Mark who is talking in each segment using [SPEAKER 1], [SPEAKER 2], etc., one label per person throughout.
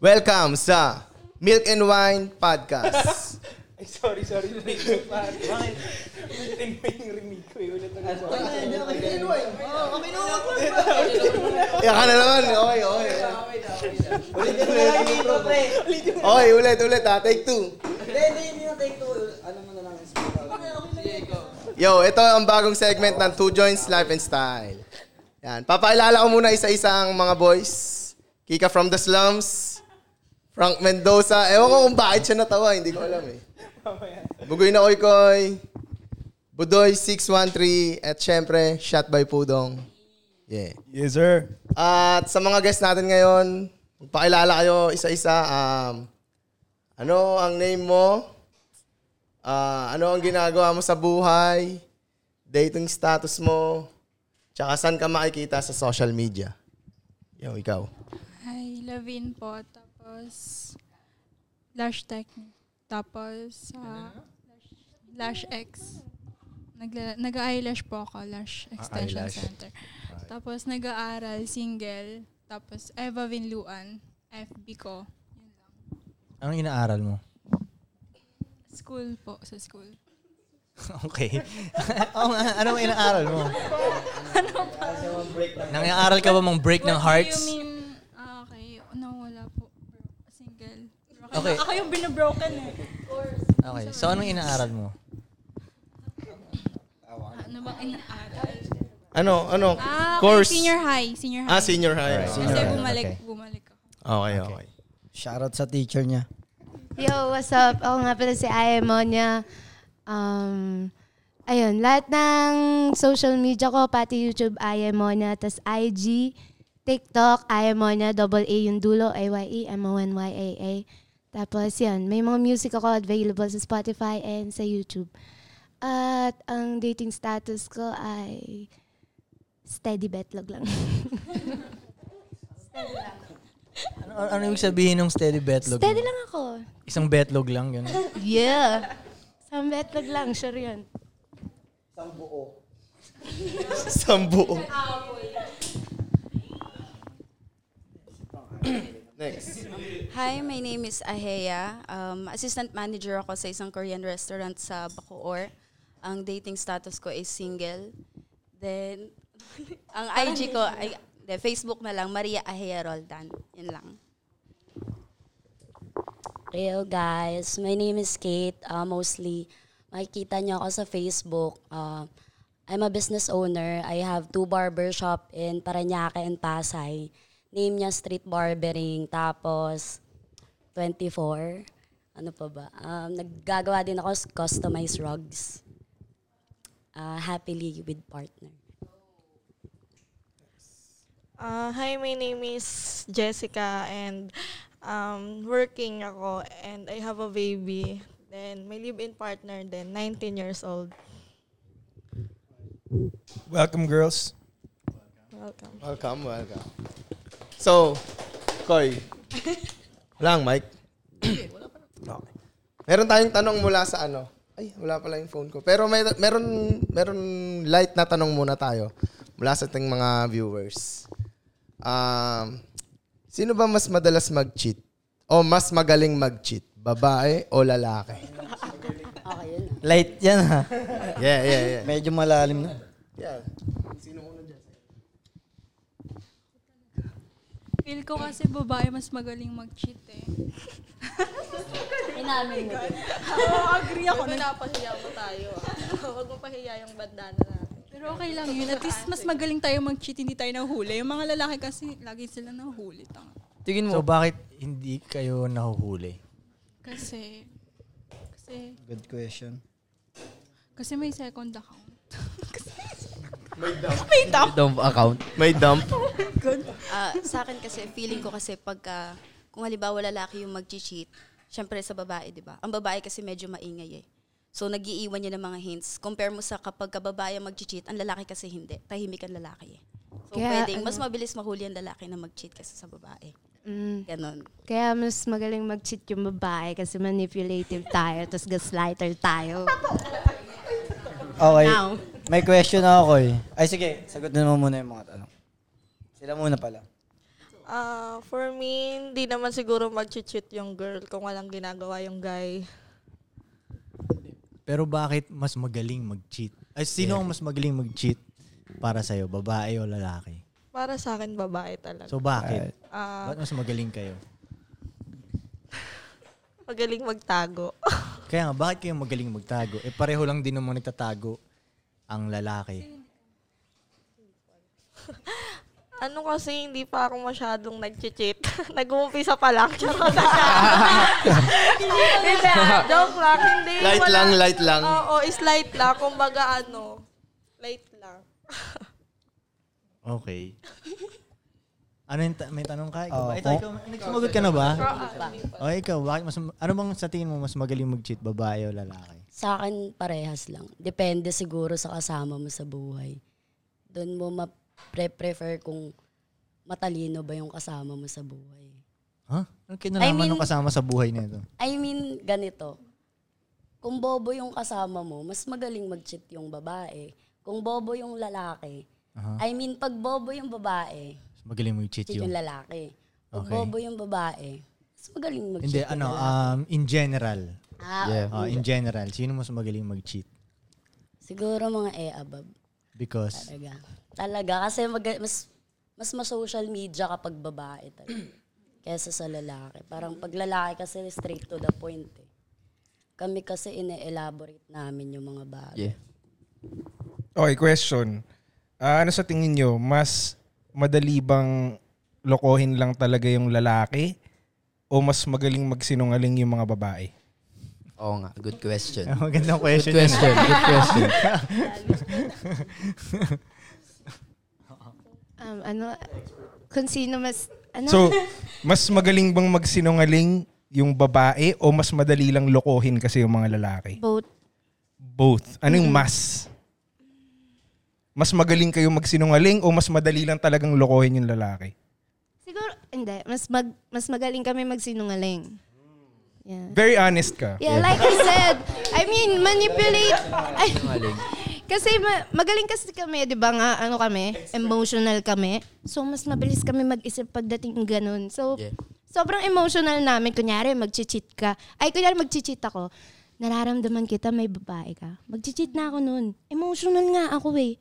[SPEAKER 1] Welcome sa Milk and Wine Podcast.
[SPEAKER 2] Ay, sorry, sorry. Rinig ko pa. Ulitin mo yung rinig ko. eh. Ulit ulit mo.
[SPEAKER 1] Iyak ka na naman. Okay, okay.
[SPEAKER 3] Ulitin mo na lang yung intro, pre.
[SPEAKER 1] Okay, ulit, ulit ha. Take two.
[SPEAKER 3] Hindi, hindi, hindi na take two. Ano mo na lang yung speak out.
[SPEAKER 1] Yo, ito ang bagong segment ng Two Joints Life and Style. Yan. Papakilala ko muna isa-isa ang mga boys. Kika from the slums. Frank Mendoza. Ewan ko kung bakit siya natawa. Hindi ko alam eh.
[SPEAKER 2] Mamaya.
[SPEAKER 1] Bugoy na Oy Koy. Budoy 613. At syempre, Shot by Pudong. Yeah.
[SPEAKER 4] Yes, sir.
[SPEAKER 1] At sa mga guests natin ngayon, magpakilala kayo isa-isa. Um, ano ang name mo? Ah, ano ang ginagawa mo sa buhay? Dating status mo? Tsaka saan ka makikita sa social media? Yo, ikaw.
[SPEAKER 5] Hi, Lavin po. Tapos, Lash Technique. Tapos,
[SPEAKER 4] Ano
[SPEAKER 5] sa Lash, Lash X. Nagla- Nag-eyelash po ako, Lash
[SPEAKER 4] Ah,
[SPEAKER 5] Extension
[SPEAKER 1] eyelash.
[SPEAKER 5] Center. Tapos, nag-aaral, single. Tapos, Eva Vinluan, FB ko. Yun lang.
[SPEAKER 4] Anong inaaral mo?
[SPEAKER 5] School po, sa school.
[SPEAKER 4] okay. Oo nga, Oh, anong inaaral mo? Nang inaaral ka ba mang break ng
[SPEAKER 5] What do
[SPEAKER 4] hearts?
[SPEAKER 5] you mean? Ah, okay. No, wala po. Single.
[SPEAKER 4] Okay.
[SPEAKER 5] Ako yung binabroken eh.
[SPEAKER 4] Okay. So, anong inaaral mo?
[SPEAKER 5] Ano bang inaaral?
[SPEAKER 1] Ano, ano?
[SPEAKER 5] Ah, okay,
[SPEAKER 1] Course.
[SPEAKER 5] senior high. Senior high.
[SPEAKER 1] Ah, senior high.
[SPEAKER 5] Kasi
[SPEAKER 4] Alright,
[SPEAKER 5] bumalik,
[SPEAKER 4] okay.
[SPEAKER 5] bumalik ako.
[SPEAKER 1] Okay, okay.
[SPEAKER 3] Shoutout sa teacher niya.
[SPEAKER 6] Yo, what's up? Ako nga pala si Aya Monia. Um, ayun, lahat ng social media ko, pati YouTube, Aya Monia. Tapos IG, TikTok, Aya Monia, double A E, yung dulo, A-Y-E, M-O-N-Y-A-A. Tapos yan, may mga music ako available sa Spotify and sa YouTube. At ang dating status ko ay steady betlog lang.
[SPEAKER 4] Ano, ano ibig sabihin ng steady betlog?
[SPEAKER 6] steady lang ako.
[SPEAKER 4] Isang betlog lang, yun.
[SPEAKER 6] Yeah. Isang betlog lang, sure yun.
[SPEAKER 1] Sambu. Next.
[SPEAKER 7] Hi, my name is Ahea. Um, assistant manager ako sa isang Korean restaurant sa Bacoor. Ang dating status ko is single. Then, ang IG ko, ay, de, Facebook na lang, Maria Ahea Roldan. Yun lang.
[SPEAKER 8] Hello guys, my name is Kate. Uh, mostly, makikita niyo ako sa Facebook. Uh, I'm a business owner. I have two barber shop in Paranaque and Pasay. Name niya Street Barbering. Tapos, 24. Ano pa ba? Um, naggagawa din ako s- customized rugs. Uh, happily with partner.
[SPEAKER 9] Uh, hi, my name is Jessica and um, working ako and I have a baby. Then my live-in partner then 19 years old.
[SPEAKER 4] Welcome, girls.
[SPEAKER 9] Welcome.
[SPEAKER 1] Welcome, welcome. So, Koy. Wala ang mic? okay. Meron tayong tanong mula sa ano. Ay, wala pala yung phone ko. Pero may, meron, meron light na tanong muna tayo mula sa ating mga viewers. Um, sino ba mas madalas mag-cheat? O mas magaling mag-cheat? Babae o lalaki?
[SPEAKER 8] Okay, yun na.
[SPEAKER 3] Light yan ha.
[SPEAKER 1] Yeah, yeah, yeah.
[SPEAKER 3] Medyo malalim na.
[SPEAKER 1] yeah.
[SPEAKER 5] Feel ko kasi babae mas magaling mag-cheat eh.
[SPEAKER 8] Inamin mo.
[SPEAKER 5] Oh,
[SPEAKER 9] Agree ako. Diba napahiya mo tayo ah. Huwag mo pahiya yung bandana natin.
[SPEAKER 5] Pero okay lang yun. At least mas magaling tayo mag-cheat, hindi tayo nahuli. Yung mga lalaki kasi, lagi sila nahuli. Tanga.
[SPEAKER 4] Tingin mo. So, bakit hindi kayo nahuhuli?
[SPEAKER 5] Kasi, kasi,
[SPEAKER 3] Good question.
[SPEAKER 5] kasi may second account.
[SPEAKER 4] Dump account.
[SPEAKER 1] May dump.
[SPEAKER 7] Ah, sa akin kasi, feeling ko kasi pagka, kung halimbawa lalaki yung mag-cheat, syempre sa babae, di ba? Ang babae kasi medyo maingay eh. So, nag-iiwan niya ng mga hints. Compare mo sa kapag ka babae ang mag-cheat, ang lalaki kasi hindi. Tahimik ang lalaki eh. So,
[SPEAKER 6] Kaya,
[SPEAKER 7] pwedeng, mas
[SPEAKER 6] ano-
[SPEAKER 7] mabilis mahuli ang lalaki na mag-cheat kasi sa babae.
[SPEAKER 6] Mm.
[SPEAKER 7] Ganon.
[SPEAKER 6] Kaya mas magaling mag-cheat yung babae kasi manipulative tayo tapos gaslighter tayo.
[SPEAKER 3] Okay.
[SPEAKER 6] Now.
[SPEAKER 3] May eh. question ako, Koy. Ay, sige. Sagutin mo muna yung mga tanong. Sila muna pala.
[SPEAKER 9] Ah, for me, hindi naman siguro mag-cheat yung girl kung walang ginagawa yung guy.
[SPEAKER 4] Pero bakit mas magaling mag-cheat? Ay, sino ang mas magaling mag-cheat para sa'yo? Babae o lalaki?
[SPEAKER 9] Para sa akin, babae talaga.
[SPEAKER 4] So, bakit?
[SPEAKER 9] Ah,
[SPEAKER 4] Bakit mas magaling kayo?
[SPEAKER 9] magaling magtago.
[SPEAKER 4] Kaya nga, bakit kayo magaling magtago? Eh, pareho lang din naman nagtatago ang lalaki.
[SPEAKER 9] ano kasi, hindi pa ako masyadong nag-cheat. Nag-uumpisa pa lang. Charot Hindi, joke lang. Hindi,
[SPEAKER 1] Light
[SPEAKER 9] wala.
[SPEAKER 1] lang, light lang.
[SPEAKER 9] Oo, is light lang. Kumbaga, ano, light lang.
[SPEAKER 4] Okay. Ano yung ta- may tanong ka? Ikaw
[SPEAKER 10] Oo,
[SPEAKER 4] ba? Ito,
[SPEAKER 10] kung-
[SPEAKER 4] ikaw, Ah, nagsumagot ka na ba?
[SPEAKER 8] ah,
[SPEAKER 9] Hindi pa.
[SPEAKER 4] O ikaw, bakit mas, ano bang sa tingin mo mas magaling mag-cheat, babae o lalaki?
[SPEAKER 8] Sa akin, parehas lang. Depende siguro sa kasama mo sa buhay. Doon mo ma-prefer kung matalino ba yung kasama mo sa buhay.
[SPEAKER 4] Ha? Huh? Ano kinalaman
[SPEAKER 8] I mean-
[SPEAKER 4] nung kasama sa buhay nito?
[SPEAKER 8] I mean, ganito. Kung bobo yung kasama mo, mas magaling mag-cheat yung babae. Kung bobo yung lalaki,
[SPEAKER 4] Aha.
[SPEAKER 8] I mean, pag bobo yung babae,
[SPEAKER 4] Mas magaling mag-cheat
[SPEAKER 8] cheat
[SPEAKER 4] yun.
[SPEAKER 8] yung lalaki. Pag
[SPEAKER 4] Okay.
[SPEAKER 8] bobo yung babae, mas magaling mag-cheat
[SPEAKER 4] Hindi,
[SPEAKER 8] yung
[SPEAKER 4] ano,
[SPEAKER 8] lalaki.
[SPEAKER 4] um, in general.
[SPEAKER 8] Ah,
[SPEAKER 1] Yeah.
[SPEAKER 4] Oh, in general, sino mas magaling mag-cheat?
[SPEAKER 8] Siguro mga e-abab.
[SPEAKER 4] Because,
[SPEAKER 8] Talaga. Talaga. Kasi mag- mas, mas ma-social media kapag babae talaga. kesa sa lalaki. Parang pag lalaki kasi straight to the point eh. Kami kasi ine-elaborate namin yung mga bagay.
[SPEAKER 3] Yeah.
[SPEAKER 2] Okay, question. Ah, ano sa tingin nyo, mas madali bang lokohin lang talaga yung lalaki o mas magaling magsinungaling yung mga babae?
[SPEAKER 3] Oo nga, good question.
[SPEAKER 4] magandang
[SPEAKER 3] Good
[SPEAKER 4] question. yun.
[SPEAKER 3] question, good question.
[SPEAKER 6] Um, ano, kung sino mas, ano?
[SPEAKER 2] So, mas magaling bang magsinungaling yung babae o mas madali lang lokohin kasi yung mga lalaki?
[SPEAKER 6] both.
[SPEAKER 2] Both. Ano
[SPEAKER 6] Mm-hmm.
[SPEAKER 2] yung mas? Mas magaling kayo magsinungaling o mas madali lang talagang lokohin yung lalaki?
[SPEAKER 6] Siguro, hindi. Mas, mag, mas magaling kami magsinungaling. Yeah.
[SPEAKER 2] Very honest ka.
[SPEAKER 6] Yeah, like I said, I mean, manipulate. I, kasi ma- magaling kasi kami, di ba nga, ano kami, emotional kami. So, mas mabilis kami mag-isip pagdating ganun. So,
[SPEAKER 3] Yeah.
[SPEAKER 6] sobrang emotional namin. Kunyari, mag-cheat ka. Ay, kunyari, mag-cheat ako. Nararamdaman kita, may babae ka. Mag-cheat na ako nun. Emotional nga ako eh.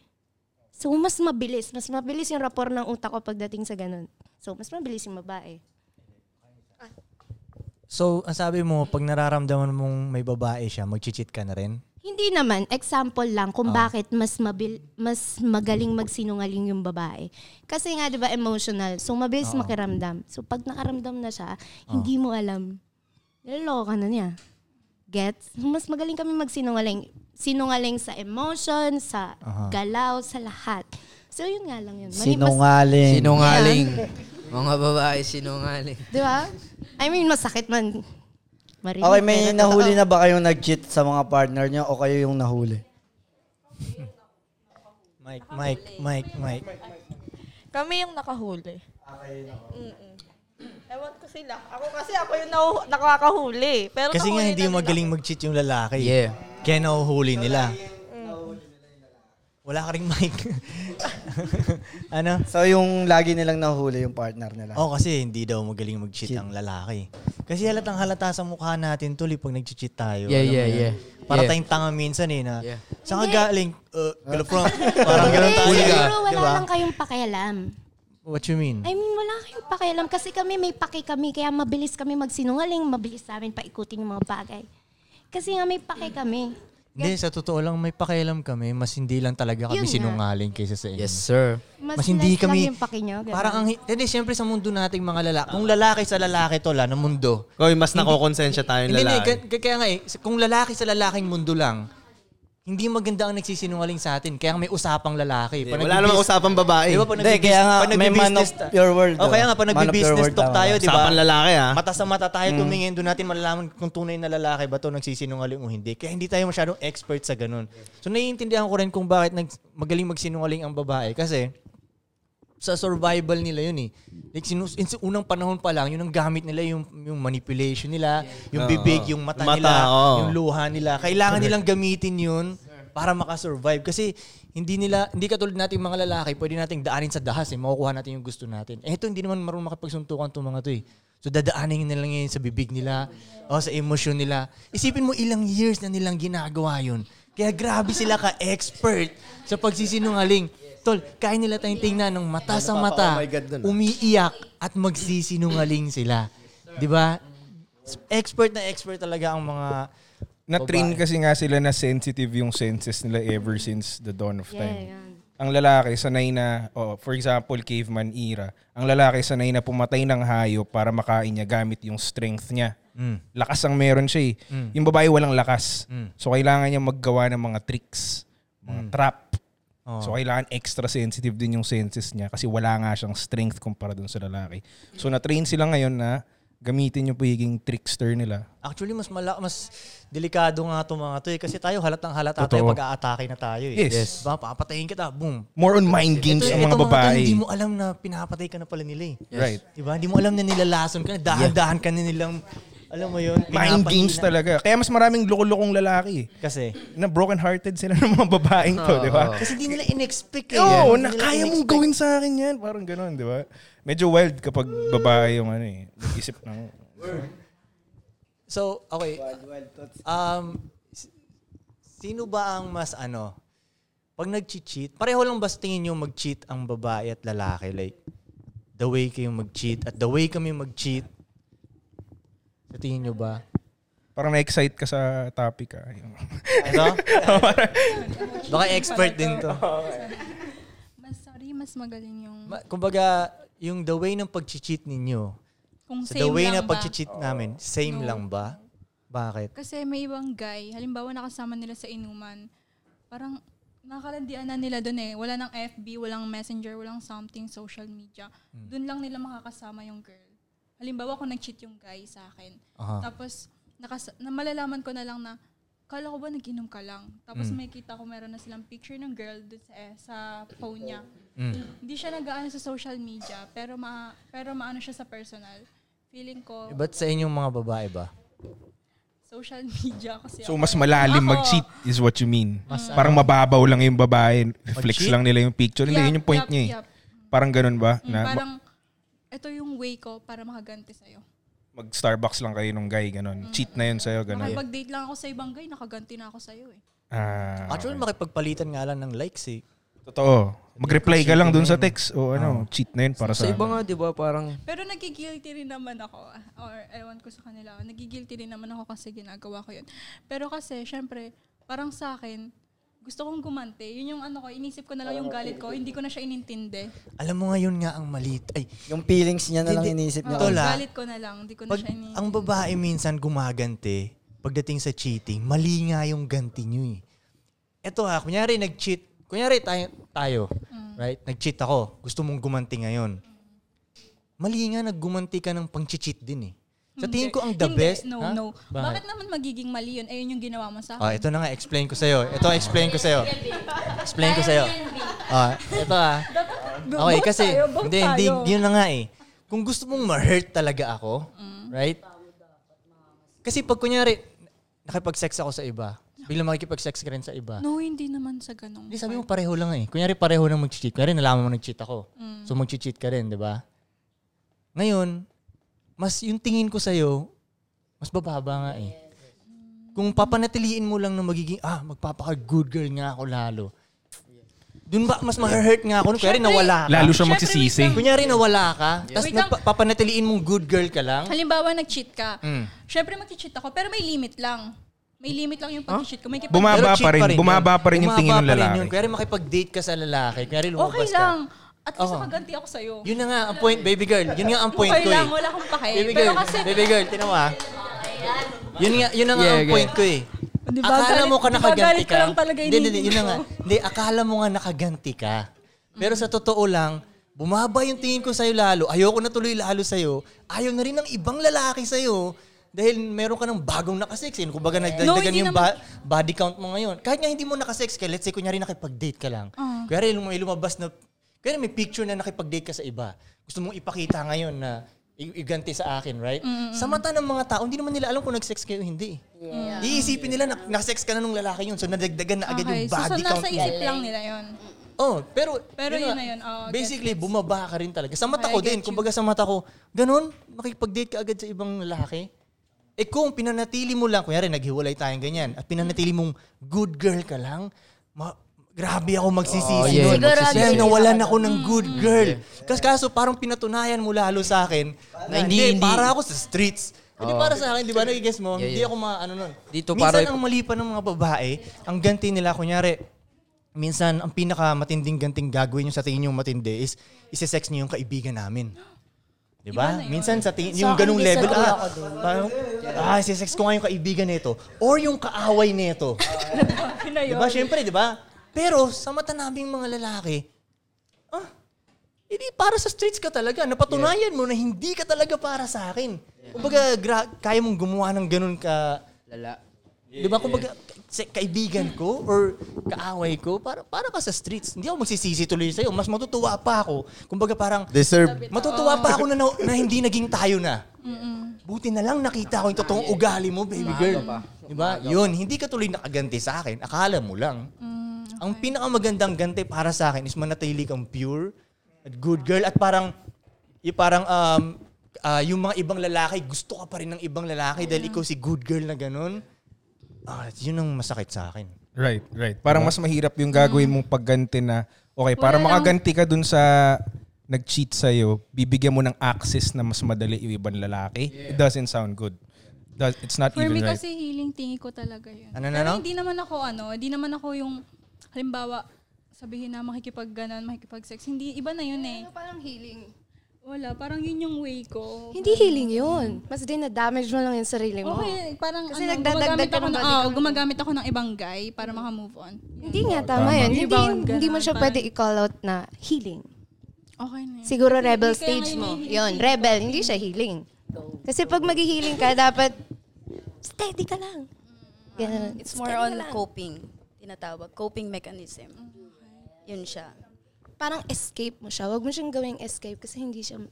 [SPEAKER 6] So, mas mabilis. Mas mabilis yung rapport ng utak ko pagdating sa ganun. So, mas mabilis yung babae.
[SPEAKER 4] So, ang sabi mo, pag nararamdaman mong may babae siya, mag-cheat ka na rin?
[SPEAKER 6] Hindi naman, example lang kung
[SPEAKER 4] Ah.
[SPEAKER 6] bakit mas mabil, mas magaling magsinungaling yung babae. Kasi nga 'di ba emotional, so mabilis
[SPEAKER 4] Oo.
[SPEAKER 6] makiramdam. So pag nakaramdam na
[SPEAKER 4] Ah.
[SPEAKER 6] siya, hindi mo alam. Niloloko ka na niya. Gets? Mas magaling kami magsinungaling. Sinungaling sa emotion, sa
[SPEAKER 4] Aha.
[SPEAKER 6] galaw, sa lahat. So yun nga lang yun. Mani- mas-
[SPEAKER 10] Sinungaling.
[SPEAKER 3] Sinungaling. Mga babae, sinungaling.
[SPEAKER 6] 'Di ba? I mean, masakit man. Marinig,
[SPEAKER 10] Okay, may
[SPEAKER 6] pero
[SPEAKER 10] nahuli
[SPEAKER 6] totoo.
[SPEAKER 10] na ba kayong nag-cheat sa mga partner niyo o kayo yung nahuli?
[SPEAKER 4] Mike, Mike, Mike, Mike.
[SPEAKER 9] Kami yung nakahuli. Mm-mm. Ewan ko sila. Ako kasi ako yung nahu- nakakahuli. Pero
[SPEAKER 4] Kasi nga
[SPEAKER 9] nahuli
[SPEAKER 4] hindi
[SPEAKER 9] na nila
[SPEAKER 4] magaling mag-cheat yung lalaki.
[SPEAKER 3] Yeah.
[SPEAKER 4] Kaya nahuhuli nila. Wala ka rin mic. ano?
[SPEAKER 10] So yung lagi nilang nahuli yung partner nila.
[SPEAKER 4] Oh, kasi hindi daw magaling mag-cheat ang lalaki. Kasi halatang halata sa mukha natin tuloy pag nag-cheat tayo.
[SPEAKER 3] Yeah,
[SPEAKER 4] Alam mo
[SPEAKER 3] yeah,
[SPEAKER 4] yun?
[SPEAKER 3] yeah.
[SPEAKER 4] Para
[SPEAKER 3] Yeah.
[SPEAKER 4] tayong tanga minsan eh na.
[SPEAKER 3] Yeah.
[SPEAKER 4] Saan ka galing?
[SPEAKER 10] Ah.
[SPEAKER 4] Uh, girlfriend. Parang ganun
[SPEAKER 6] Hindi,
[SPEAKER 4] tayo.
[SPEAKER 6] siguro wala
[SPEAKER 4] Di
[SPEAKER 10] Diba?
[SPEAKER 4] ba?
[SPEAKER 6] lang kayong pakialam.
[SPEAKER 4] What you mean?
[SPEAKER 6] I mean, wala kayong pakialam kasi kami may paki kami. Kaya mabilis kami magsinungaling, mabilis namin paikutin yung mga bagay. Kasi nga may paki kami.
[SPEAKER 4] Hindi, sa totoo lang may pakialam kami. Mas hindi lang talaga kami
[SPEAKER 6] Yun nga.
[SPEAKER 4] sinungaling kaysa sa inyo.
[SPEAKER 3] Yes, sir.
[SPEAKER 6] Mas,
[SPEAKER 4] Mas hindi
[SPEAKER 6] less
[SPEAKER 4] kami-
[SPEAKER 6] lang yung paki nyo. ganun.
[SPEAKER 4] Parang ang, hindi, siyempre sa mundo nating mga lalaki. Kung lalaki sa lalaki to, la, ng mundo.
[SPEAKER 1] Koy, mas nakokonsensya tayo ng
[SPEAKER 4] Hindi, hindi,
[SPEAKER 1] lalaki.
[SPEAKER 4] k- k- kaya nga eh, kung lalaki sa lalaking mundo lang, hindi maganda ang nagsisinungaling sa atin. Kaya may usapang lalaki. Pag
[SPEAKER 1] Wala
[SPEAKER 4] nagbibis-
[SPEAKER 1] namang usapang babae.
[SPEAKER 4] Di ba, pag
[SPEAKER 10] Hindi,
[SPEAKER 4] nagbibis-
[SPEAKER 10] kaya nga
[SPEAKER 4] pag
[SPEAKER 10] may man of
[SPEAKER 4] nagbibusiness ta-
[SPEAKER 10] your word.
[SPEAKER 4] O kaya nga, pag nagbibusiness talk tayo, di ba?
[SPEAKER 1] Usapan lalaki ah.
[SPEAKER 4] Mata sa mata tayo tumingin, doon natin malalaman kung tunay na lalaki ba to nagsisinungaling o hindi. Kaya hindi tayo masyadong expert sa ganun. So naiintindihan ko rin kung bakit nag, magaling magsinungaling ang babae kasi sa survival nila yun eh. Like sinus, in, sa unang panahon pa lang, yun ang gamit nila, yung, yung manipulation nila, yung
[SPEAKER 1] Oo.
[SPEAKER 4] bibig, yung mata,
[SPEAKER 1] Mata,
[SPEAKER 4] nila,
[SPEAKER 1] oo.
[SPEAKER 4] yung luha nila. Kailangan nilang gamitin yun para makasurvive. Kasi hindi nila, hindi katulad natin yung mga lalaki, pwede nating daanin sa dahas eh, makukuha natin yung gusto natin. Eh ito, hindi naman marunong makapagsuntukan itong mga to eh. So dadaanin nila ngayon sa bibig nila, o sa emosyon nila. Isipin mo ilang years na nilang ginagawa yun. Kaya grabe sila ka-expert sa pagsisinungaling. Tol, kaya nila tayong tingnan ng mata sa
[SPEAKER 1] Oh
[SPEAKER 4] mata,
[SPEAKER 1] my God, dun ah.
[SPEAKER 4] umiiyak at magsisinungaling sila. Di ba? Expert na expert talaga ang mga
[SPEAKER 2] Na-train
[SPEAKER 4] babae.
[SPEAKER 2] kasi nga sila na sensitive yung senses nila ever since the dawn of time. Ang lalaki sanay na, oh, for example, caveman era, ang lalaki sanay na pumatay ng hayop para makain niya gamit yung strength niya.
[SPEAKER 4] Mm.
[SPEAKER 2] Lakas ang meron siya eh.
[SPEAKER 4] Mm.
[SPEAKER 2] Yung babae walang lakas.
[SPEAKER 4] Mm.
[SPEAKER 2] So kailangan niya maggawa ng mga tricks, mga
[SPEAKER 4] Mm.
[SPEAKER 2] trap.
[SPEAKER 4] Oo.
[SPEAKER 2] So kailangan extra sensitive din yung senses niya kasi wala nga siyang strength kumpara dun sa lalaki. So na-train sila ngayon na gamitin yung pagiging trickster nila
[SPEAKER 4] Actually, mas mala, mas delikado nga itong mga to eh. Kasi tayo halatang halata
[SPEAKER 2] Totoo.
[SPEAKER 4] tayo pag-aatake na tayo eh.
[SPEAKER 2] Yes. Yes.
[SPEAKER 4] Ba, papatayin kita, boom.
[SPEAKER 2] More on mind games ang mga
[SPEAKER 4] to,
[SPEAKER 2] babae.
[SPEAKER 4] hindi mo alam na pinapatay ka na pala nila eh.
[SPEAKER 2] Yes. Right.
[SPEAKER 4] Diba? Hindi mo alam na nilalason ka na, dahan-dahan ka na nilang, alam mo yun,
[SPEAKER 2] Mind
[SPEAKER 4] pinapahina.
[SPEAKER 2] games talaga. Kaya mas maraming loko-lokong lalaki. eh.
[SPEAKER 4] Kasi?
[SPEAKER 2] Na broken-hearted sila ng mga babaeng to, di ba?
[SPEAKER 4] Kasi di nila in-expect eh.
[SPEAKER 2] Oo,
[SPEAKER 4] Di
[SPEAKER 2] na
[SPEAKER 4] nila
[SPEAKER 2] kaya mong
[SPEAKER 4] in-expect.
[SPEAKER 2] gawin sa akin yan. Parang ganun, di ba? Medyo wild kapag babae yung ano eh. Nag-isip ng...
[SPEAKER 4] So, okay. Um, s- sino ba ang mas ano? Pag nag-cheat, pareho lang ba sa tingin nyo mag-cheat ang babae at lalaki? Like, the way kayo mag-cheat at the way kami mag-cheat. Sa tingin nyo ba?
[SPEAKER 2] Parang na-excite ka sa topic ah. Yung-
[SPEAKER 4] Ano? Baka expert din to.
[SPEAKER 5] Mas sorry, mas magaling yung...
[SPEAKER 4] Ma- Kumbaga, yung the way ng pag-cheat ninyo,
[SPEAKER 5] Kung
[SPEAKER 4] sa
[SPEAKER 5] same
[SPEAKER 4] the way
[SPEAKER 5] lang
[SPEAKER 4] na
[SPEAKER 5] ba?
[SPEAKER 4] pag-cheat namin, same
[SPEAKER 5] No.
[SPEAKER 4] lang ba? Bakit?
[SPEAKER 5] Kasi may ibang guy, halimbawa nakasama nila sa inuman, parang nakakalandian na nila doon eh. Wala ng FB, walang messenger, walang something, social media.
[SPEAKER 2] Hmm.
[SPEAKER 5] Doon lang nila makakasama yung girl. Halimbawa kung nag-cheat yung guy sa akin.
[SPEAKER 4] Aha.
[SPEAKER 5] Tapos, nakas- na malalaman ko na lang na, kala ko ba nag-inom ka lang? Tapos
[SPEAKER 2] Hmm.
[SPEAKER 4] Mm.
[SPEAKER 5] may kita ko meron na silang picture ng girl doon sa, eh, sa phone niya.
[SPEAKER 2] Hmm.
[SPEAKER 4] Mm.
[SPEAKER 5] Hindi siya nag sa social media, pero ma pero maano siya sa personal. Feeling ko,
[SPEAKER 4] Ba't sa inyong mga babae ba?
[SPEAKER 5] social media kasi
[SPEAKER 2] So
[SPEAKER 5] ako
[SPEAKER 2] mas
[SPEAKER 5] eh.
[SPEAKER 2] malalim
[SPEAKER 5] Ako.
[SPEAKER 2] mag-cheat is what you mean.
[SPEAKER 4] Mas
[SPEAKER 2] Parang
[SPEAKER 4] ano?
[SPEAKER 2] mababaw lang yung babae. Flex
[SPEAKER 4] Mag-cheat?
[SPEAKER 2] lang nila yung picture. Hindi,
[SPEAKER 5] Yup,
[SPEAKER 2] yun yung point
[SPEAKER 5] yup,
[SPEAKER 2] niya eh.
[SPEAKER 5] yup.
[SPEAKER 2] Parang ganun ba?
[SPEAKER 5] Mm,
[SPEAKER 2] Na ma-
[SPEAKER 5] parang, ito yung way ko para makaganti sa'yo.
[SPEAKER 2] mag-Starbucks lang kayo nung guy, ganun. Cheat na yun sa'yo, ganun.
[SPEAKER 5] Nakipag-date lang ako sa ibang guy, nakaganti na ako sa'yo eh.
[SPEAKER 2] Ah,
[SPEAKER 4] Actually, makipagpalitan nga lang ng likes eh.
[SPEAKER 2] Totoo. Mag-reply ka lang dun sa
[SPEAKER 4] Cheating na yun.
[SPEAKER 2] text o ano, cheat na yun para
[SPEAKER 11] Sa
[SPEAKER 2] sa... ano?
[SPEAKER 11] iba nga, di ba, parang
[SPEAKER 5] Pero nagigilty rin naman ako. ah, Or ewan ko sa kanila. Nagigilty rin naman ako kasi ginagawa ko yun. Pero kasi, syempre, parang sa akin, gusto kong gumanti. Yun yung ano ko, inisip ko na lang
[SPEAKER 4] Ah,
[SPEAKER 5] yung galit ko. Hindi ko na siya inintindi.
[SPEAKER 4] Alam mo ngayon nga ang malit. Ay,
[SPEAKER 12] Yung feelings niya na lang
[SPEAKER 4] Hindi.
[SPEAKER 12] iniisip niya.
[SPEAKER 5] Oo,
[SPEAKER 4] Tol, ah.
[SPEAKER 5] galit ko na lang. Hindi ko na
[SPEAKER 4] pag
[SPEAKER 5] siya inintindi.
[SPEAKER 4] ang babae minsan gumaganti, pagdating sa cheating, mali nga yung ganti nyo eh. Eto ha, kunyari nag-cheat, kunyari tayo, tayo
[SPEAKER 5] Mm.
[SPEAKER 4] right? Nag-cheat ako, gusto mong gumanti ngayon. Mali nga naggumanti ka ng pang-cheat din eh. Sa tingin ko ang the
[SPEAKER 5] Hindi.
[SPEAKER 4] best.
[SPEAKER 5] No,
[SPEAKER 4] ha?
[SPEAKER 5] no. Bakit?
[SPEAKER 4] Bakit?
[SPEAKER 5] naman magiging mali yun? Ayun yung ginawa mo sa akin. Ah.
[SPEAKER 4] Ah, ito na nga, explain ko sa'yo. Ito, explain ko sa'yo. Explain ko sa'yo. Ah, ito ah. Okay,
[SPEAKER 5] Both
[SPEAKER 4] kasi,
[SPEAKER 5] tayo, both
[SPEAKER 4] hindi, hindi,
[SPEAKER 5] tayo.
[SPEAKER 4] yun na nga eh. Kung gusto mong ma-hurt talaga ako,
[SPEAKER 5] Mm.
[SPEAKER 4] right? Kasi pag kunyari, nakipag-sex ako sa iba, bilang makikipag-sex ka rin sa iba,
[SPEAKER 5] No, hindi naman sa ganong.
[SPEAKER 4] hindi, sabi mo pareho lang eh. Kunyari pareho lang mag-cheat. Kunyari nalaman mo nag-cheat ako.
[SPEAKER 5] Mm.
[SPEAKER 4] So mag-cheat ka rin, di ba? Ngayon, mas yung tingin ko sa'yo, mas bababa nga eh. Kung papanatiliin mo lang na magiging, ah, magpapaka-good girl nga ako lalo. Dun ba, mas ma-hurt nga ako. nun? Kunyari
[SPEAKER 5] Syempre,
[SPEAKER 4] nawala ka.
[SPEAKER 2] Lalo siya
[SPEAKER 5] Syempre,
[SPEAKER 2] magsisisi.
[SPEAKER 4] Kunyari nawala ka, tapos
[SPEAKER 5] Wait lang.
[SPEAKER 4] papanatiliin mong good girl ka lang.
[SPEAKER 5] Halimbawa, nag-cheat ka.
[SPEAKER 4] Mm.
[SPEAKER 5] Siyempre, mag-cheat ako, pero may limit lang. May limit lang yung pag-cheat ko. May kipag-
[SPEAKER 2] Bumaba
[SPEAKER 4] Pero cheat
[SPEAKER 2] pa rin, bumaba
[SPEAKER 4] yun.
[SPEAKER 2] pa rin yung
[SPEAKER 4] Bumaba
[SPEAKER 2] tingin ng
[SPEAKER 4] pa rin
[SPEAKER 2] lalaki.
[SPEAKER 4] yun. Kunyari makipag-date ka sa lalaki. Kunyari lumabas
[SPEAKER 5] Okay
[SPEAKER 4] ka.
[SPEAKER 5] lang. At least
[SPEAKER 4] Oo.
[SPEAKER 5] nakaganti ako sa'yo.
[SPEAKER 4] Yun na nga ang point, baby girl. Yun nga ang point
[SPEAKER 5] okay
[SPEAKER 4] ko
[SPEAKER 5] lang,
[SPEAKER 4] eh.
[SPEAKER 5] wala akong pake.
[SPEAKER 4] Baby
[SPEAKER 5] pero
[SPEAKER 4] girl,
[SPEAKER 5] kasi,
[SPEAKER 4] baby girl, tinan mo ah. Yun nga, yun na nga
[SPEAKER 11] Yeah,
[SPEAKER 4] ang
[SPEAKER 11] yeah.
[SPEAKER 4] point ko eh.
[SPEAKER 5] Di ba,
[SPEAKER 4] akala
[SPEAKER 5] galit-
[SPEAKER 4] mo ka
[SPEAKER 5] di ba,
[SPEAKER 4] nakaganti
[SPEAKER 5] galit
[SPEAKER 4] ka.
[SPEAKER 5] ka lang talaga
[SPEAKER 4] Hindi, hindi,
[SPEAKER 5] iniisip
[SPEAKER 4] yun na nga.
[SPEAKER 5] ko.
[SPEAKER 4] Hindi, akala mo nga nakaganti ka. Pero sa totoo lang, bumaba yung tingin ko sa'yo lalo. Ayoko na tuloy lalo sa'yo. Ayaw na rin ng ibang lalaki sa'yo. Dahil meron ka ng bagong nakasexin. Kung baga nagdagdagan
[SPEAKER 5] hindi
[SPEAKER 4] yung
[SPEAKER 5] naman.
[SPEAKER 4] ba- body count mo ngayon. Kahit nga hindi mo nakasex ka, let's say kunyari nakipag-date ka lang.
[SPEAKER 5] Ah.
[SPEAKER 4] Kunyari lum- may lumabas na, kunyari may picture na nakipag-date ka sa iba. Gusto mong ipakita ngayon na i- iganti sa akin, right?
[SPEAKER 11] Mm-mm.
[SPEAKER 4] Sa mata ng mga tao, hindi naman nila alam kung nag-sex kayo o hindi.
[SPEAKER 5] Yeah.
[SPEAKER 4] Iisipin nila na na-sex ka na nung lalaki yun. So nadagdagan na agad
[SPEAKER 5] so,
[SPEAKER 4] yung
[SPEAKER 5] so
[SPEAKER 4] body count
[SPEAKER 5] nasa
[SPEAKER 4] mo.
[SPEAKER 5] isip lang nila yun.
[SPEAKER 4] Oh, pero
[SPEAKER 5] Pero yun
[SPEAKER 4] nga,
[SPEAKER 5] na yun, Oh, oo,
[SPEAKER 4] basically, bumaba ka rin talaga. Sa
[SPEAKER 5] I
[SPEAKER 4] mata ko
[SPEAKER 5] get
[SPEAKER 4] din, kumbaga sa mata ko, ganun, makipag-date ka agad sa ibang lalaki. Eh kung pinanatili mo lang, kunyari naghiwalay tayong ganyan, at pinanatili mong good girl ka lang, ma- grabe ako magsisisi
[SPEAKER 11] Oh, yeah.
[SPEAKER 4] nun.
[SPEAKER 11] Siguro
[SPEAKER 4] Magsisisi.
[SPEAKER 11] agree.
[SPEAKER 4] nawalan ako
[SPEAKER 5] Mm.
[SPEAKER 4] ng good girl. Kas kaso parang pinatunayan mo lalo sa akin na
[SPEAKER 11] hindi,
[SPEAKER 4] hindi,
[SPEAKER 11] hindi.
[SPEAKER 4] para ako sa streets. Hindi
[SPEAKER 11] Oo.
[SPEAKER 4] para sa akin, di ba? Nagigess mo?
[SPEAKER 11] Yeah,
[SPEAKER 4] Hindi
[SPEAKER 11] yeah.
[SPEAKER 4] ako maano nun.
[SPEAKER 11] Dito
[SPEAKER 4] Minsan
[SPEAKER 11] para-
[SPEAKER 4] ang mali pa ng mga babae, ang ganti nila, kunyari, minsan ang pinaka matinding ganting gagawin nyo sa tingin nyo matindi is ise-sex nyo yung kaibigan namin. Di ba? Minsan sa tingin,
[SPEAKER 11] Sa
[SPEAKER 4] yung
[SPEAKER 11] akin,
[SPEAKER 4] ganung
[SPEAKER 11] hindi
[SPEAKER 4] level,
[SPEAKER 11] sagot
[SPEAKER 4] ah,
[SPEAKER 11] ako dun.
[SPEAKER 4] parang, ah, ise-sex ko nga yung kaibigan nito. Or yung kaaway nito.
[SPEAKER 5] Di
[SPEAKER 4] ba? Siyempre, diba? di ba? Pero sa mata naming mga lalaki, ah, hindi para sa streets ka talaga. Napatunayan mo na hindi ka talaga para sa akin. Kumbaga, gra- kaya mong gumawa ng ganun ka... Lala. Di ba? Kumbaga, sa- kaibigan ko or kaaway ko, para, para ka sa streets. Hindi ako magsisisi tuloy sa'yo. Mas matutuwa pa ako. Kumbaga parang...
[SPEAKER 1] Deserve.
[SPEAKER 4] Matutuwa pa ako na, na, na hindi naging tayo na.
[SPEAKER 5] Mm-mm.
[SPEAKER 4] Buti na lang nakita ko yung totoong ugali mo, baby
[SPEAKER 11] Maaga
[SPEAKER 2] ano
[SPEAKER 4] girl.
[SPEAKER 11] pa.
[SPEAKER 4] Di ba?
[SPEAKER 11] Maaga
[SPEAKER 4] Diba? Yun, hindi ka tuloy nakaganti sa akin. Akala mo lang. Ang pinakamagandang ganti para sa akin is manatili kang pure at good girl at parang yung parang um, ah, yung mga ibang lalaki, gusto ka pa rin ng ibang lalaki dahil ikaw si good girl na ganun. Ah, yun ang masakit sa akin.
[SPEAKER 2] Right, right. Parang mas mahirap yung gagawin mong pagganti na, okay, para
[SPEAKER 4] Wala lang.
[SPEAKER 2] makaganti ka dun sa nag-cheat sa'yo, bibigyan mo ng access na mas madali yung ibang lalaki. It doesn't sound good. Does, it's not
[SPEAKER 5] For me
[SPEAKER 2] even right.
[SPEAKER 5] kasi healing tingi ko talaga yun.
[SPEAKER 2] Ano na,
[SPEAKER 5] Pero
[SPEAKER 2] no?
[SPEAKER 5] hindi naman ako ano, hindi naman ako yung, halimbawa, sabihin na makikipag ganon, makikipag sex. Hindi, iba na yun eh. Ano
[SPEAKER 13] parang healing?
[SPEAKER 5] Wala, parang yun yung way ko.
[SPEAKER 13] Hindi healing yun. Mas din na-damage mo lang yung sarili mo.
[SPEAKER 5] Okay, parang
[SPEAKER 13] Kasi
[SPEAKER 5] ano,
[SPEAKER 13] nagdadagdag
[SPEAKER 5] gumagamit
[SPEAKER 13] ka
[SPEAKER 5] ako
[SPEAKER 13] ng
[SPEAKER 5] ng,
[SPEAKER 13] body
[SPEAKER 5] oo,
[SPEAKER 13] count.
[SPEAKER 5] gumagamit ako ng ibang guy para makamove on.
[SPEAKER 13] Hindi nga, tama,
[SPEAKER 5] Tama.
[SPEAKER 13] yun. Hindi,
[SPEAKER 5] Rebound,
[SPEAKER 13] hindi mo
[SPEAKER 5] ganun,
[SPEAKER 13] siya
[SPEAKER 5] parang-
[SPEAKER 13] pwede i-call out na healing.
[SPEAKER 5] Okay na yun.
[SPEAKER 13] Siguro
[SPEAKER 5] Kasi
[SPEAKER 13] rebel
[SPEAKER 5] hindi kaya
[SPEAKER 13] stage
[SPEAKER 5] ngayon
[SPEAKER 13] mo.
[SPEAKER 5] healing
[SPEAKER 13] Yun,
[SPEAKER 5] dito.
[SPEAKER 13] rebel. Hindi siya healing. Kasi pag mag-healing ka, dapat steady ka lang. Ganun.
[SPEAKER 7] Ah, It's more
[SPEAKER 13] Steady
[SPEAKER 7] on
[SPEAKER 13] ka lang. Mm-hmm.
[SPEAKER 7] coping. Tinatawag. Coping mechanism. Yun siya.
[SPEAKER 13] Parang escape mo siya. Huwag mo siyang gawing escape kasi hindi siya...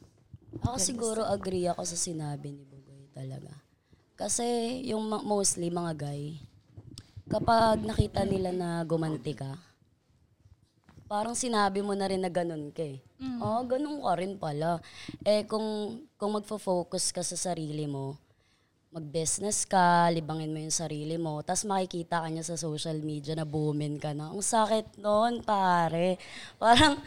[SPEAKER 8] Ako siguro agree ako sa sinabi ni Bugoy talaga. Kasi yung ma- mostly mga guy, kapag nakita nila na gumanti ka, parang sinabi mo na rin na ganun ka eh. Oh, ganun ka rin pala. Eh kung, kung magfo-focus ka sa sarili mo, mag-business ka, libangin mo yung sarili mo, tapos makikita ka niya sa social media na boomin ka na. Ang sakit noon, pare. Parang,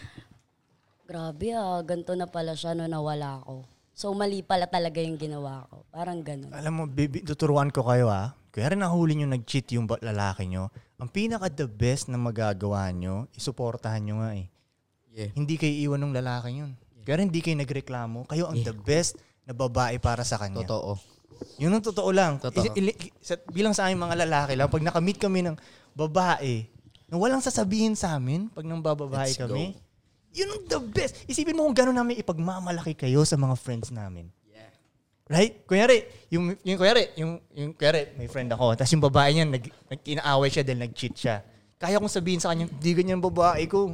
[SPEAKER 8] grabe ah, ganito na pala siya no nawala ako. So mali pala talaga yung ginawa ko. Parang ganun.
[SPEAKER 4] Alam mo, baby, tuturuan ko kayo ah. Kaya rin nahuli nyo nag-cheat yung ba- lalaki nyo. Ang pinaka the best na magagawa nyo, isuportahan nyo nga eh. Hindi kayo iwan ng lalaki yun. Kaya rin hindi kayo nagreklamo. Kayo ang the best na babae para sa kanya.
[SPEAKER 11] Totoo.
[SPEAKER 4] Yun ang totoo lang.
[SPEAKER 11] Totoo.
[SPEAKER 4] Is- ili- sa- bilang sa aming mga lalaki lang, pag nakamit kami ng babae na walang sasabihin sa amin pag nang bababae
[SPEAKER 11] Let's go.
[SPEAKER 4] kami, yun ang the best. Isipin mo kung gano'n namin ipagmamalaki kayo sa mga friends namin. Right? Kunyari, yung, yung kunyari, yung, yung kunyari, may friend ako, tapos yung babae niya, nag, nag, inaaway siya dahil nag-cheat siya. Kaya kong sabihin sa kanya, di ganyan ang babae ko.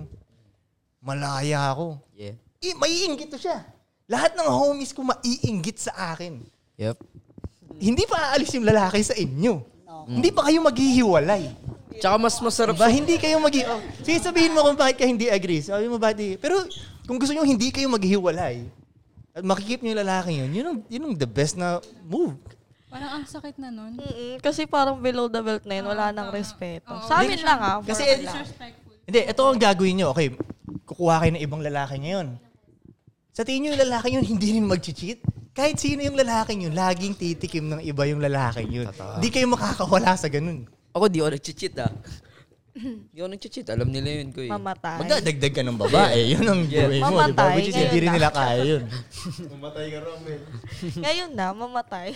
[SPEAKER 4] Malaya ako.
[SPEAKER 11] Yeah.
[SPEAKER 4] I, maiinggit to siya. Lahat ng homies ko maiinggit sa akin.
[SPEAKER 11] Yep.
[SPEAKER 4] Hindi pa aalis yung lalaki sa inyo. Hindi pa kayo maghihiwalay.
[SPEAKER 11] Tsaka mas masarap.
[SPEAKER 4] Diba? Hindi kayo mag oh, sige, sabihin mo kung bakit ka hindi agree. Sabi mo bakit di- Pero kung gusto nyo hindi kayo maghihiwalay at makikip nyo yung lalaki yun, yun ang, yun ang the best na move.
[SPEAKER 5] Parang ang sakit na nun.
[SPEAKER 9] Mm, kasi parang below the belt na yun, wala nang respeto.
[SPEAKER 5] Oo.
[SPEAKER 9] Sa amin lang ah.
[SPEAKER 4] Kasi-
[SPEAKER 9] for lang.
[SPEAKER 4] Hindi, ito ang gagawin nyo. Okay, kukuha kayo ng ibang lalaki ngayon. Sa tingin nyo yung lalaki yun, hindi rin mag-cheat. Kahit sino yung lalaki yun, laging titikim ng iba yung lalaki yun. Hindi kayo makakawala sa ganun.
[SPEAKER 11] Ako di ako nag-cheat ah. Di ako nag-cheat. Alam nila yun ko eh.
[SPEAKER 9] Mamatay.
[SPEAKER 4] Magdadagdag ka ng babae. Yun ang
[SPEAKER 11] Yeah.
[SPEAKER 4] gawin mo, di ba?
[SPEAKER 9] Mamatay,
[SPEAKER 4] Which is hindi
[SPEAKER 9] ganun
[SPEAKER 4] rin
[SPEAKER 9] na.
[SPEAKER 4] nila kaya yun.
[SPEAKER 1] Mamatay ka, eh. Romel.
[SPEAKER 9] Ngayon na, mamatay.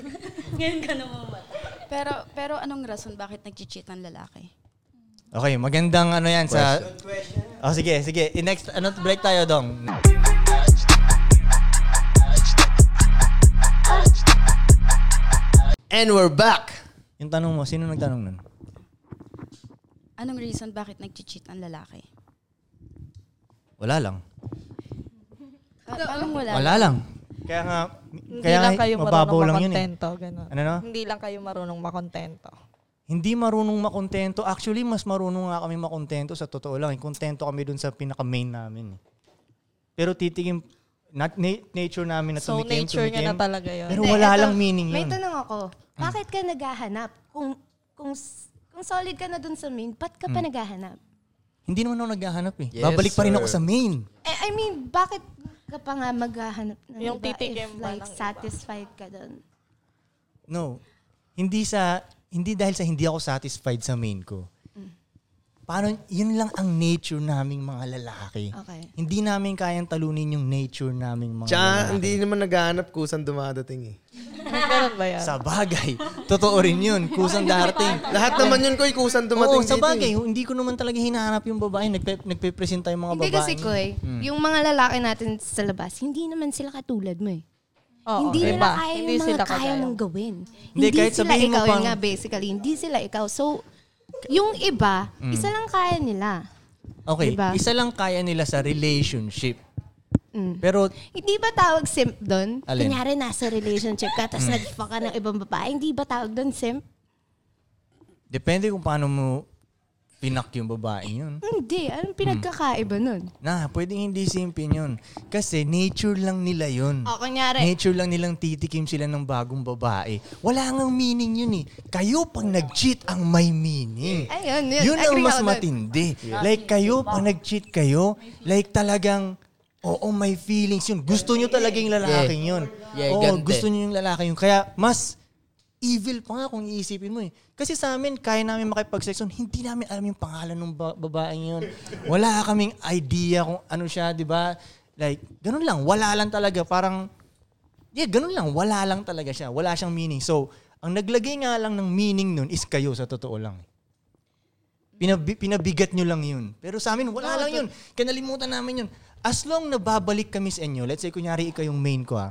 [SPEAKER 7] Ngayon ka na mamatay. Pero, pero anong rason bakit nag-cheat ang lalaki?
[SPEAKER 4] Okay, magandang ano yan sa... Oh, sige, sige. I- next, ano, break tayo, Dong. And we're back! Yung tanong mo, sino nagtanong nun?
[SPEAKER 7] Anong reason bakit nag-cheat ang lalaki?
[SPEAKER 4] Wala lang.
[SPEAKER 7] Pa- parang wala.
[SPEAKER 4] Wala lang. Kaya nga,
[SPEAKER 9] Hindi
[SPEAKER 4] kaya
[SPEAKER 9] lang
[SPEAKER 4] nga,
[SPEAKER 9] kayo
[SPEAKER 4] mababaw
[SPEAKER 9] marunong
[SPEAKER 4] lang yun eh.
[SPEAKER 9] makontento. ganun.
[SPEAKER 4] Ano, no?
[SPEAKER 9] Hindi lang kayo marunong makontento.
[SPEAKER 4] Hindi marunong makontento. Actually, mas marunong nga kami makontento sa totoo lang. eh. Kontento kami dun sa pinaka-main namin. eh. Pero titigim, not na- nature namin na
[SPEAKER 9] So,
[SPEAKER 4] tumikim,
[SPEAKER 9] nature niya
[SPEAKER 4] tumikim.
[SPEAKER 9] na talaga yun.
[SPEAKER 4] Pero
[SPEAKER 6] Hindi,
[SPEAKER 4] wala
[SPEAKER 6] eto,
[SPEAKER 4] lang meaning
[SPEAKER 6] May
[SPEAKER 4] yun. Hmm.
[SPEAKER 6] tanong ako. Bakit ka naghahanap? Kung, kung, s- kung solid ka na dun sa main, ba't ka pa
[SPEAKER 4] Hmm.
[SPEAKER 6] naghahanap?
[SPEAKER 4] Hindi naman ako naghahanap eh.
[SPEAKER 14] Yes,
[SPEAKER 4] Babalik pa rin ako
[SPEAKER 14] sir.
[SPEAKER 4] sa main.
[SPEAKER 6] Eh, I mean, bakit ka pa nga maghahanap ng
[SPEAKER 9] Yung
[SPEAKER 6] iba
[SPEAKER 9] titikim
[SPEAKER 6] if
[SPEAKER 9] ba
[SPEAKER 6] like
[SPEAKER 9] ng iba?
[SPEAKER 6] satisfied ka dun?
[SPEAKER 4] No. Hindi sa hindi dahil sa hindi ako satisfied sa main ko.
[SPEAKER 6] Mm.
[SPEAKER 4] Paano, yun lang ang nature naming mga lalaki.
[SPEAKER 6] Okay.
[SPEAKER 4] Hindi namin kayang talunin yung nature naming mga
[SPEAKER 1] Tsaka,
[SPEAKER 4] lalaki.
[SPEAKER 1] hindi naman naghahanap kusang dumadating eh.
[SPEAKER 9] Ganun ba yan?
[SPEAKER 4] Sa bagay. Totoo rin yun. Kusang darating.
[SPEAKER 1] Lahat naman yun, Koy, kusang dumating
[SPEAKER 4] Oo, sa
[SPEAKER 1] dito
[SPEAKER 4] bagay.
[SPEAKER 1] eh.
[SPEAKER 4] Hindi ko naman talaga hinahanap yung babae. Nagpe, nagpe-present tayo mga
[SPEAKER 6] Hindi
[SPEAKER 4] babae.
[SPEAKER 6] kasi, Koy,
[SPEAKER 4] Hmm.
[SPEAKER 6] yung mga lalaki natin sa labas, hindi naman sila katulad mo eh.
[SPEAKER 9] Oo,
[SPEAKER 6] hindi
[SPEAKER 9] iba.
[SPEAKER 6] nila kaya yung
[SPEAKER 9] Hindi sila
[SPEAKER 6] mga kaya
[SPEAKER 9] kagaya.
[SPEAKER 6] mong gawin.
[SPEAKER 4] Hindi,
[SPEAKER 6] Hindi,
[SPEAKER 4] kahit
[SPEAKER 6] sila
[SPEAKER 4] sabihin mo
[SPEAKER 6] ikaw, yun
[SPEAKER 4] pang-
[SPEAKER 6] nga basically, hindi sila ikaw. So, yung iba,
[SPEAKER 4] Mm.
[SPEAKER 6] isa lang kaya nila.
[SPEAKER 4] Okay.
[SPEAKER 6] Diba?
[SPEAKER 4] Isa lang kaya nila sa relationship.
[SPEAKER 6] Mm.
[SPEAKER 4] Pero
[SPEAKER 6] Hindi ba tawag simp doon?
[SPEAKER 4] Alin?
[SPEAKER 6] Kunyari, nasa relationship ka, tapos
[SPEAKER 4] Mm.
[SPEAKER 6] nag-fuck ka ng ibang babae, hindi ba tawag doon simp?
[SPEAKER 4] depende kung paano mo pinak yung babae yun.
[SPEAKER 6] Hindi. Anong pinagkakaiba nun?
[SPEAKER 4] Na, pwedeng hindi simpin yun. Kasi nature lang nila yun.
[SPEAKER 6] O, Oh, kunyari,
[SPEAKER 4] Nature lang nilang titikim sila ng bagong babae. Wala ngang meaning yun eh. Kayo pag nag-cheat ang may meaning.
[SPEAKER 6] Ayun, yun.
[SPEAKER 4] Hmm. Yun ang
[SPEAKER 6] Agree
[SPEAKER 4] mas
[SPEAKER 6] ako dun.
[SPEAKER 4] matindi. Like kayo pag nag-cheat kayo, like talagang Oo, may feelings yun. Gusto nyo talaga yung lalaking
[SPEAKER 14] Yeah.
[SPEAKER 4] yun.
[SPEAKER 14] Yeah,
[SPEAKER 4] Oo,
[SPEAKER 14] ganda.
[SPEAKER 4] gusto nyo yung lalaking yun. Kaya mas evil pa nga kung iisipin mo eh. Kasi sa amin, kaya namin makipag-sex yun. Hindi namin alam yung pangalan ng ba- babaeng yun. Wala kaming idea kung ano siya, di ba? Like, ganun lang. Wala lang talaga. Parang, yeah, ganun lang. Wala lang talaga siya. Wala siyang meaning. So, ang naglagay nga lang ng meaning nun is kayo sa totoo lang. Pinabi- pinabigat nyo lang yun. Pero sa amin, wala lang yun. Kinalimutan namin yun. As long na babalik kami sa inyo, let's say kunyari ikaw yung main ko ha,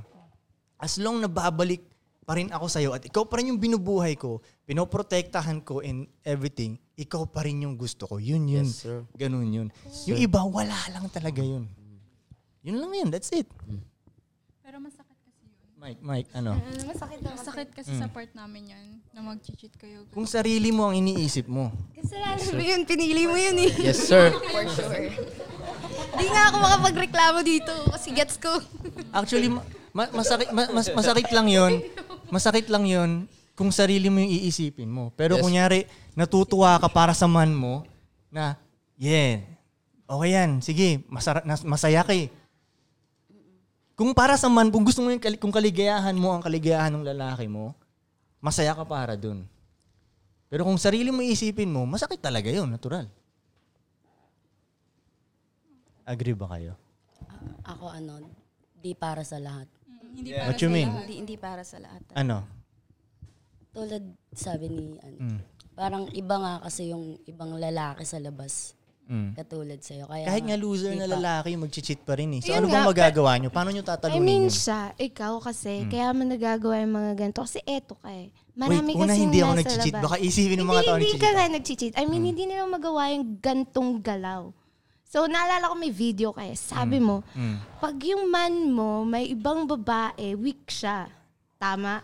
[SPEAKER 4] as long na babalik pa rin ako sa'yo at ikaw pa rin yung binubuhay ko, pinoprotektahan ko in everything, ikaw pa rin yung gusto ko. Yun yun.
[SPEAKER 14] Yes, sir.
[SPEAKER 4] Ganun yun.
[SPEAKER 14] Yes,
[SPEAKER 4] Yung
[SPEAKER 14] sir.
[SPEAKER 4] iba, wala lang talaga yun. Yun lang yun. That's it.
[SPEAKER 5] Pero masakit kasi yun.
[SPEAKER 4] Mike, Mike, ano?
[SPEAKER 6] Masakit daw kasi.
[SPEAKER 5] Masakit kasi
[SPEAKER 4] Mm.
[SPEAKER 5] sa part namin yun, na mag-cheat kayo.
[SPEAKER 4] Kung sarili mo ang iniisip mo.
[SPEAKER 6] Kasalanan mo yun. Pinili mo yun eh.
[SPEAKER 14] Yes, sir.
[SPEAKER 7] For sure.
[SPEAKER 6] Hindi nga ako makapagreklamo dito kasi gets ko.
[SPEAKER 4] Actually, ma- ma- masakit, ma- mas- masakit lang yun. Masakit lang yun kung sarili mo yung iisipin mo. Pero
[SPEAKER 14] Yes.
[SPEAKER 4] kunyari, natutuwa ka para sa man mo na, yeah, okay yan, sige, masara- nas- masaya ka eh. Kung para sa man, kung gusto mo yung kali- kung kaligayahan mo ang kaligayahan ng lalaki mo, masaya ka para dun. Pero kung sarili mo iisipin mo, masakit talaga yun, natural. Agree ba kayo?
[SPEAKER 8] Ako ano, di para sa lahat.
[SPEAKER 5] Hindi
[SPEAKER 4] Yeah.
[SPEAKER 5] para
[SPEAKER 4] What you
[SPEAKER 5] sa
[SPEAKER 4] mean?
[SPEAKER 5] lahat.
[SPEAKER 7] Mm, Hindi, hindi para sa lahat.
[SPEAKER 4] Ano?
[SPEAKER 8] Tulad sabi ni ano,
[SPEAKER 4] Mm.
[SPEAKER 8] parang iba nga kasi yung ibang lalaki sa labas.
[SPEAKER 4] Mm.
[SPEAKER 8] Katulad sa'yo. Kaya
[SPEAKER 4] Kahit nga loser
[SPEAKER 8] di
[SPEAKER 4] na
[SPEAKER 8] pa-
[SPEAKER 4] lalaki yung mag-cheat pa rin eh. So
[SPEAKER 6] Ayun
[SPEAKER 4] ano bang
[SPEAKER 6] nga,
[SPEAKER 4] magagawa nyo? Paano nyo
[SPEAKER 6] I
[SPEAKER 4] tatalunin
[SPEAKER 6] mean
[SPEAKER 4] yun?
[SPEAKER 6] siya, Eh, ikaw kasi,
[SPEAKER 4] Mm.
[SPEAKER 6] kaya mo nagagawa yung mga ganito. Kasi eto ka eh.
[SPEAKER 4] Wait,
[SPEAKER 6] Marami
[SPEAKER 4] una
[SPEAKER 6] kasing
[SPEAKER 4] hindi ako
[SPEAKER 6] nasa
[SPEAKER 4] nag-cheat.
[SPEAKER 6] labas.
[SPEAKER 4] Baka isipin ng mga
[SPEAKER 6] hindi,
[SPEAKER 4] tao
[SPEAKER 6] hindi ka
[SPEAKER 4] nag-cheat. Hmm.
[SPEAKER 6] nga nag-cheat. I mean, hindi nila magawa yung gantong galaw. So, naalala ko may video kaya. Sabi mo,
[SPEAKER 4] Mm.
[SPEAKER 6] pag yung man mo may ibang babae, weak siya. Tama?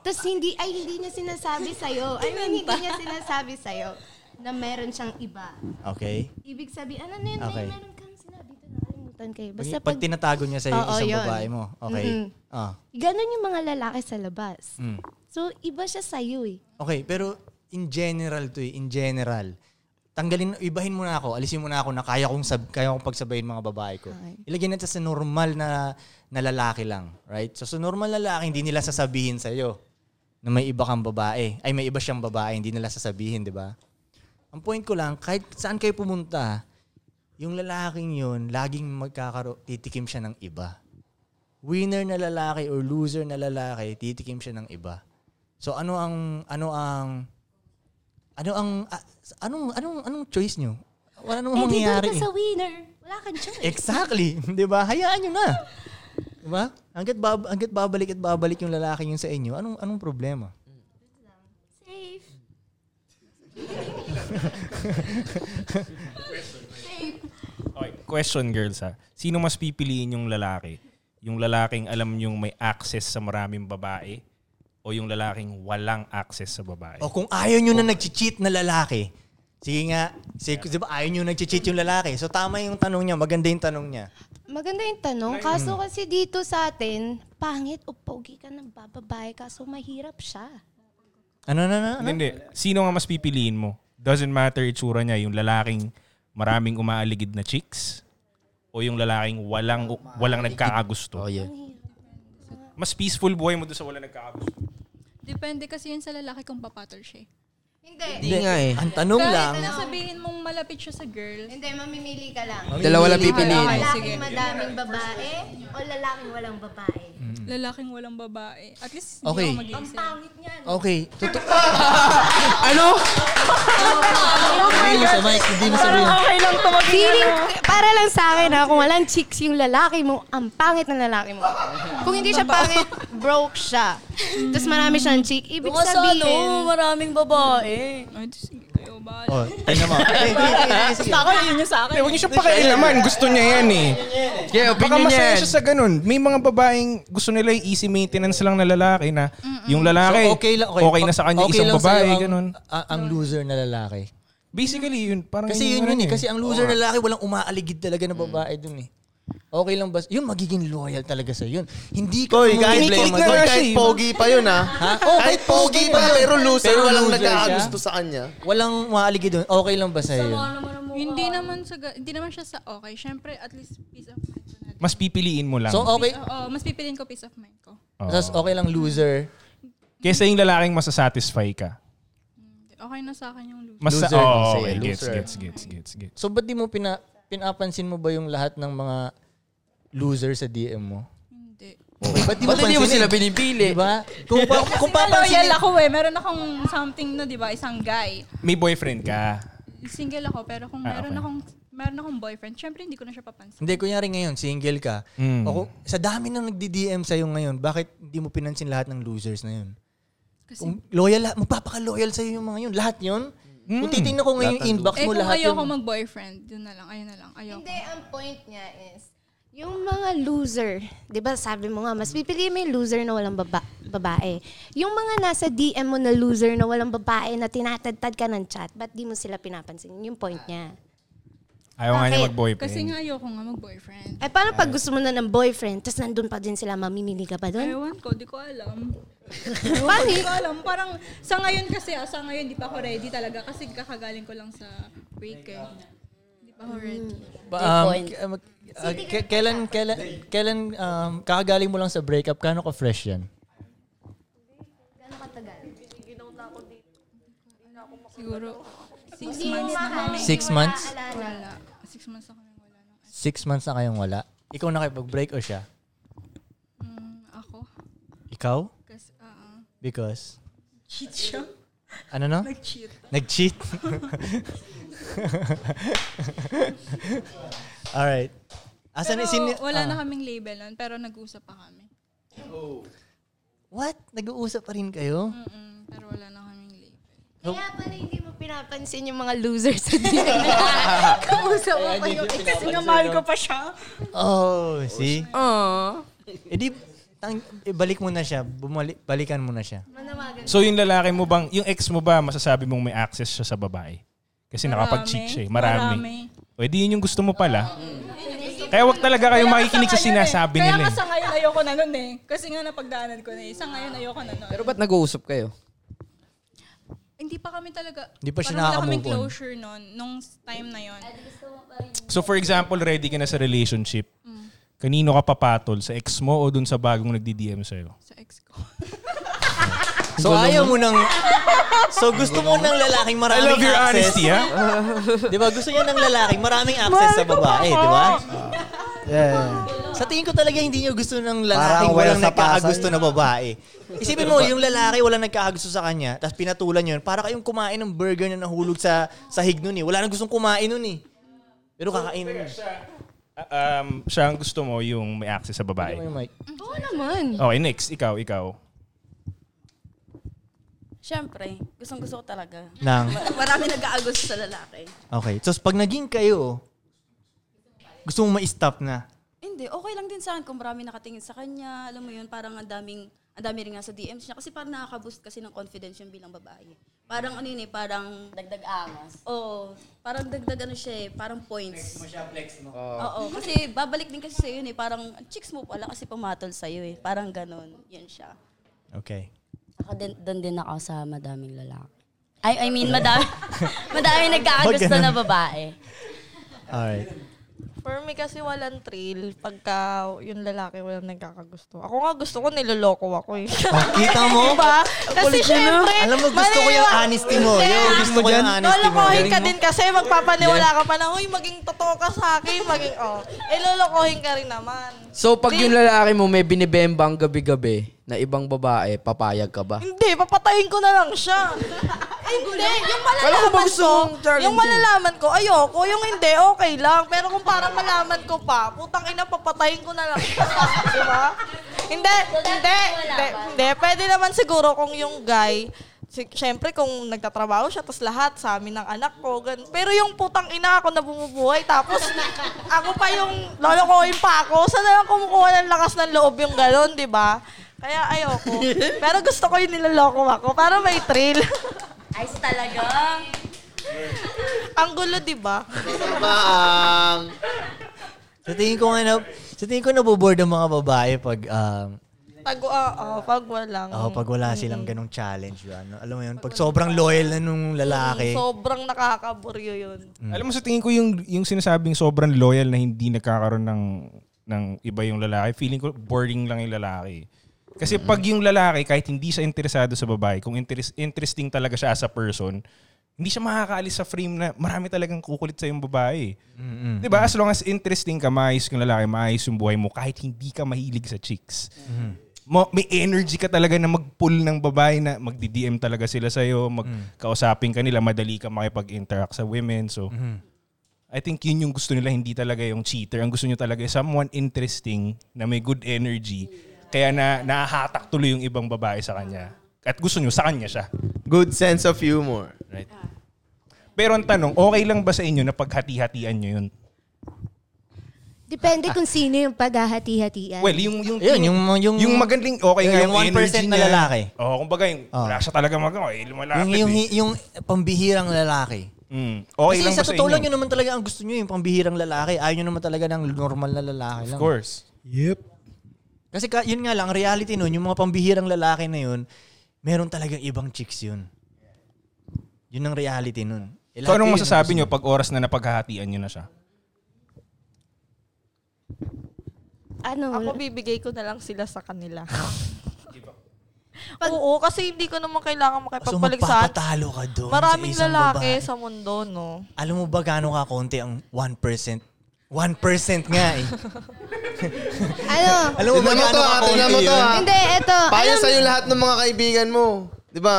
[SPEAKER 6] Tapos hindi, ay hindi niya sinasabi sa'yo. I mean, hindi niya sinasabi sa'yo na meron siyang iba.
[SPEAKER 4] Okay.
[SPEAKER 6] Ibig sabihin, ano na yun,
[SPEAKER 4] Okay.
[SPEAKER 6] may meron kang sinabi ito, nakalimutan kayo. Basta
[SPEAKER 4] pag,
[SPEAKER 6] pag,
[SPEAKER 4] tinatago niya sa'yo yung
[SPEAKER 6] Oo,
[SPEAKER 4] isang
[SPEAKER 6] yun.
[SPEAKER 4] babae mo. Okay.
[SPEAKER 6] Mhm.
[SPEAKER 4] Ah.
[SPEAKER 6] ganun yung mga lalaki sa labas.
[SPEAKER 4] Mm.
[SPEAKER 6] So, iba siya sa'yo eh.
[SPEAKER 4] Okay, pero in general to eh, in general. Tanggalin, ibahin mo na ako, alisin mo na ako na kaya kong, sab, kaya kong pagsabayin mga babae ko.
[SPEAKER 6] Okay.
[SPEAKER 4] Ilagay natin sa normal na, na lalaki lang, right? So sa normal na lalaki, hindi nila sasabihin sa'yo na may iba kang babae. Ay, may iba siyang babae, hindi nila sasabihin, di ba? Ang point ko lang, kahit saan kayo pumunta, yung lalaking yun, laging magkakaro, titikim siya ng iba. Winner na lalaki or loser na lalaki, titikim siya ng iba. So ano ang ano ang ano ang ah, anong anong anong choice nyo? Wala namang
[SPEAKER 6] eh, di doon
[SPEAKER 4] mangyayari.
[SPEAKER 6] ka
[SPEAKER 4] eh.
[SPEAKER 6] sa winner. Wala kang choice.
[SPEAKER 4] Exactly. Di ba? Hayaan nyo na. Di ba? Hanggat, bab- hanggat babalik at babalik yung lalaki yun sa inyo, anong anong problema?
[SPEAKER 6] Safe.
[SPEAKER 2] Okay, question girls ha. Sino mas pipiliin yung lalaki? yung lalaking alam yung may access sa maraming babae o yung lalaking walang access sa babae?
[SPEAKER 4] O kung ayaw nyo na nag-cheat na lalaki, sige nga, sige, di ba ayaw nyo nag-cheat yung lalaki? So tama yung tanong niya, maganda yung tanong niya.
[SPEAKER 13] Maganda yung tanong.
[SPEAKER 4] Mm.
[SPEAKER 13] Kaso kasi dito sa atin, pangit o pogi ka ng bababae. Kaso mahirap siya.
[SPEAKER 4] Ano na na?
[SPEAKER 2] Hindi, hindi. Sino nga mas pipiliin mo? Doesn't matter itsura niya. Yung lalaking maraming umaaligid na chicks o yung lalaking walang walang nagkakagusto.
[SPEAKER 4] Oh,
[SPEAKER 2] Mas peaceful buhay mo doon sa walang nagkakagusto.
[SPEAKER 5] Depende kasi yun sa lalaki kung papatol siya. Hindi.
[SPEAKER 2] Hindi nga eh. Ang tanong
[SPEAKER 5] Kahit
[SPEAKER 2] lang-
[SPEAKER 5] Kahit na sabihin mong malapit siya sa girl.
[SPEAKER 13] Hindi, mamimili ka lang.
[SPEAKER 11] Dalawa lang pipiliin.
[SPEAKER 13] Lalaking madaming babae o lalaking walang babae?
[SPEAKER 5] Lalaking walang babae. At least
[SPEAKER 13] Okay.
[SPEAKER 5] hindi ako mag-iisip. Ang
[SPEAKER 13] pangit niya.
[SPEAKER 4] Okay. Totoo.
[SPEAKER 11] ano?
[SPEAKER 6] Hindi mo sa mic, hindi mo sabihin.
[SPEAKER 11] Okay lang to maging
[SPEAKER 13] Feeling,
[SPEAKER 11] ano.
[SPEAKER 13] para lang sa akin ha, kung walang chicks yung lalaki mo, ang pangit ng lalaki mo. Kung hindi siya pangit, broke siya. Tapos marami siyang chick. Ibig
[SPEAKER 8] Baka sa
[SPEAKER 13] sabihin...
[SPEAKER 8] ano,
[SPEAKER 13] maraming babae.
[SPEAKER 4] O, tingnan mo. Eh, eh, eh, sige.
[SPEAKER 5] yun yung sa akin.
[SPEAKER 2] Huwag niyo siya pakailaman. Gusto niya yan eh. Yeah, Baka
[SPEAKER 11] opinion
[SPEAKER 2] masaya
[SPEAKER 11] yan.
[SPEAKER 2] siya sa ganun. May mga babaeng gusto nila yung easy maintenance lang na lalaki na yung lalaki
[SPEAKER 4] Mm. So, okay, lang, okay.
[SPEAKER 2] na sa kanya
[SPEAKER 4] Okay
[SPEAKER 2] isang
[SPEAKER 4] lang
[SPEAKER 2] babae.
[SPEAKER 4] sa'yo ang-
[SPEAKER 2] Ganun.
[SPEAKER 4] a- ang loser na lalaki.
[SPEAKER 2] Basically yun. Parang
[SPEAKER 4] Kasi yun
[SPEAKER 2] yung
[SPEAKER 4] yun
[SPEAKER 2] ano
[SPEAKER 4] eh. Kasi ang loser
[SPEAKER 2] Oo.
[SPEAKER 4] na lalaki, walang umaaligid talaga na babae dun eh. Okay lang ba? Yun, magiging loyal talaga sa'yo. Yun. Hindi ka
[SPEAKER 1] Koy,
[SPEAKER 4] Uy,
[SPEAKER 1] kahit,
[SPEAKER 4] blame
[SPEAKER 1] Koy, kahit pogi pa yun ah.
[SPEAKER 4] eh. Ha? Oh,
[SPEAKER 1] kahit pogi pa,
[SPEAKER 4] yun.
[SPEAKER 1] pero loser,
[SPEAKER 4] Pero
[SPEAKER 1] walang
[SPEAKER 4] loser siya.
[SPEAKER 1] nagkakagusto sa kanya.
[SPEAKER 4] Walang umaaligid dun. Okay lang ba sa'yo? yun?
[SPEAKER 5] Hindi naman sa ga- hindi naman siya sa okay. Siyempre, at least peace of mind.
[SPEAKER 2] Mas pipiliin mo lang.
[SPEAKER 4] So, okay.
[SPEAKER 5] Oo, mas pipiliin ko peace of mind ko.
[SPEAKER 4] Tapos okay lang loser.
[SPEAKER 2] Kesa yung lalaking masasatisfy ka.
[SPEAKER 5] Okay na sa akin yung loser.
[SPEAKER 2] Mas
[SPEAKER 4] Loser lang
[SPEAKER 2] oh,
[SPEAKER 4] sa'yo,
[SPEAKER 2] okay, gets,
[SPEAKER 4] loser.
[SPEAKER 2] gets, gets, gets, gets.
[SPEAKER 4] So, ba't di mo pina, pinapansin mo ba yung lahat ng mga loser sa DM mo? Hindi. Ba't di mo,
[SPEAKER 11] Ba't hindi mo
[SPEAKER 4] pansinin?
[SPEAKER 11] sila pinipili?
[SPEAKER 4] Diba? Kung, pa, kung papansinin...
[SPEAKER 5] loyal ako eh. Meron akong something na, di ba, isang guy.
[SPEAKER 2] May boyfriend ka.
[SPEAKER 5] Single ako, pero kung
[SPEAKER 2] Ah,
[SPEAKER 5] meron
[SPEAKER 2] okay.
[SPEAKER 5] akong meron akong boyfriend, syempre hindi ko na siya papansin.
[SPEAKER 4] Hindi, kunyari ngayon, single ka.
[SPEAKER 6] Hmm.
[SPEAKER 2] Mm.
[SPEAKER 4] O kung- sa dami nang nagdi-DM sa'yo ngayon, bakit hindi mo pinansin lahat ng losers na yun?
[SPEAKER 5] Kasi-
[SPEAKER 4] Kung loyal, lahat- magpapaka-loyal sa'yo yung mga yun. Lahat yun? Kung titingnan ko ngayon
[SPEAKER 6] Hmm. Lahat
[SPEAKER 4] yung
[SPEAKER 6] ang
[SPEAKER 4] inbox
[SPEAKER 5] eh,
[SPEAKER 4] mo,
[SPEAKER 5] kung
[SPEAKER 4] lahat
[SPEAKER 5] ayoko
[SPEAKER 4] yun.
[SPEAKER 5] mag-boyfriend, yun na lang, ayun na lang, ayoko.
[SPEAKER 13] Hindi, ang point niya is, yung mga loser, di ba sabi mo nga, mas pipiliin mo yung loser na walang baba- babae. Yung mga nasa DM mo na loser na walang babae na tinatadtad ka ng chat, ba't di mo sila pinapansin? Yun Yung point niya.
[SPEAKER 2] Ayaw nga niya
[SPEAKER 13] Bakit?
[SPEAKER 2] mag-boyfriend.
[SPEAKER 5] Kasi nga ayoko nga mag-boyfriend.
[SPEAKER 13] Eh, paano pag gusto mo na ng boyfriend, tapos nandun pa din sila, mamimili ka ba doon?
[SPEAKER 5] Ewan ko, di ko alam.
[SPEAKER 13] Bakit?
[SPEAKER 5] Di ko alam. Parang sa ngayon kasi, ah, sa ngayon di pa ako ready talaga kasi kakagaling ko lang sa break eh. Di pa ako ready.
[SPEAKER 13] Mm.
[SPEAKER 4] Ba- um, k- mag- ah, k- kailan, kailan, kailan, um, kakagaling mo lang sa breakup, kano ka fresh yan?
[SPEAKER 5] Siguro, six
[SPEAKER 13] Hindi mo
[SPEAKER 5] months na
[SPEAKER 13] mahal.
[SPEAKER 5] kami.
[SPEAKER 4] Six months?
[SPEAKER 5] Wala. Six months na kami.
[SPEAKER 4] Six months na kayong wala. Ikaw nakipag-break o siya?
[SPEAKER 5] Mm, ako.
[SPEAKER 4] Ikaw?
[SPEAKER 5] Kasi, ah, ah.
[SPEAKER 4] Because?
[SPEAKER 5] cheat siya.
[SPEAKER 4] Ano no?
[SPEAKER 5] Nag-cheat.
[SPEAKER 4] Nag-cheat. Alright. Asan
[SPEAKER 5] Pero
[SPEAKER 4] sin-
[SPEAKER 5] wala na
[SPEAKER 4] ah.
[SPEAKER 5] kaming label nun, pero nag-usap pa kami.
[SPEAKER 4] What? Nag-uusap pa rin kayo?
[SPEAKER 5] Mm, pero wala na kaming label.
[SPEAKER 13] Kaya pala hindi mo pinapansin yung mga loser sa DM.
[SPEAKER 4] Ah.
[SPEAKER 13] Kausap
[SPEAKER 2] Eh,
[SPEAKER 13] mo pa yung ex.
[SPEAKER 5] Kasi nga mahal ko pa siya.
[SPEAKER 4] Oh, see?
[SPEAKER 5] Aww.
[SPEAKER 4] Eh di, tang, ibalik Eh, mo na siya. Bumalik, balikan mo na siya.
[SPEAKER 13] Manawagan.
[SPEAKER 2] So yung lalaki mo bang, yung ex mo ba masasabi mong may access siya sa babae? Kasi
[SPEAKER 5] Marami.
[SPEAKER 2] nakapag-cheat siya eh. Marami.
[SPEAKER 5] Marami.
[SPEAKER 2] O edi yun yung gusto mo pala. Kaya wag talaga kayo makikinig sa sinasabi
[SPEAKER 5] eh. kaya
[SPEAKER 2] nila.
[SPEAKER 4] eh.
[SPEAKER 5] Kaya nga sa ngayon ayoko na nun eh. Kasi nga napagdaanan ko na eh. Sa ngayon ayoko na nun.
[SPEAKER 11] Pero ba't nag-uusap kayo?
[SPEAKER 5] Hindi pa kami talaga.
[SPEAKER 4] Hindi pa siya
[SPEAKER 5] parang wala kaming
[SPEAKER 4] nakakamove on.
[SPEAKER 5] closure nun, nung time na yon.
[SPEAKER 2] So for example, ready ka na sa relationship. Kanino ka papatol? Sa ex mo o dun sa bagong nagdi-DM sa'yo?
[SPEAKER 5] Sa ex ko.
[SPEAKER 4] So ayaw mo nang... So gusto mo ng lalaking maraming
[SPEAKER 2] I love your
[SPEAKER 4] access.
[SPEAKER 2] honesty, ha?
[SPEAKER 4] Di ba? Gusto niya ng lalaking maraming access sa babae, di ba?
[SPEAKER 12] Yeah.
[SPEAKER 4] Sa tingin ko talaga hindi niyo gusto ng
[SPEAKER 12] Parang walang
[SPEAKER 4] lalaking walang
[SPEAKER 12] sapasan.
[SPEAKER 4] nagkakagusto na babae. Isipin mo, yung lalaki walang nagkakagusto sa kanya, tapos pinatulan yun, para kayong kumain ng burger na nahulog sa sahig nun eh. Wala nang gustong kumain nun eh. Pero kakain nun. eh.
[SPEAKER 2] Ah, Um, siya ang gusto mo yung may access sa
[SPEAKER 4] Ano
[SPEAKER 2] babae.
[SPEAKER 4] yung mic?
[SPEAKER 13] Oo naman.
[SPEAKER 2] Okay, next. Ikaw, ikaw.
[SPEAKER 7] Siyempre, gustong gusto ko talaga.
[SPEAKER 4] Nang?
[SPEAKER 7] Ma- Marami nag-aagos sa lalaki.
[SPEAKER 4] Okay. So, pag naging kayo, gusto mo ma-stop na.
[SPEAKER 7] Hindi, okay lang din sa akin kung marami nakatingin sa kanya. Alam mo yun, parang ang daming, ang dami rin nga sa DMs niya. Kasi parang nakaka-boost kasi ng confidence yun bilang babae. Parang ano yun eh, parang... Dagdag angas. Oo. Parang dagdag ano siya eh, parang
[SPEAKER 11] Flex
[SPEAKER 7] points.
[SPEAKER 11] mo siya, flex mo.
[SPEAKER 7] Oo, kasi babalik din kasi sa'yo yun eh. Parang, "Ang chicks mo pala kasi pumatol sa'yo eh. Parang ganun. Yun siya.
[SPEAKER 4] Okay.
[SPEAKER 8] Ako din, doon din ako sa madaming lalaki. I, I mean, madami, madami nagkakagusto
[SPEAKER 4] Huwag
[SPEAKER 8] na
[SPEAKER 4] ganun.
[SPEAKER 8] babae.
[SPEAKER 4] Alright.
[SPEAKER 9] For me kasi walang thrill pagka yung lalaki walang nagkakagusto. Ako nga gusto ko niloloko ako eh.
[SPEAKER 4] kita mo?
[SPEAKER 9] diba? Kasi
[SPEAKER 4] Kulit mo na.
[SPEAKER 9] syempre,
[SPEAKER 4] Alam mo, gusto ko yung honesty mo. Yo, gusto ko yung honesty mo.
[SPEAKER 9] Lolokohin ka
[SPEAKER 4] Galing mo.
[SPEAKER 9] din kasi magpapaniwala ka pa na, uy, maging totoo ka sa akin, maging, oh. Eh, lolokohin ka rin naman.
[SPEAKER 11] So, pag yung lalaki mo may binibembang gabi-gabi na ibang babae, papayag ka ba?
[SPEAKER 9] Hindi, papatayin ko na lang siya. Ay, hindi. Yung
[SPEAKER 11] Kala ko ba
[SPEAKER 9] malalaman
[SPEAKER 11] gusto
[SPEAKER 9] ko,
[SPEAKER 11] mong challenge
[SPEAKER 9] yung
[SPEAKER 11] yun?
[SPEAKER 9] malalaman ko, ayoko. Yung hindi, okay lang. Pero kung para malaman ko pa, putang ina, papatayin ko na lang siya. diba? Hindi, hindi, hindi, hindi. Pwede naman siguro kung yung guy, si- Siyempre, kung nagtatrabaho siya, tapos lahat sa amin ng anak ko, gan. Pero yung putang ina ako na bumubuhay, tapos ako pa yung lolokohin pa ako, saan na lang kumukuha ng lakas ng loob yung gano'n, di ba? Kaya ayoko. Pero gusto ko yung niloloko ako, para may thrill.
[SPEAKER 8] Ayos talaga.
[SPEAKER 9] Ang gulo, diba? di ba?
[SPEAKER 4] Baang! Sa tingin ko nga na, sa tingin ko naboboard ang mga babae pag, um,
[SPEAKER 9] Pag, oo, pag walang.
[SPEAKER 4] oh, pag wala silang ganong challenge. yun, Ano, alam mo yun, pag sobrang loyal na nung lalaki.
[SPEAKER 9] Sobrang nakakaburyo yun.
[SPEAKER 2] Alam mo sa tingin ko yung yung sinasabing sobrang loyal na hindi nagkakaroon ng ng iba yung lalaki, feeling ko boring lang yung lalaki. Kasi pag yung lalaki kahit hindi siya interesado sa babae, kung interes- interesting talaga siya as a person, hindi siya makakaalis sa frame na marami talagang kukulit sa yung babae.
[SPEAKER 4] Mm-mm.
[SPEAKER 2] 'Di ba? As long as interesting ka, maayos yung lalaki, maayos yung buhay mo kahit hindi ka mahilig sa chicks.
[SPEAKER 4] Mhm.
[SPEAKER 2] Mm-hmm. Mo, may energy ka talaga na mag-pull ng babae na magdi-DM talaga sila sa'yo, magkausapin ka nila, madali ka makipag-interact sa women. So,
[SPEAKER 4] Mhm.
[SPEAKER 2] I think yun yung gusto nila, hindi talaga yung cheater. Ang gusto nyo talaga is someone interesting na may good energy. Kaya na nahahatak tuloy yung ibang babae sa kanya. At gusto nyo, sa kanya siya.
[SPEAKER 1] Good sense of humor.
[SPEAKER 2] Right. Pero ang tanong, okay lang ba sa inyo na paghati-hatian nyo yun?
[SPEAKER 13] Depende kung sino yung paghahati-hatian.
[SPEAKER 2] Well, yung yung
[SPEAKER 4] Yun, yung- yung-
[SPEAKER 2] yung magandang okay
[SPEAKER 4] Yung
[SPEAKER 2] nga yung,
[SPEAKER 4] 1%
[SPEAKER 2] energy
[SPEAKER 4] na
[SPEAKER 2] niya.
[SPEAKER 4] lalaki. Oh.
[SPEAKER 2] Oo, kumbaga yung wala siya talaga magawa, eh, lumalapit.
[SPEAKER 4] Yung, yung,
[SPEAKER 2] eh.
[SPEAKER 4] yung pambihirang lalaki.
[SPEAKER 2] Mm. Okay
[SPEAKER 4] Kasi
[SPEAKER 2] lang
[SPEAKER 4] sa
[SPEAKER 2] ba sa
[SPEAKER 4] totoo
[SPEAKER 2] inyo?
[SPEAKER 4] lang yun naman talaga ang gusto nyo, yung pambihirang lalaki. Ayaw nyo naman talaga ng normal na lalaki lang.
[SPEAKER 2] Of course.
[SPEAKER 1] Yep.
[SPEAKER 4] Kasi ka, yun nga lang, ang reality nun, yung mga pambihirang lalaki na yun, meron talagang ibang chicks yun. Yun ang reality nun. Eh,
[SPEAKER 2] So
[SPEAKER 4] lahat
[SPEAKER 2] anong
[SPEAKER 4] yun ang
[SPEAKER 2] masasabi
[SPEAKER 4] gusto
[SPEAKER 2] nyo pag oras na napaghahatian nyo na siya?
[SPEAKER 13] Ano?
[SPEAKER 9] Ako bibigay ko na lang sila sa kanila. Oo, kasi hindi ko naman kailangan
[SPEAKER 4] So
[SPEAKER 9] makipagbalik sa
[SPEAKER 4] magpapatalo ka doon
[SPEAKER 9] Maraming
[SPEAKER 4] sa isang
[SPEAKER 9] lalaki
[SPEAKER 4] babae.
[SPEAKER 9] sa mundo, no?
[SPEAKER 4] Alam mo ba gaano ka konti ang 1%? 1% nga eh.
[SPEAKER 13] ano?
[SPEAKER 4] Alam mo ba
[SPEAKER 1] Tignan mo
[SPEAKER 4] gaano
[SPEAKER 1] to,
[SPEAKER 4] ka
[SPEAKER 1] ah, tignan
[SPEAKER 4] konti
[SPEAKER 1] mo to,
[SPEAKER 4] yun?
[SPEAKER 1] ah.
[SPEAKER 13] Hindi, eto.
[SPEAKER 1] Payo
[SPEAKER 13] alam-
[SPEAKER 1] sa'yo lahat ng mga kaibigan mo. Di ba?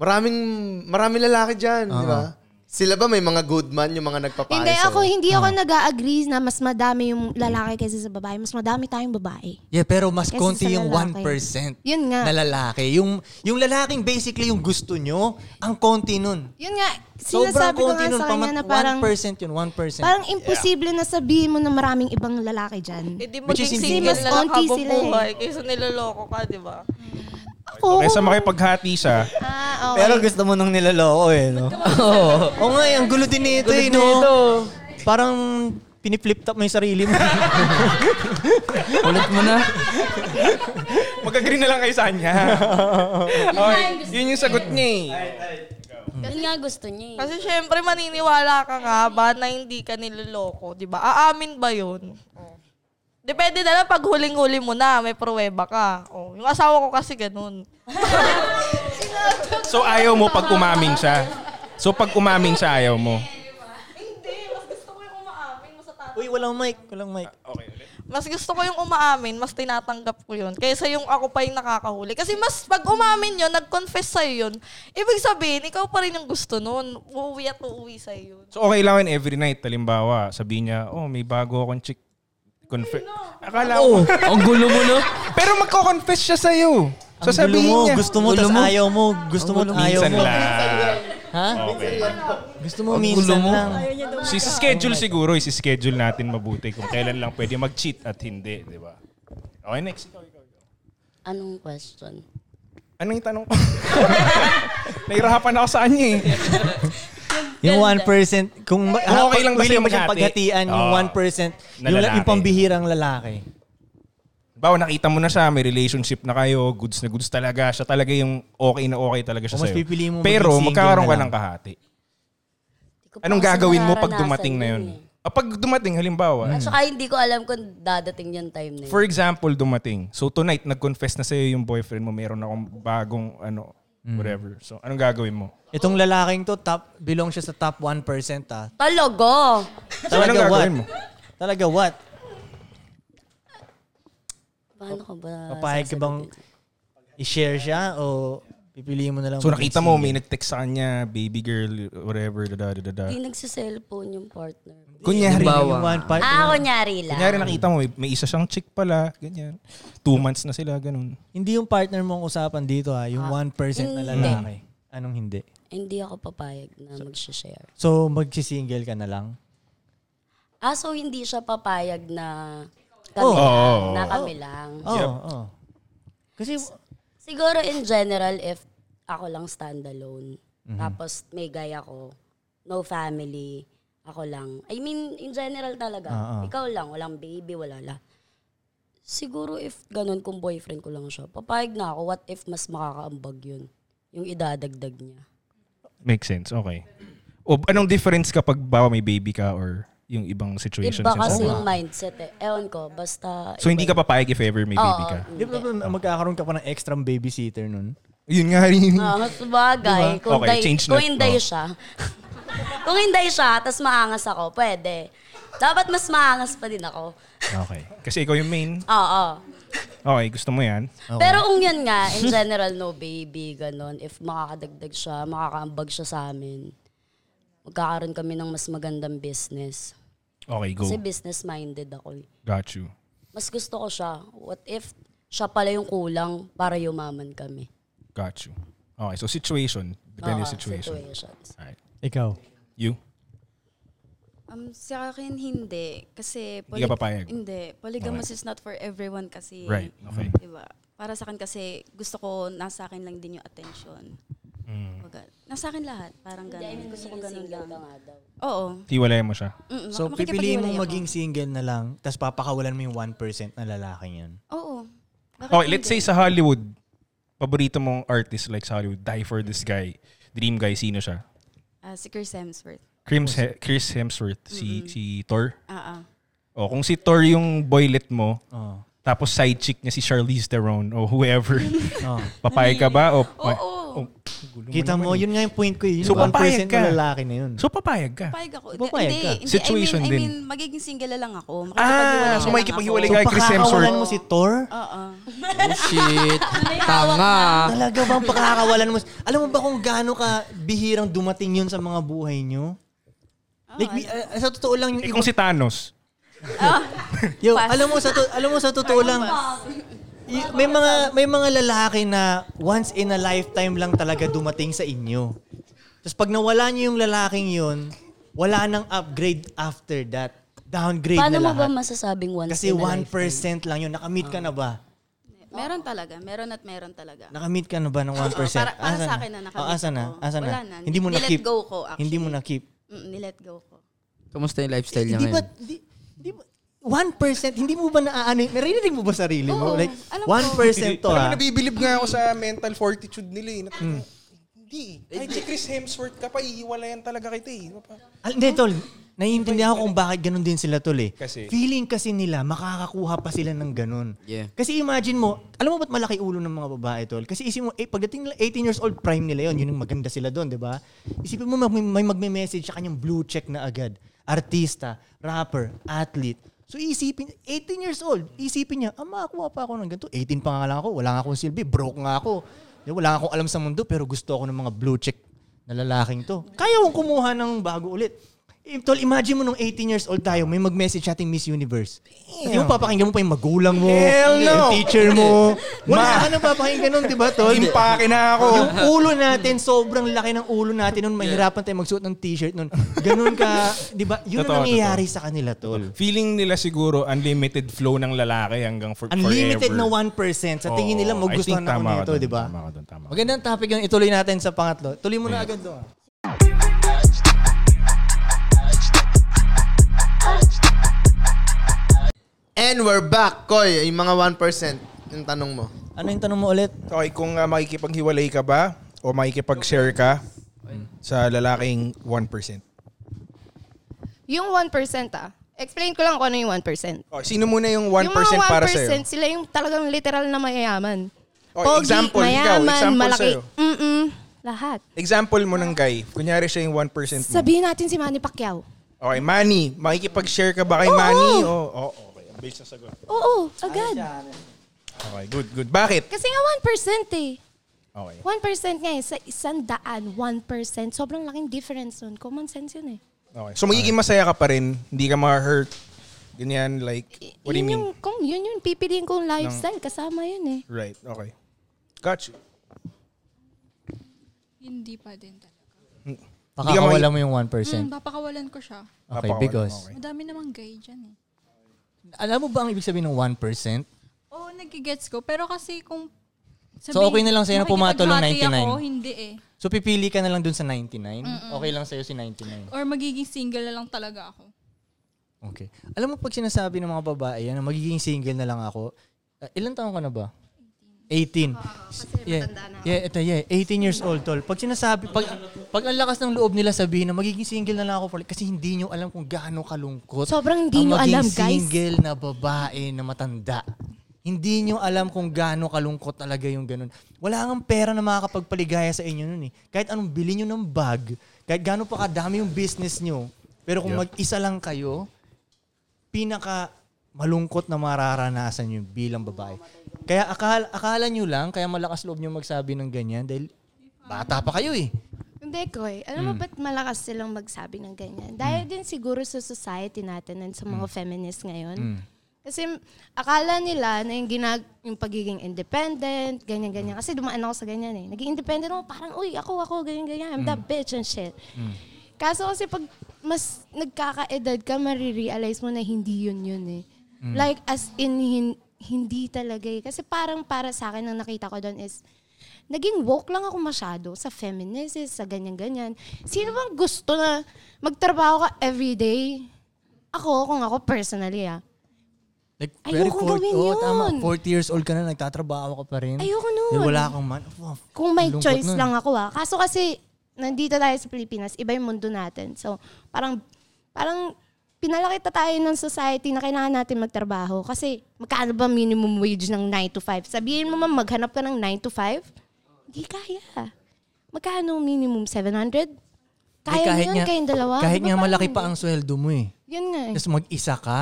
[SPEAKER 1] Maraming, maraming lalaki dyan. Di
[SPEAKER 4] Ah.
[SPEAKER 1] ba? Sila ba may mga good man yung mga nagpapayo
[SPEAKER 13] Hindi,
[SPEAKER 1] sa'yo?
[SPEAKER 13] ako hindi ako nag-agree na mas madami yung lalaki kaysa sa babae. Mas madami tayong babae.
[SPEAKER 4] Yeah, pero mas
[SPEAKER 13] Kesa
[SPEAKER 4] konti
[SPEAKER 13] sa
[SPEAKER 4] yung
[SPEAKER 13] lalaki.
[SPEAKER 4] 1%
[SPEAKER 13] Yun nga.
[SPEAKER 4] na lalaki. Yung, yung lalaking basically yung gusto nyo, ang konti nun.
[SPEAKER 13] Yun nga,
[SPEAKER 4] Sobrang
[SPEAKER 13] sinasabi ko
[SPEAKER 4] konti
[SPEAKER 13] nga
[SPEAKER 4] nun.
[SPEAKER 13] sa
[SPEAKER 4] Pama-
[SPEAKER 13] kanya na parang,
[SPEAKER 4] 1% yun, 1%.
[SPEAKER 13] parang imposible na sabihin mo na maraming ibang lalaki dyan.
[SPEAKER 9] Hindi
[SPEAKER 4] Which is
[SPEAKER 9] Eh, maging
[SPEAKER 4] hindi
[SPEAKER 9] single
[SPEAKER 13] nga.
[SPEAKER 9] na
[SPEAKER 13] Mas
[SPEAKER 9] lang
[SPEAKER 13] konti
[SPEAKER 9] habang
[SPEAKER 13] sila eh.
[SPEAKER 9] buhay kaysa niloloko ka, di ba?
[SPEAKER 13] Ako,
[SPEAKER 2] Kaysa makipaghati siya,
[SPEAKER 13] ah, okay.
[SPEAKER 4] Pero gusto mo nung niloloko eh, no? Oo nga, eh, ang gulo din nito eh, no? Parang piniflip top mo yung sarili mo.
[SPEAKER 11] Ulit mo na.
[SPEAKER 2] mag-agree na lang kayo sa kanya. okay, yun yung sagot niya eh.
[SPEAKER 8] Yun nga gusto niya eh.
[SPEAKER 9] Kasi syempre maniniwala ka nga ba na hindi ka niloloko, di ba? Aamin ba yun? Oh. Depende na lang pag huling-huli mo na, may pruweba ka. Oh, yung asawa ko kasi ganun.
[SPEAKER 2] So ayaw mo pag umamin siya. So pag umamin siya, ayaw mo.
[SPEAKER 9] Hindi, mas gusto ko yung umaamin mo sa tatay.
[SPEAKER 4] Uy, walang mic, walang mic.
[SPEAKER 9] Mas gusto ko yung umaamin, mas tinatanggap ko yun. Kaysa yung ako pa yung nakakahuli. Kasi mas pag umamin yun, nag-confess sa'yo yun, ibig sabihin, ikaw pa rin yung gusto nun. Uuwi at uuwi sa'yo yun.
[SPEAKER 2] So okay lang yun every night, talimbawa. Sabihin niya, oh, may bago akong chick. Confe- Akala
[SPEAKER 11] Oh,
[SPEAKER 2] ko.
[SPEAKER 11] ang gulo mo, no?
[SPEAKER 2] Pero magko-confess siya sa'yo. So
[SPEAKER 4] Ang gulo
[SPEAKER 2] sabihin
[SPEAKER 4] mo,
[SPEAKER 2] niya.
[SPEAKER 4] gusto mo,
[SPEAKER 11] Gulo
[SPEAKER 4] tas
[SPEAKER 11] mo.
[SPEAKER 4] ayaw mo. Gusto mo, tas ayaw
[SPEAKER 2] Minsan
[SPEAKER 4] mo.
[SPEAKER 2] lang.
[SPEAKER 4] Ha?
[SPEAKER 2] Okay.
[SPEAKER 4] Gusto mo minsan lang.
[SPEAKER 2] Si schedule siguro, isi-schedule natin mabuti kung kailan lang pwede mag-cheat at hindi, di ba? Okay, next.
[SPEAKER 8] Anong question?
[SPEAKER 2] Ano yung tanong ko? Nahirapan ako sa kanya eh.
[SPEAKER 4] Yung 1%, kung ma-
[SPEAKER 2] Kung okay lang basta
[SPEAKER 4] willing
[SPEAKER 2] yung
[SPEAKER 4] mo
[SPEAKER 2] maghati.
[SPEAKER 4] siyang
[SPEAKER 2] Ah.
[SPEAKER 4] paghatian yung
[SPEAKER 2] Oo.
[SPEAKER 4] 1%,
[SPEAKER 2] Na
[SPEAKER 4] yung, la-
[SPEAKER 2] lalaki.
[SPEAKER 4] yung pambihirang lalaki.
[SPEAKER 2] Bawa nakita mo na siya, may relationship na kayo, goods na goods talaga. Siya talaga yung okay na okay talaga siya
[SPEAKER 4] O mas
[SPEAKER 2] sa'yo.
[SPEAKER 4] pipiliin mo
[SPEAKER 2] Pero
[SPEAKER 4] maging single
[SPEAKER 2] magkakaroon
[SPEAKER 4] na
[SPEAKER 2] ka
[SPEAKER 4] lang.
[SPEAKER 2] ng kahati.
[SPEAKER 8] ko pa
[SPEAKER 2] Anong
[SPEAKER 8] kasi
[SPEAKER 2] gagawin mo pag
[SPEAKER 8] nararanasan
[SPEAKER 2] dumating na
[SPEAKER 8] yun eh.
[SPEAKER 2] yun? Ah, Pag dumating, halimbawa.
[SPEAKER 8] At saka hindi ko alam kung dadating yung time na yun.
[SPEAKER 2] For example, dumating. So tonight, nag-confess na sa'yo yung boyfriend mo, meron akong bagong ano, whatever. So anong gagawin mo?
[SPEAKER 4] Mm. Itong lalaking to, top, belong siya sa top 1% ah.
[SPEAKER 8] Talaga!
[SPEAKER 4] Talaga
[SPEAKER 2] anong
[SPEAKER 4] what?
[SPEAKER 2] gagawin mo?
[SPEAKER 4] Talaga what?
[SPEAKER 8] Paano ko ba?
[SPEAKER 13] Ah,
[SPEAKER 4] Papayag ka bang i-share siya o pipiliin mo na lang?
[SPEAKER 2] So nakita mo, may
[SPEAKER 4] mag-single?
[SPEAKER 2] nag-text sa kanya, baby girl, whatever, da da da da.
[SPEAKER 8] Hindi nagsiselfone yung partner.
[SPEAKER 2] Kunyari,
[SPEAKER 4] Halimbawa.
[SPEAKER 2] yung one part-
[SPEAKER 8] Ah, kunyari lang.
[SPEAKER 2] Kunyari nakita mo, may, may isa siyang chick pala, ganyan. Two months na sila, ganun.
[SPEAKER 4] Hindi yung partner mong usapan dito ha,
[SPEAKER 7] Ah.
[SPEAKER 4] yung 1% na
[SPEAKER 8] hindi.
[SPEAKER 4] lalaki. Anong hindi?
[SPEAKER 8] Hindi ako papayag na mag-share.
[SPEAKER 4] So magsisingle ka na lang?
[SPEAKER 8] Ah, so hindi siya papayag na kami
[SPEAKER 4] Oh.
[SPEAKER 8] lang.
[SPEAKER 4] Oo.
[SPEAKER 8] Na kami lang.
[SPEAKER 4] Oo,
[SPEAKER 2] Oh.
[SPEAKER 4] oo. Kasi
[SPEAKER 8] Siguro in general, if ako lang standalone,
[SPEAKER 4] Mhm.
[SPEAKER 8] tapos may gaya ko, no family, ako lang. I mean, in general talaga.
[SPEAKER 2] Ah,
[SPEAKER 4] Oo.
[SPEAKER 8] Ikaw lang, walang baby, wala la. Siguro if ganun kung boyfriend ko lang siya, papayag na ako, what if mas makakaambag yun? Yung idadagdag niya.
[SPEAKER 2] Makes sense, okay. O anong difference kapag bawa may baby ka or yung ibang situations?
[SPEAKER 8] Iba
[SPEAKER 2] yun sa
[SPEAKER 8] kasi
[SPEAKER 2] mga-
[SPEAKER 8] yung mindset eh. Ewan ko, basta...
[SPEAKER 2] So hindi ka papayag if ever may baby
[SPEAKER 8] Oo,
[SPEAKER 2] ka?
[SPEAKER 8] hindi.
[SPEAKER 4] Di ba ba magkakaroon ka pa ng extra babysitter nun?
[SPEAKER 2] Yun nga rin.
[SPEAKER 8] Ah, mas bagay.
[SPEAKER 4] Diba?
[SPEAKER 8] Kung,
[SPEAKER 4] Okay,
[SPEAKER 8] day-
[SPEAKER 4] change na.
[SPEAKER 8] kung hinday
[SPEAKER 4] Oh.
[SPEAKER 8] siya. kung hinday siya, tapos maangas ako, pwede. Dapat mas maangas pa din ako.
[SPEAKER 2] Okay. Kasi ikaw yung main.
[SPEAKER 8] Oo.
[SPEAKER 2] Okay, gusto mo yan.
[SPEAKER 8] Pero kung yun nga, in general, no baby, ganun. If makakadagdag siya, makakaambag siya sa amin, magkakaroon kami ng mas magandang business.
[SPEAKER 2] Okay, go.
[SPEAKER 8] Kasi business-minded ako. eh.
[SPEAKER 2] Got you.
[SPEAKER 8] Mas gusto ko siya. What if siya pala yung kulang para yumaman kami?
[SPEAKER 2] Got you. Okay, so situation. Depende
[SPEAKER 8] Oo,
[SPEAKER 2] sa situation.
[SPEAKER 8] situations.
[SPEAKER 2] Alright.
[SPEAKER 4] Ikaw.
[SPEAKER 2] You?
[SPEAKER 7] Um, sa akin, hindi. Kasi...
[SPEAKER 2] Hindi ka papayag?
[SPEAKER 7] Hindi. Polygamous
[SPEAKER 2] Okay.
[SPEAKER 7] is not for everyone kasi.
[SPEAKER 2] Right, okay.
[SPEAKER 7] Diba? Para sa akin kasi, gusto ko nasa akin lang din yung attention.
[SPEAKER 2] Mm.
[SPEAKER 7] Baga, nasa akin lahat. Parang
[SPEAKER 8] Hindi, I
[SPEAKER 7] gano'n.
[SPEAKER 8] mean,
[SPEAKER 7] Gusto ko
[SPEAKER 8] yung
[SPEAKER 7] ganun
[SPEAKER 8] single
[SPEAKER 7] lang.
[SPEAKER 8] ka nga daw.
[SPEAKER 7] Oo.
[SPEAKER 2] Hiwalayan mo siya.
[SPEAKER 7] Mm,
[SPEAKER 4] So
[SPEAKER 7] makikipaghiwalay
[SPEAKER 4] pipiliin mo
[SPEAKER 7] ako.
[SPEAKER 4] maging single na lang, tapos papakawalan mo yung 1% na lalaking yun.
[SPEAKER 7] Oo. Bakit
[SPEAKER 2] Okay, let's say
[SPEAKER 7] hindi?
[SPEAKER 2] sa Hollywood, paborito mong artist like sa Hollywood, die for this guy, dream guy, sino siya?
[SPEAKER 7] Ah, si Chris Hemsworth.
[SPEAKER 2] Chris, He- Chris Hemsworth,
[SPEAKER 7] Mm-mm.
[SPEAKER 2] si, si Thor.
[SPEAKER 7] Ah, ah.
[SPEAKER 2] O kung si Thor yung boylet mo,
[SPEAKER 4] Oo.
[SPEAKER 2] tapos side chick niya si Charlize Theron o whoever,
[SPEAKER 4] Oo.
[SPEAKER 2] papayag ka ba?
[SPEAKER 7] Oo.
[SPEAKER 2] O, o- gulo
[SPEAKER 4] Oh. Kita
[SPEAKER 2] naman
[SPEAKER 4] mo,
[SPEAKER 2] eh.
[SPEAKER 4] yun nga yung point ko. eh. Yung
[SPEAKER 2] So,
[SPEAKER 4] 1%
[SPEAKER 2] papayag ka.
[SPEAKER 4] na lalaki na yun.
[SPEAKER 2] So papayag ka.
[SPEAKER 7] Papayag ako. Hindi,
[SPEAKER 4] Papayag
[SPEAKER 7] hindi,
[SPEAKER 4] ka.
[SPEAKER 7] hindi.
[SPEAKER 2] Situation
[SPEAKER 7] I mean,
[SPEAKER 2] din.
[SPEAKER 7] I mean, magiging single na lang ako.
[SPEAKER 2] Ah, so makikipaghiwalay ka kay Chris Hemsworth. Oh,
[SPEAKER 4] pakakawalan mo si Thor?
[SPEAKER 7] Oo.
[SPEAKER 11] Shit. Tanga.
[SPEAKER 4] Talaga bang pakakawalan mo? si- Alam mo ba kung gaano ka bihirang dumating yun sa mga buhay nyo? Like, bi- ah, sa totoo lang yung
[SPEAKER 2] Eh kung si Thanos,
[SPEAKER 4] Yo, alam mo sa to, alam mo sa totoo lang. y- may mga may mga lalaki na once in a lifetime lang talaga dumating sa inyo. Tapos pag nawala niyo yung lalaking yun, wala nang upgrade after that. Downgrade
[SPEAKER 8] Paano mo
[SPEAKER 4] na
[SPEAKER 8] ba
[SPEAKER 4] lahat.
[SPEAKER 8] masasabing once
[SPEAKER 4] Kasi
[SPEAKER 8] in a
[SPEAKER 4] 1%
[SPEAKER 8] lifetime?
[SPEAKER 4] lang yun. Nakamit ka na ba?
[SPEAKER 7] Meron talaga. Meron at meron talaga.
[SPEAKER 4] Nakamit ka na ba ng 1%?
[SPEAKER 7] para- para
[SPEAKER 4] Asan
[SPEAKER 7] sa akin na nakamit
[SPEAKER 4] Oh, asan na?
[SPEAKER 7] ako.
[SPEAKER 4] Asan
[SPEAKER 7] Wala na.
[SPEAKER 4] na? Hindi mo
[SPEAKER 7] Nilet
[SPEAKER 4] na-keep.
[SPEAKER 7] go ko, actually.
[SPEAKER 4] Hindi mo na-keep. Eh,
[SPEAKER 7] Mm, nilet go ko.
[SPEAKER 11] Kamusta yung lifestyle niya
[SPEAKER 4] Hindi ba,
[SPEAKER 11] ngayon?
[SPEAKER 4] di, di ba, 1%, hindi mo ba naaano, yun? naririnig mo ba sarili
[SPEAKER 7] Oo,
[SPEAKER 4] mo? like,
[SPEAKER 7] alam
[SPEAKER 4] 1%
[SPEAKER 7] ko.
[SPEAKER 4] to ah.
[SPEAKER 2] Alam mo,
[SPEAKER 4] ha.
[SPEAKER 2] nabibilib nga ako sa mental fortitude nila eh. Na- Hindi. eh. Kahit si Chris Hemsworth ka pa, ihiwalayan talaga kita eh. Ano pa?
[SPEAKER 4] Al- Ah, Hindi, tol. Naiintindihan ko kung bakit ganun din sila, tol eh.
[SPEAKER 2] Kasi-
[SPEAKER 4] Feeling kasi nila, makakakuha pa sila ng ganun.
[SPEAKER 11] Yeah.
[SPEAKER 4] Kasi imagine mo, alam mo ba't malaki ulo ng mga babae, tol? Kasi isipin mo, eh, pagdating nila 18 years old, prime nila yon yun yung maganda sila doon, di ba? Isipin mo, mag- may, may magme-message sa kanyang blue check na agad. Artista, rapper, athlete. So isipin, 18 years old, isipin niya, ah, makakuha pa ako ng ganito. 18 pa nga lang ako, wala nga akong silbi, broke nga ako. Di ba? Wala nga akong alam sa mundo, pero gusto ako ng mga blue check na lalaking to. Kaya kong kumuha ng bago ulit. Im- Tol, imagine mo nung 18 years old tayo, may mag-message nating Miss Universe. Hindi mo papakinggan mo pa yung magulang mo,
[SPEAKER 2] Hell no!
[SPEAKER 4] yung teacher mo.
[SPEAKER 2] Ma!
[SPEAKER 4] Wala ka nang papakinggan nun, di ba, Tol?
[SPEAKER 2] Impake na ako.
[SPEAKER 4] Yung ulo natin, sobrang laki ng ulo natin nun. Mahirapan tayo magsuot ng t-shirt nun. Ganun ka, di ba? Yun ang nangyayari sa kanila, Tol.
[SPEAKER 2] Feeling nila siguro unlimited flow ng lalaki hanggang for,
[SPEAKER 4] Unlimited na
[SPEAKER 2] forever.
[SPEAKER 4] 1%. Sa tingin nila,
[SPEAKER 2] Oo, I think
[SPEAKER 4] magugustuhan ako
[SPEAKER 2] tama ka
[SPEAKER 4] nito, diba?
[SPEAKER 2] dun,
[SPEAKER 4] di ba?
[SPEAKER 2] Tama ka dun, tama.
[SPEAKER 4] Magandang topic yung ituloy natin sa pangatlo. Tuloy mo na agad doon.
[SPEAKER 1] And we're back, Koy. Yung mga 1%. Yung tanong mo.
[SPEAKER 4] Ano yung tanong mo ulit?
[SPEAKER 2] Okay, kung ah, makikipaghiwalay ka ba o makikipag-share ka sa lalaking 1%?
[SPEAKER 6] Yung 1% ah. Explain ko lang kung ano yung 1%.
[SPEAKER 2] Oh, sino muna yung 1%
[SPEAKER 6] yung mga 1%
[SPEAKER 2] para sa'yo?
[SPEAKER 6] sila yung talagang literal na mayayaman.
[SPEAKER 2] Oh, example, ikaw,
[SPEAKER 6] mayaman,
[SPEAKER 2] example
[SPEAKER 6] malaki.
[SPEAKER 2] sa'yo.
[SPEAKER 6] Mm-mm, lahat.
[SPEAKER 2] Example mo ng guy. Kunyari siya yung 1% mo.
[SPEAKER 6] Sabihin natin si Manny Pacquiao.
[SPEAKER 2] Okay, Manny. Makikipag-share ka ba kay Manny? Oo, oh, okay. Ang bilis na sagot.
[SPEAKER 6] Oo, agad.
[SPEAKER 9] ano?
[SPEAKER 2] Okay, good, good. Bakit?
[SPEAKER 6] Kasi nga 1% eh.
[SPEAKER 2] Okay.
[SPEAKER 6] 1% nga eh. Sa isang daan, 1%. Sobrang laking difference nun. Common sense yun eh.
[SPEAKER 2] Okay. So magiging masaya ka pa rin, hindi ka ma-hurt. Ganyan, like, what do
[SPEAKER 6] yun
[SPEAKER 2] you mean?
[SPEAKER 6] yung, kung yun yung pipiliin kong lifestyle. Kasama yun eh.
[SPEAKER 2] Right, okay. Got you.
[SPEAKER 5] Hindi pa din talaga.
[SPEAKER 2] Hindi ka
[SPEAKER 4] Pakakawala
[SPEAKER 2] maki-
[SPEAKER 4] mo yung 1%.
[SPEAKER 5] Mm, papakawalan ko siya.
[SPEAKER 4] Okay,
[SPEAKER 2] Napakawalan,
[SPEAKER 4] because...
[SPEAKER 5] Madami namang gay dyan eh.
[SPEAKER 4] Alam mo ba ang ibig sabihin ng 1%?
[SPEAKER 5] Oo, nagigets ko. Pero kasi kung...
[SPEAKER 4] So, okay na lang sa'yo na pumato ng
[SPEAKER 5] makikipaghati
[SPEAKER 4] 99?
[SPEAKER 5] Ako, hindi eh.
[SPEAKER 4] So pipili ka na lang dun sa 99?
[SPEAKER 5] Mm-mm.
[SPEAKER 4] Okay lang sa'yo si 99?
[SPEAKER 5] Or magiging single na lang talaga ako.
[SPEAKER 4] Okay. Alam mo pag sinasabi ng mga babae yan, na magiging single na lang ako, uh, ilan taon ka na ba? 18. yeah. Yeah, ito, yeah. 18 years old, tol. Pag sinasabi, pag, pag ang lakas ng loob nila sabihin na magiging single na lang ako for life, kasi hindi nyo alam kung gaano kalungkot.
[SPEAKER 6] Sobrang hindi
[SPEAKER 4] ang
[SPEAKER 6] nyo
[SPEAKER 4] maging
[SPEAKER 6] alam, guys.
[SPEAKER 4] single na babae na matanda. Hindi nyo alam kung gaano kalungkot talaga yung ganun. Wala kang pera na makakapagpaligaya sa inyo nun eh. Kahit anong bili nyo ng bag, kahit gaano pa kadami yung business nyo, pero kung
[SPEAKER 2] Yeah.
[SPEAKER 4] mag-isa lang kayo, pinaka malungkot na mararanasan yun bilang babae. Kaya akala, akala nyo lang, kaya malakas loob nyo magsabi ng ganyan dahil bata pa kayo eh.
[SPEAKER 6] Hindi ko eh. Alam mo
[SPEAKER 4] Mm.
[SPEAKER 6] ba't malakas silang magsabi ng ganyan? Dahil din siguro sa society natin and sa mga feminists ngayon.
[SPEAKER 7] Mm.
[SPEAKER 2] Mm.
[SPEAKER 6] Kasi m- akala nila na yung, ginag yung pagiging independent, ganyan-ganyan. Kasi dumaan ako sa ganyan eh. Naging independent ako, parang, uy, ako, ako, ganyan-ganyan. I'm the bitch and shit.
[SPEAKER 4] Hmm.
[SPEAKER 6] Kaso kasi pag mas nagkakaedad ka, marirealize mo na hindi yun yun eh.
[SPEAKER 3] Mm.
[SPEAKER 6] Like as in, hin- hindi talaga eh. Kasi parang para sa akin, ang nakita ko doon is, naging woke lang ako masyado sa feminism, sa ganyan-ganyan. Sino bang gusto na magtrabaho ka everyday? Ako, kung ako personally ah.
[SPEAKER 4] Like,
[SPEAKER 6] Ayokong gawin yun.
[SPEAKER 4] oh, Tama, 40 years old ka na, nagtatrabaho ka pa rin.
[SPEAKER 6] Ayoko nun.
[SPEAKER 4] Dahil Wala kang man. Oh,
[SPEAKER 6] Kung may
[SPEAKER 4] lungkot
[SPEAKER 6] choice
[SPEAKER 4] nun.
[SPEAKER 6] lang ako ah. Kaso kasi, nandito tayo sa Pilipinas, iba yung mundo natin. So, parang, parang pinalakita tayo ng society na kailangan natin magtrabaho. Kasi, magkano ba minimum wage ng 9 to 5? Sabihin mo man, maghanap ka ng 9 to 5? Hindi kaya. Magkano minimum? 700? Kaya
[SPEAKER 4] Eh,
[SPEAKER 6] niyo yun, kayong dalawa?
[SPEAKER 4] Kahit
[SPEAKER 6] Di ba
[SPEAKER 4] nga
[SPEAKER 6] parang
[SPEAKER 4] malaki
[SPEAKER 6] hindi?
[SPEAKER 4] pa ang sweldo mo eh.
[SPEAKER 6] Yun nga eh.
[SPEAKER 4] Tapos mag-isa ka.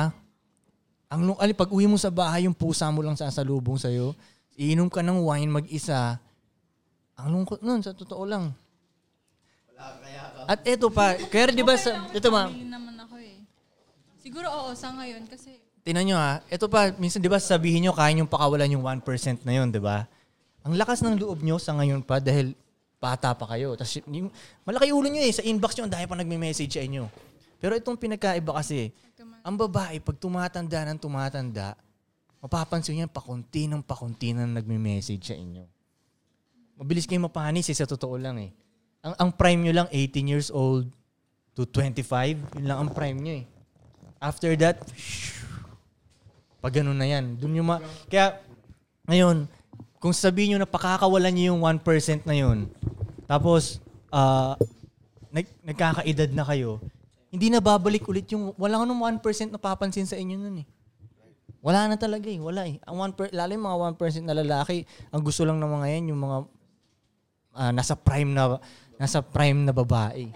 [SPEAKER 4] Ang lung, ali, pag uwi mo sa bahay, yung pusa mo lang sasalubong sa'yo. Iinom ka ng wine mag-isa. Ang lungkot nun, sa totoo lang. At eto pa, kaya di ba sa, ito ma'am,
[SPEAKER 5] Hindi naman ako eh. Siguro oo sa ngayon kasi
[SPEAKER 4] Tingnan nyo ha, ito pa, minsan di ba sabihin nyo kaya nyong pakawalan yung 1% na yun, di ba? Ang lakas ng loob nyo sa ngayon pa dahil bata pa kayo. Tapos yung, malaki ulo nyo eh, sa inbox nyo, ang dahil pa nagme-message sa inyo. Pero itong pinagkaiba kasi, ang babae, pag tumatanda ng tumatanda, mapapansin nyo yan, pakunti ng pakunti na nagme-message sa inyo. Mabilis kayo mapanis eh, sa totoo lang eh. Ang, ang prime nyo lang, 18 years old to 25, yun lang ang prime nyo eh. After that, pag ganun na yan. Dun yung ma- Kaya, ngayon, kung sabihin nyo na pakakawalan nyo yung 1% na yun, tapos, ah, nag- nagkakaedad na kayo, hindi na babalik ulit yung, wala ka nung 1% na papansin sa inyo nun eh. Wala na talaga eh, wala eh. Ang 1 per, lalo yung mga 1% na lalaki, ang gusto lang ng mga yan, yung mga ah, nasa prime na nasa prime na babae.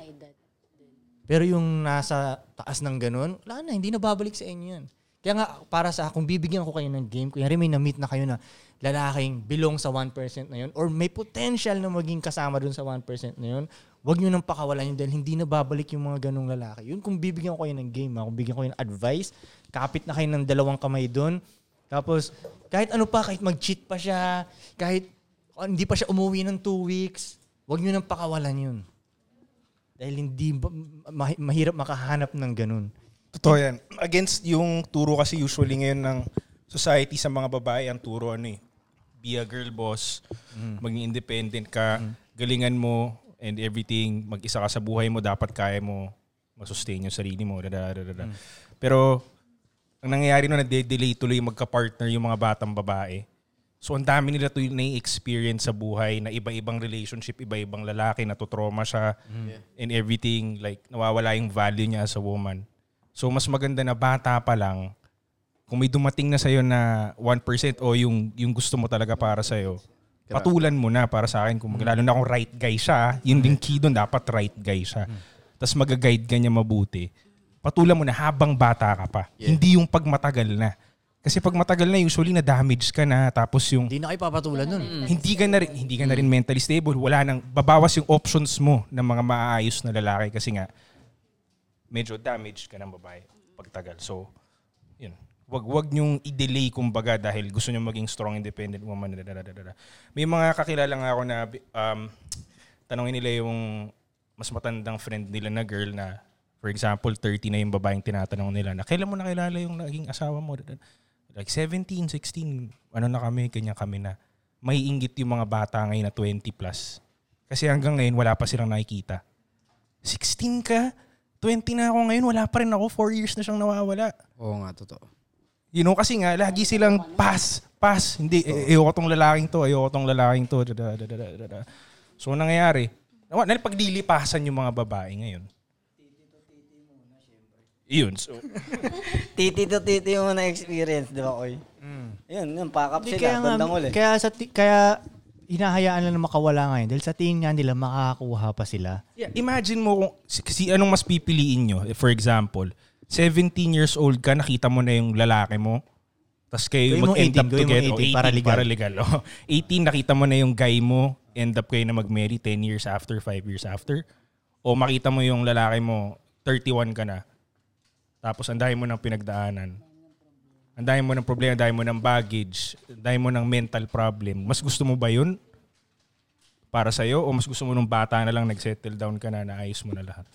[SPEAKER 4] Pero yung nasa taas ng ganun, wala na, hindi na babalik sa inyo yan. Kaya nga, para sa kung bibigyan ko kayo ng game, kunyari may na-meet na kayo na lalaking bilong sa 1% na yun or may potential na maging kasama dun sa 1% na yun, Huwag nyo nang pakawalan yun dahil hindi na babalik yung mga ganong lalaki. Yun, kung bibigyan ko kayo ng game, ha, kung bibigyan ko kayo ng advice, kapit na kayo ng dalawang kamay doon. Tapos, kahit ano pa, kahit mag-cheat pa siya, kahit oh, hindi pa siya umuwi ng two weeks, huwag nyo nang pakawalan yun. Dahil hindi ba- ma- mahirap makahanap ng ganun.
[SPEAKER 2] Totoo yan. Against yung turo kasi usually ngayon ng society sa mga babae, ang turo ano eh, be a girl boss,
[SPEAKER 4] Mm.
[SPEAKER 2] maging independent ka, galingan mo, and everything, mag-isa ka sa buhay mo, dapat kaya mo masustain yung sarili mo. Da, da, da, da, da.
[SPEAKER 4] Mm.
[SPEAKER 2] Pero, ang nangyayari nun, nade-delay tuloy magka-partner yung mga batang babae. So, ang dami nila tuloy na-experience sa buhay na iba-ibang relationship, iba-ibang lalaki, natutroma siya,
[SPEAKER 4] Mm. Yeah.
[SPEAKER 2] and everything. Like, nawawala yung value niya as a woman. So, mas maganda na bata pa lang, kung may dumating na sa'yo na 1% o yung, yung gusto mo talaga para sa'yo, patulan mo na para sa akin. Kung lalo na kung right guy siya, yun din key doon, dapat right guy siya.
[SPEAKER 4] Hmm.
[SPEAKER 2] Tapos magaguide ka niya mabuti. Patulan mo na habang bata ka pa. Hindi yung pagmatagal na. Kasi pag matagal na, usually na-damage ka na. Tapos yung...
[SPEAKER 4] Hindi na kayo papatulan nun.
[SPEAKER 2] Hindi ka na rin, hindi ka na rin mentally stable. Wala nang... Babawas yung options mo ng mga maayos na lalaki. Kasi nga, medyo damaged ka ng babae pagtagal. So, yun. Wag wag niyong i-delay kumbaga dahil gusto niyo maging strong independent woman. dadadadadada. May mga kakilala nga ako na um, tanongin nila yung mas matandang friend nila na girl na for example 30 na yung babaeng tinatanong nila na kailan mo nakilala yung naging asawa mo? Dadada. Like 17, 16, ano na kami, kanya kami na. May inggit yung mga bata ngayon na 20 plus. Kasi hanggang ngayon wala pa silang nakikita. 16 ka? 20 na ako ngayon, wala pa rin ako. 4 years na siyang nawawala.
[SPEAKER 3] Oo nga, totoo.
[SPEAKER 2] You know, kasi nga, lagi silang pass, pass. Hindi, eh, ayoko tong lalaking to, ayoko tong lalaking to. Da, da, da, da, da, da. So, anong nangyayari, nawa- dahil paglilipasan yung mga babae ngayon. Iyon, so.
[SPEAKER 11] Titi to titi mo na experience, di ba, Koy? Ayun, yun, pakap
[SPEAKER 4] Hindi,
[SPEAKER 11] sila, bandang huli.
[SPEAKER 4] kaya sa ti- kaya hinahayaan lang na makawala ngayon dahil sa tingin nga nila makakakuha pa sila.
[SPEAKER 2] Yeah, imagine mo kung, si- kasi anong mas pipiliin nyo? Eh, For example, 17 years old ka, nakita mo na yung lalaki mo, tapos kayo
[SPEAKER 4] Gawin mong
[SPEAKER 2] mag-end up
[SPEAKER 4] 18, gawin mong
[SPEAKER 2] together.
[SPEAKER 4] 18
[SPEAKER 2] o,
[SPEAKER 4] para legal.
[SPEAKER 2] Para legal. oh. 18, nakita mo na yung guy mo, end up kayo na mag-marry 10 years after, 5 years after. O makita mo yung lalaki mo, 31 ka na, tapos andahin mo ng pinagdaanan. Andahin mo ng problema, andahin mo ng baggage, andahin mo ng mental problem. Mas gusto mo ba yun? para sa'yo o mas gusto mo nung bata na lang nag-settle down ka na, naayos mo na lahat?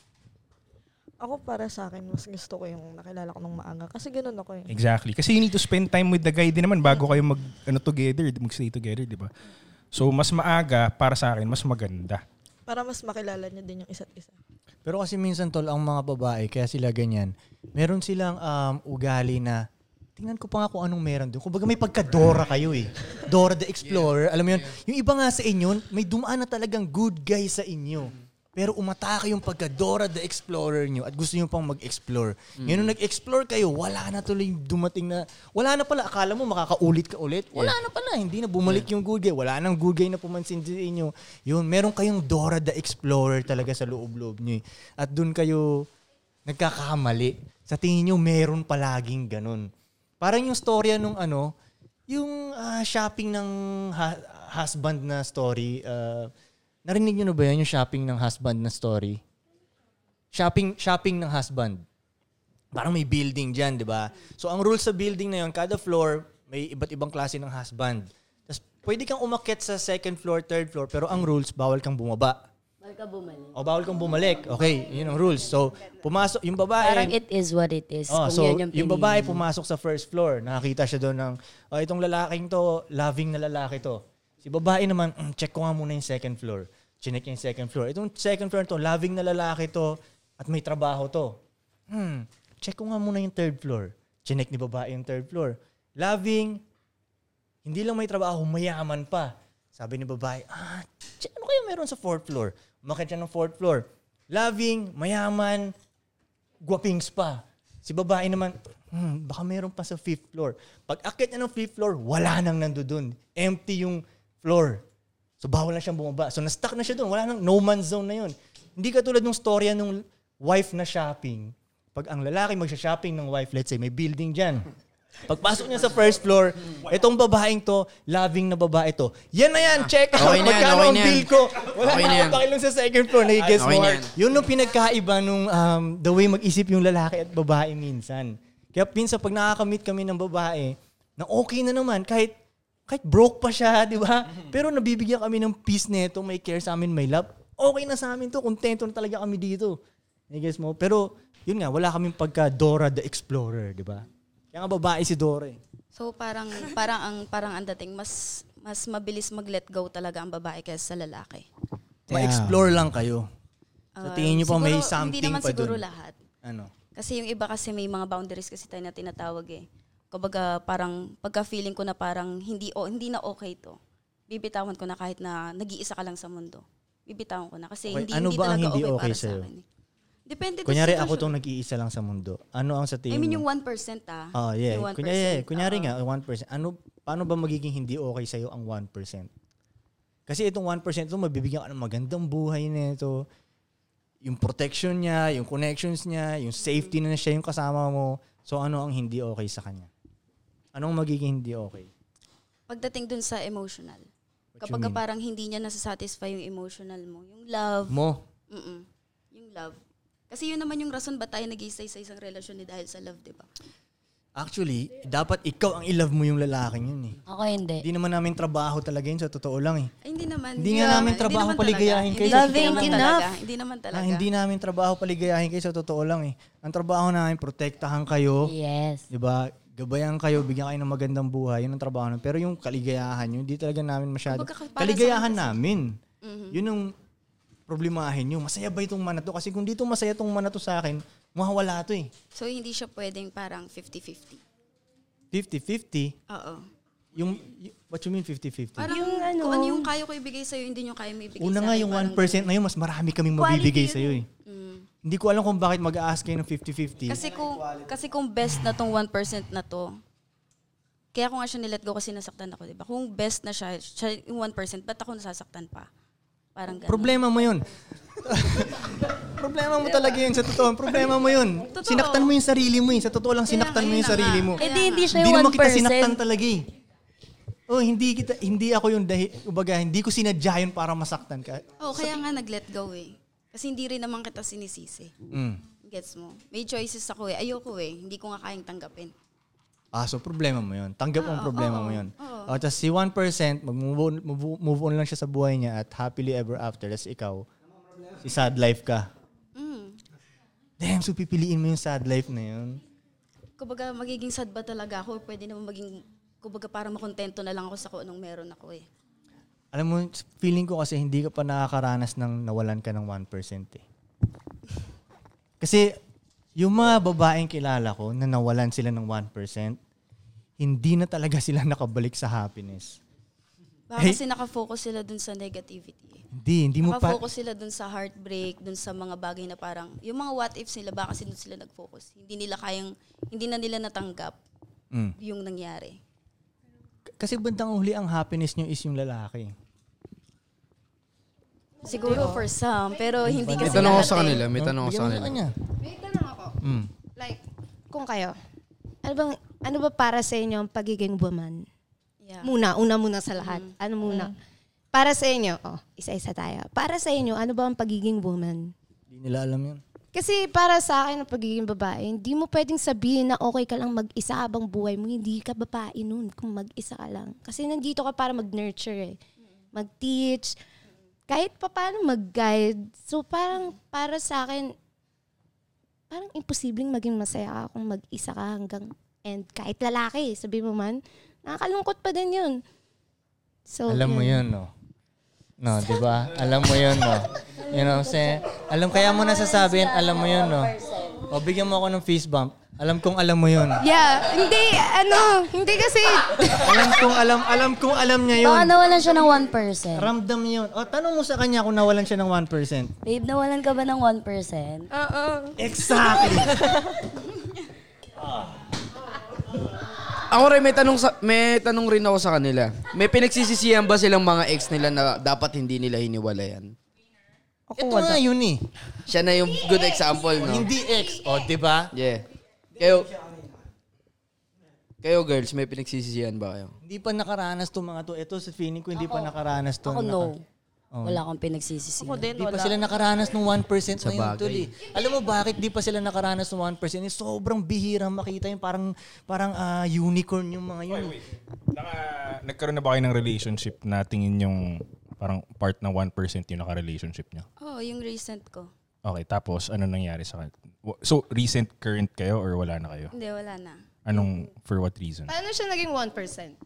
[SPEAKER 9] Ako para sa akin, mas gusto ko yung nakilala ko nung maaga. Kasi ganun ako eh.
[SPEAKER 2] Exactly. Kasi you need to spend time with the guy din naman bago kayo mag ano together, mag-stay together, 'di ba? So mas maaga para sa akin, mas maganda.
[SPEAKER 9] Para mas makilala niya din yung isa't isa.
[SPEAKER 4] Pero kasi minsan tol ang mga babae kaya sila ganyan. Meron silang um, ugali na tingnan ko pa nga kung anong meron doon. Kumbaga may pagka-Dora kayo eh. Dora the Explorer, alam mo yun. Yung iba nga sa inyo, may dumaan na talagang good guy sa inyo. Pero umatake yung pagka-Dora the Explorer nyo at gusto nyo pang mag-explore.
[SPEAKER 3] Mm.
[SPEAKER 4] Ngayon nung nag-explore kayo, wala na tuloy yung dumating na, wala na pala, akala mo makakaulit ka ulit. Wala na pala, hindi na bumalik yung good guy. Wala nang good guy na pumansin sa inyo. Yun, meron kayong Dora the Explorer talaga sa loob-loob nyo eh. At doon kayo nagkakamali. Sa tingin nyo, meron palaging ganun. Parang yung storya nung ano, yung ah, shopping ng ha- husband na story, ah, narinig nyo na ba yun yung shopping ng husband na story? Shopping, shopping ng husband. Parang may building dyan, di ba? So ang rules sa building na yun, kada floor, may iba't ibang klase ng husband. Tapos pwede kang umakyat sa second floor, third floor, pero ang rules, bawal kang bumaba.
[SPEAKER 8] Bawal ka bumalik.
[SPEAKER 4] O bawal kang bumalik. Okay, yun ang rules. So, pumasok yung babae.
[SPEAKER 8] Parang it is what it is.
[SPEAKER 4] Oh,
[SPEAKER 8] kung
[SPEAKER 4] so,
[SPEAKER 8] yun yung,
[SPEAKER 4] yung, babae pumasok sa first floor. Nakakita siya doon ng, oh, itong lalaking to, loving na lalaki to. Si babae naman, "Mm, check ko nga muna yung second floor. Chinek niya yung second floor. Itong second floor to, loving na lalaki to, at may trabaho to. Hmm, check ko nga muna yung third floor. Chinek ni babae yung third floor. Loving, hindi lang may trabaho, mayaman pa. Sabi ni babae, ah, ch- ano kaya meron sa fourth floor? Umakit siya ng fourth floor. Loving, mayaman, guwapings pa. Si babae naman, hmm, baka meron pa sa fifth floor. Pag akit niya ng fifth floor, wala nang nandoon. Empty yung floor. So bawal na siyang bumaba. So na-stuck na siya doon. Wala nang no man's zone na yun. Hindi katulad nung storya nung wife na shopping. Pag ang lalaki magsha-shopping ng wife, let's say, may building dyan. Pagpasok niya sa first floor, itong babaeng to, loving na babae to. Yan na yan, check out.
[SPEAKER 3] Okay na yan,
[SPEAKER 4] Magkano
[SPEAKER 3] okay na
[SPEAKER 4] ang
[SPEAKER 3] yan.
[SPEAKER 4] bill ko? Wala
[SPEAKER 3] Okay
[SPEAKER 4] na
[SPEAKER 3] na
[SPEAKER 4] akong
[SPEAKER 3] yan.
[SPEAKER 4] pakialam sa second floor. Nai-guess
[SPEAKER 3] Okay
[SPEAKER 4] mo.
[SPEAKER 3] na
[SPEAKER 4] Art. Yun yung pinagkaiba nung um, the way mag-isip yung lalaki at babae minsan. Kaya minsan pag nakakamit kami ng babae, na okay na naman, kahit kahit broke pa siya, di ba?
[SPEAKER 3] Mm-hmm.
[SPEAKER 4] Pero nabibigyan kami ng peace nito, may care sa amin, may love. Okay na sa amin to, kontento na talaga kami dito. Nai-guess mo? Pero yun nga, wala kaming pagka Dora the Explorer, di ba? Kaya nga babae si Dora eh.
[SPEAKER 7] So parang parang ang parang ang dating mas mas mabilis mag-let go talaga ang babae kaysa sa lalaki.
[SPEAKER 4] Ma-explore lang kayo. Sa
[SPEAKER 7] Ah,
[SPEAKER 4] tingin niyo pa may
[SPEAKER 7] siguro,
[SPEAKER 4] something
[SPEAKER 7] Hindi naman
[SPEAKER 4] pa
[SPEAKER 7] siguro
[SPEAKER 4] dun.
[SPEAKER 7] lahat.
[SPEAKER 4] Ano?
[SPEAKER 7] Kasi yung iba kasi may mga boundaries kasi tayo na tinatawag eh. Kumbaga parang pagka feeling ko na parang hindi o hindi na okay to. Bibitawan ko na kahit na nag-iisa ka lang sa mundo. Bibitawan ko na kasi
[SPEAKER 4] Okay,
[SPEAKER 7] hindi
[SPEAKER 4] ano
[SPEAKER 7] hindi
[SPEAKER 4] ba ang
[SPEAKER 7] talaga
[SPEAKER 4] hindi
[SPEAKER 7] okay,
[SPEAKER 4] okay
[SPEAKER 7] para sa
[SPEAKER 4] sa'yo?
[SPEAKER 7] akin. eh. Depende din sa
[SPEAKER 4] Kunyari
[SPEAKER 7] sitwasyon.
[SPEAKER 4] ako tong nag-iisa lang sa mundo. Ano ang sa
[SPEAKER 7] I
[SPEAKER 4] tingin
[SPEAKER 7] mean
[SPEAKER 4] mo?
[SPEAKER 7] yung 1% ah.
[SPEAKER 4] Oh, yeah.
[SPEAKER 7] Yung 1%.
[SPEAKER 4] Kunyari, yeah, kunyari nga, 1%. Ano, paano ba magiging hindi okay sa'yo ang 1%? Kasi itong 1% ito, mabibigyan ka ng magandang buhay nito. Yung protection niya, yung connections niya, yung safety na siya yung kasama mo. So ano ang hindi okay sa kanya? Anong magiging hindi okay?
[SPEAKER 7] Pagdating dun sa emotional.
[SPEAKER 4] you
[SPEAKER 7] Kapag ka
[SPEAKER 4] mean?
[SPEAKER 7] parang hindi niya nasasatisfy yung emotional mo, yung love.
[SPEAKER 4] Mo?
[SPEAKER 7] Mm-mm. Yung love. Kasi yun naman yung rason ba tayo nag-iisa sa isang relasyon ni dahil sa love, di ba?
[SPEAKER 4] Actually, dapat ikaw ang ilove mo yung lalaking yun eh.
[SPEAKER 7] Ako hindi.
[SPEAKER 4] Hindi naman namin trabaho talaga yun sa totoo lang eh.
[SPEAKER 7] Ay, hindi naman.
[SPEAKER 4] Hindi nga namin trabaho
[SPEAKER 7] naman
[SPEAKER 4] paligayahin
[SPEAKER 7] talaga.
[SPEAKER 4] kayo.
[SPEAKER 7] Hindi-
[SPEAKER 4] Loving
[SPEAKER 7] hindi naman
[SPEAKER 4] enough.
[SPEAKER 7] Talaga. Hindi naman
[SPEAKER 4] Na
[SPEAKER 7] talaga.
[SPEAKER 4] Ah, hindi namin trabaho paligayahin kayo sa totoo lang eh. Ang trabaho namin, protektahan kayo. Yes. Di ba? Gabayan kayo, bigyan kayo ng magandang buhay. Yun ang trabaho namin. Pero yung kaligayahan yun, hindi talaga namin masyado.
[SPEAKER 3] Kumbaga, para sa
[SPEAKER 4] Kaligayahan
[SPEAKER 3] akin kasi-
[SPEAKER 4] namin.
[SPEAKER 7] Mm-hmm.
[SPEAKER 3] Mhm.
[SPEAKER 4] Yun ang problemahin nyo. Masaya ba itong manato? Kasi kung dito masaya itong manato sa akin, mawawala to eh.
[SPEAKER 7] So, hindi siya pwedeng parang 50-50.
[SPEAKER 4] 50-50.
[SPEAKER 7] Oo.
[SPEAKER 4] Yung, y- what you mean 50-50?
[SPEAKER 7] Parang yung, kung ano yung kaya ko ibigay sa'yo, hindi yung kaya mo ibigay
[SPEAKER 4] Una
[SPEAKER 7] sa
[SPEAKER 4] nga
[SPEAKER 7] akin.
[SPEAKER 4] yung
[SPEAKER 7] Parang
[SPEAKER 4] 1% na yun, mas marami kaming
[SPEAKER 7] Quality
[SPEAKER 4] mabibigay
[SPEAKER 7] yun
[SPEAKER 4] sa iyo eh.
[SPEAKER 7] Mm.
[SPEAKER 4] Hindi ko alam kung bakit mag-a-ask kayo ng 50-50.
[SPEAKER 7] Kasi kung kasi kung best na tong 1% na to, kaya ko nga siya nilet go kasi nasaktan ako, di ba? Kung best na siya, siya yung 1%, ba't ako nasasaktan pa? Parang ganun.
[SPEAKER 4] Problema mo yun. Problema mo
[SPEAKER 7] Diba?
[SPEAKER 4] talaga yun. Sa totoo, problema mo yun. Sinaktan mo yung sarili mo eh. Sa totoo lang, sinaktan mo yung sarili mo.
[SPEAKER 3] Eh, di, hindi siya
[SPEAKER 4] Hindi
[SPEAKER 3] yung
[SPEAKER 4] naman kita
[SPEAKER 3] 1%.
[SPEAKER 4] sinaktan talaga eh. Oh, hindi kita hindi ako yung dahil ubaga, hindi ko sinadya yun para masaktan ka.
[SPEAKER 7] Oo, Oh, kaya nga nag-let go eh. Kasi hindi rin naman kita sinisisi.
[SPEAKER 4] Mm.
[SPEAKER 7] Gets mo? May choices ako eh. Ayoko eh. Hindi ko nga kayang tanggapin.
[SPEAKER 4] Ah, so problema mo yun. Tanggap mo ang
[SPEAKER 7] Oo,
[SPEAKER 4] problema
[SPEAKER 7] Ah, oo,
[SPEAKER 4] mo yun.
[SPEAKER 7] oo.
[SPEAKER 4] Oh, tapos si 1%, mag-move on, move, move on lang siya sa buhay niya at happily ever after. Tapos ikaw, si sad life ka.
[SPEAKER 7] Mm.
[SPEAKER 4] Damn, so pipiliin mo yung sad life na yun.
[SPEAKER 7] Kumbaga, magiging sad ba talaga ako? Or pwede naman maging, kumbaga, parang makontento na lang ako sa kung anong meron ako eh.
[SPEAKER 4] Alam mo, feeling ko kasi hindi ka pa nakakaranas ng nawalan ka ng 1% eh. Kasi yung mga babaeng kilala ko na nawalan sila ng 1%, hindi na talaga sila nakabalik sa happiness.
[SPEAKER 7] Baka
[SPEAKER 4] Hey.
[SPEAKER 7] kasi nakafocus sila dun sa negativity.
[SPEAKER 4] Hindi, hindi mo pa...
[SPEAKER 7] Nakafocus sila dun sa heartbreak, dun sa mga bagay na parang, yung mga what ifs nila, baka kasi dun sila nag-focus. Hindi nila kayang, hindi na nila natanggap
[SPEAKER 4] Mm.
[SPEAKER 7] yung nangyari.
[SPEAKER 4] Kasi bandang huli ang happiness nyo is yung lalaki.
[SPEAKER 7] Siguro for some, pero
[SPEAKER 3] May
[SPEAKER 7] hindi kasi
[SPEAKER 3] tanong ako
[SPEAKER 7] lahat
[SPEAKER 3] sa
[SPEAKER 7] eh.
[SPEAKER 3] kanila. May tanong ako sa
[SPEAKER 4] Bigyan mo
[SPEAKER 3] kanila.
[SPEAKER 4] sa kanya.
[SPEAKER 6] May tanong ako.
[SPEAKER 3] Mm.
[SPEAKER 6] Like, kung kayo, ano bang ano ba para sa inyo ang pagiging woman?
[SPEAKER 7] Yeah.
[SPEAKER 6] Muna, una muna sa lahat. Ano muna? Para sa inyo, oh, isa-isa tayo. Para sa inyo, ano ba ang pagiging woman?
[SPEAKER 4] Hindi nila alam yun.
[SPEAKER 6] Kasi para sa akin ang pagiging babae, hindi mo pwedeng sabihin na okay ka lang mag-isa habang buhay mo. Hindi ka babae nun kung mag-isa ka lang. Kasi nandito ka para mag-nurture eh. Mag-teach. Kahit pa paano mag-guide. So parang para sa akin, parang imposibleng maging masaya ka kung mag-isa ka hanggang end. Kahit lalaki, sabi mo man, nakakalungkot pa din yun. So,
[SPEAKER 4] Alam mo yun, no? No, di ba? Alam mo yun, no? You know what I'm saying? Alam kaya mo nasasabi yan, alam mo yun, no? O, bigyan mo ako ng fist bump. Alam kong alam mo yun.
[SPEAKER 6] Yeah, hindi, ano, hindi kasi...
[SPEAKER 4] alam kong alam, alam kong alam niya yun.
[SPEAKER 8] Baka nawalan siya ng 1%.
[SPEAKER 4] Ramdam yun. O, tanong mo sa kanya kung nawalan siya ng 1%.
[SPEAKER 8] Babe, nawalan ka ba ng 1%?
[SPEAKER 6] Oo.
[SPEAKER 4] Exactly.
[SPEAKER 3] Ako rin, may tanong, sa, may tanong rin ako sa kanila. May pinagsisisihan ba silang mga ex nila na dapat hindi nila hiniwalayan?
[SPEAKER 4] Ako Ito nga yun eh.
[SPEAKER 3] Siya na yung good example, no?
[SPEAKER 4] Hindi ex. O, di ba?
[SPEAKER 3] Yeah. Kayo, Kayo girls, may pinagsisisihan ba kayo?
[SPEAKER 4] Hindi pa nakaranas to mga to. Ito sa feeling ko, hindi pa
[SPEAKER 8] Ako-
[SPEAKER 4] nakaranas to.
[SPEAKER 8] ako
[SPEAKER 4] Naka-
[SPEAKER 8] no.
[SPEAKER 4] Oh.
[SPEAKER 8] Wala akong pinagsisisi.
[SPEAKER 4] Ako din, Di pa wala. sila nakaranas ng 1%
[SPEAKER 8] Sa
[SPEAKER 4] sa ngayon,
[SPEAKER 8] bagay.
[SPEAKER 4] tol. eh. Alam mo bakit di pa sila nakaranas ng 1%? Eh, sobrang bihira makita yung parang, parang ah, unicorn yung mga yun.
[SPEAKER 2] Ah, Nagkaroon na ba kayo ng relationship na tingin yung parang part na 1% yung naka-relationship niya?
[SPEAKER 7] Oo, oh, yung recent ko.
[SPEAKER 2] Okay, tapos ano nangyari sa kan- wa- So, recent current kayo or wala na kayo?
[SPEAKER 7] Hindi, wala na.
[SPEAKER 2] Anong, for what reason?
[SPEAKER 6] Paano siya naging 1%?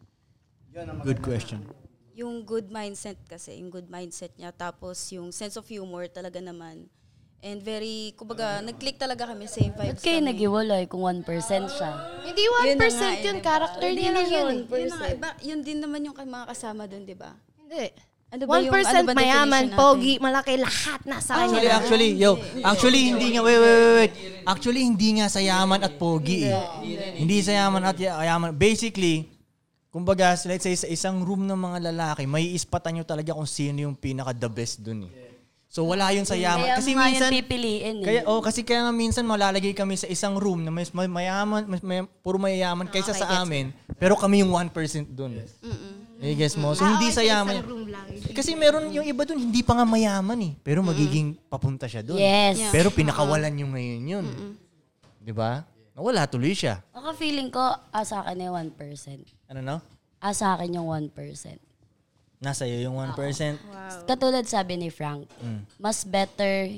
[SPEAKER 4] Good question.
[SPEAKER 7] Yung good mindset kasi, yung good mindset niya. Tapos yung sense of humor talaga naman. And very, kumbaga, nag-click talaga kami, same
[SPEAKER 8] Ba't
[SPEAKER 7] vibes
[SPEAKER 8] kayo
[SPEAKER 7] kami.
[SPEAKER 8] nag-iwalay kung 1% siya?
[SPEAKER 6] Hindi 1%
[SPEAKER 7] Yun
[SPEAKER 6] yun,
[SPEAKER 7] na nga eh,
[SPEAKER 6] yun
[SPEAKER 7] diba?
[SPEAKER 6] character
[SPEAKER 7] Hindi
[SPEAKER 6] niya
[SPEAKER 7] lang
[SPEAKER 6] lang yun. eh.
[SPEAKER 7] Yun, na nga, iba, yun din naman yung kay mga kasama dun, di ba?
[SPEAKER 6] Hindi.
[SPEAKER 7] Ano
[SPEAKER 6] 1%
[SPEAKER 7] ba
[SPEAKER 6] mayaman,
[SPEAKER 7] definition natin?
[SPEAKER 6] pogi, malaki, lahat nasa kanya.
[SPEAKER 4] Actually,
[SPEAKER 6] na.
[SPEAKER 4] actually, yo, actually, hindi nga, wait, wait, wait, wait. Actually, hindi nga sa yaman at pogi eh. Hindi sa yaman at ya- yaman. Basically, kumbaga, let's say, sa isang room ng mga lalaki, may ispatan nyo talaga kung sino yung pinaka-the best dun eh. So, wala yun sa yaman.
[SPEAKER 8] Kaya
[SPEAKER 4] kasi
[SPEAKER 8] mo nga
[SPEAKER 4] minsan,
[SPEAKER 8] yun pipiliin eh.
[SPEAKER 4] Kaya, oh, kasi kaya nga minsan malalagay kami sa isang room na mas may mayaman, mas may, puro mayayaman
[SPEAKER 8] Ah,
[SPEAKER 4] kaysa
[SPEAKER 8] Okay,
[SPEAKER 4] sa
[SPEAKER 8] gets
[SPEAKER 4] amin, pero kami yung 1% dun. Eh, guess mo?
[SPEAKER 8] Ah,
[SPEAKER 4] So, hindi sa yaman. Kasi meron yung iba dun, hindi pa nga mayaman eh. Pero magiging papunta siya dun.
[SPEAKER 8] Mm. Yes. Mm. Yeah.
[SPEAKER 4] Pero pinakawalan nyo ngayon yun. Di ba? Nawala tuloy siya.
[SPEAKER 8] Ako feeling ko, ah, sa akin na yung 1%.
[SPEAKER 4] Ano no?
[SPEAKER 8] Ah, sa akin yung 1%.
[SPEAKER 4] Nasa iyo yung 1%.
[SPEAKER 8] Ah, Katulad sabi ni Frank,
[SPEAKER 4] Mm.
[SPEAKER 8] mas better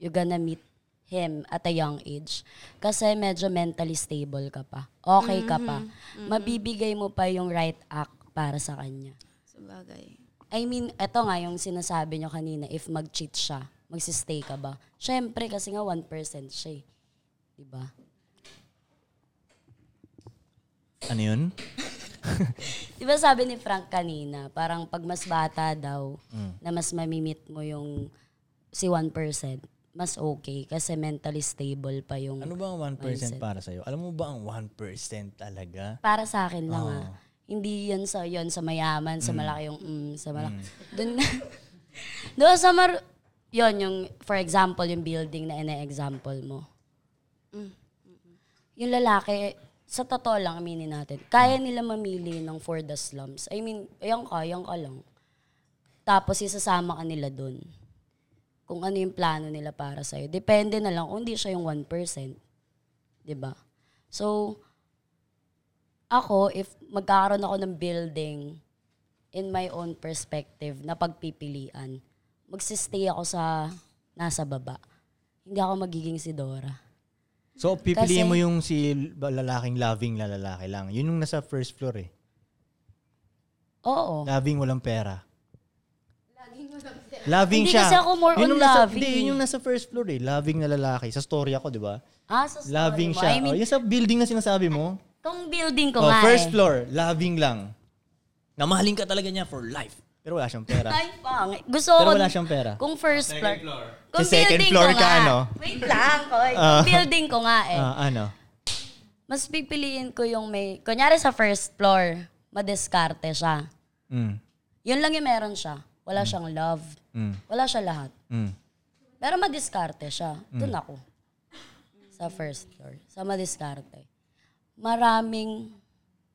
[SPEAKER 8] you gonna meet him at a young age. Kasi medyo mentally stable ka pa. Okay ka pa.
[SPEAKER 7] Mhm. Mhm.
[SPEAKER 8] Mabibigay mo pa yung right act para sa kanya.
[SPEAKER 7] Sabagay.
[SPEAKER 8] I mean, eto nga yung sinasabi nyo kanina, if mag-cheat siya, magsistay ka ba? Siyempre, kasi nga 1% siya eh. Diba?
[SPEAKER 4] Ano yun?
[SPEAKER 8] Diba sabi ni Frank kanina, parang pag mas bata daw,
[SPEAKER 4] Mm.
[SPEAKER 8] na mas mamimit mo yung si 1%, mas okay kasi mentally stable pa yung
[SPEAKER 4] Ano ba ang 1%
[SPEAKER 8] mindset.
[SPEAKER 4] para sa'yo? Alam mo ba ang 1% talaga?
[SPEAKER 8] Para sa akin lang
[SPEAKER 4] Oo.
[SPEAKER 8] ah. Hindi yan sa yon sa mayaman, sa
[SPEAKER 4] Mm.
[SPEAKER 8] malaki yung mm, sa malaki.
[SPEAKER 4] Mm.
[SPEAKER 8] Doon doon sa mar yon yung for example yung building na ina-example mo.
[SPEAKER 7] Mm.
[SPEAKER 8] Yung lalaki sa totoo lang aminin natin, kaya nila mamili ng for the slums. I mean, ayang ka, ayang ka lang. Tapos isasama ka nila doon. Kung ano yung plano nila para sa'yo. Depende na lang kung hindi siya yung 1%. 'Di ba? So, ako, if magkakaroon ako ng building in my own perspective na pagpipilian, magsistay ako sa nasa baba. Hindi ako magiging si Dora.
[SPEAKER 4] So,
[SPEAKER 8] Kasi-
[SPEAKER 4] pipiliin mo yung si lalaking loving na lalaki lang. Yun yung nasa first floor eh.
[SPEAKER 8] Oo.
[SPEAKER 4] Loving, walang pera. Loving
[SPEAKER 8] Hindi
[SPEAKER 4] siya.
[SPEAKER 8] kasi ako more
[SPEAKER 4] Yun
[SPEAKER 8] on
[SPEAKER 4] yung nasa-
[SPEAKER 8] loving.
[SPEAKER 4] Hindi, yun yung nasa first floor eh. Loving na lalaki. Sa story ako, di ba?
[SPEAKER 8] Ah, sa story
[SPEAKER 4] Loving
[SPEAKER 8] mo.
[SPEAKER 4] siya.
[SPEAKER 8] I mean,
[SPEAKER 4] oh, yung sa building na sinasabi mo.
[SPEAKER 8] tong building ko
[SPEAKER 4] oh,
[SPEAKER 8] nga
[SPEAKER 4] first
[SPEAKER 8] eh.
[SPEAKER 4] floor, loving lang. Namahalin ka talaga niya for life. Pero wala siyang pera.
[SPEAKER 8] Ay, pang. Gusto
[SPEAKER 4] Pero
[SPEAKER 8] ko-
[SPEAKER 4] wala siyang pera.
[SPEAKER 8] Kung first floor. Kung
[SPEAKER 4] Sa second
[SPEAKER 8] building
[SPEAKER 4] floor
[SPEAKER 8] ko
[SPEAKER 4] ka,
[SPEAKER 8] nga.
[SPEAKER 4] no?
[SPEAKER 8] Wait lang, koy. Kung
[SPEAKER 4] Ah.
[SPEAKER 8] building ko nga eh.
[SPEAKER 4] Ah, ano?
[SPEAKER 8] Mas pipiliin ko yung may... Kunyari sa first floor, madiskarte siya.
[SPEAKER 4] Mm.
[SPEAKER 8] Yun lang yung meron siya.
[SPEAKER 4] Hmm.
[SPEAKER 8] Wala siyang love.
[SPEAKER 4] Mm.
[SPEAKER 8] Wala siya lahat.
[SPEAKER 4] Mm.
[SPEAKER 8] Pero madiskarte siya. Doon
[SPEAKER 4] Mm.
[SPEAKER 8] ako. Sa first floor. Sa madiskarte. Maraming,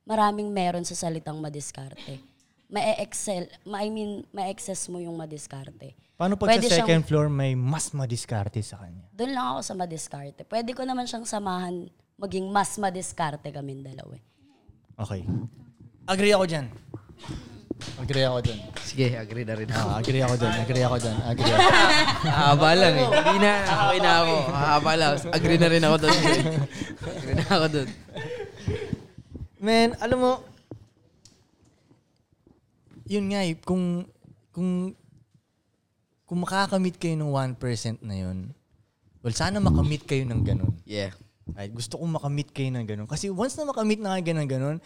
[SPEAKER 8] maraming meron sa salitang madiskarte. Ma-excel, ma- I mean, ma-excess mo yung madiskarte.
[SPEAKER 4] Paano pag
[SPEAKER 8] Pwede
[SPEAKER 4] sa
[SPEAKER 8] siyang-
[SPEAKER 4] second floor may mas madiskarte sa kanya?
[SPEAKER 8] Doon lang ako sa madiskarte. Pwede ko naman siyang samahan maging mas madiskarte kaming dalawa. eh.
[SPEAKER 4] Okay. Agree ako dyan. Agree ako dyan.
[SPEAKER 3] Sige, agree na rin
[SPEAKER 4] ako. Ah, agree ako dyan. Agree ako dyan. Agree ako.
[SPEAKER 3] Hahaba lang eh. Hindi na. Okay na ako. Hahaba lang. Agree na rin ako doon. agree na ako doon.
[SPEAKER 4] Man, alam mo, yun nga eh, kung, kung, kung makakamit kayo ng 1% na yun, well, sana makamit kayo ng ganun.
[SPEAKER 3] Yeah.
[SPEAKER 4] Right? Gusto kong makamit kayo ng ganun. Kasi once na makamit na kayo ng ganun,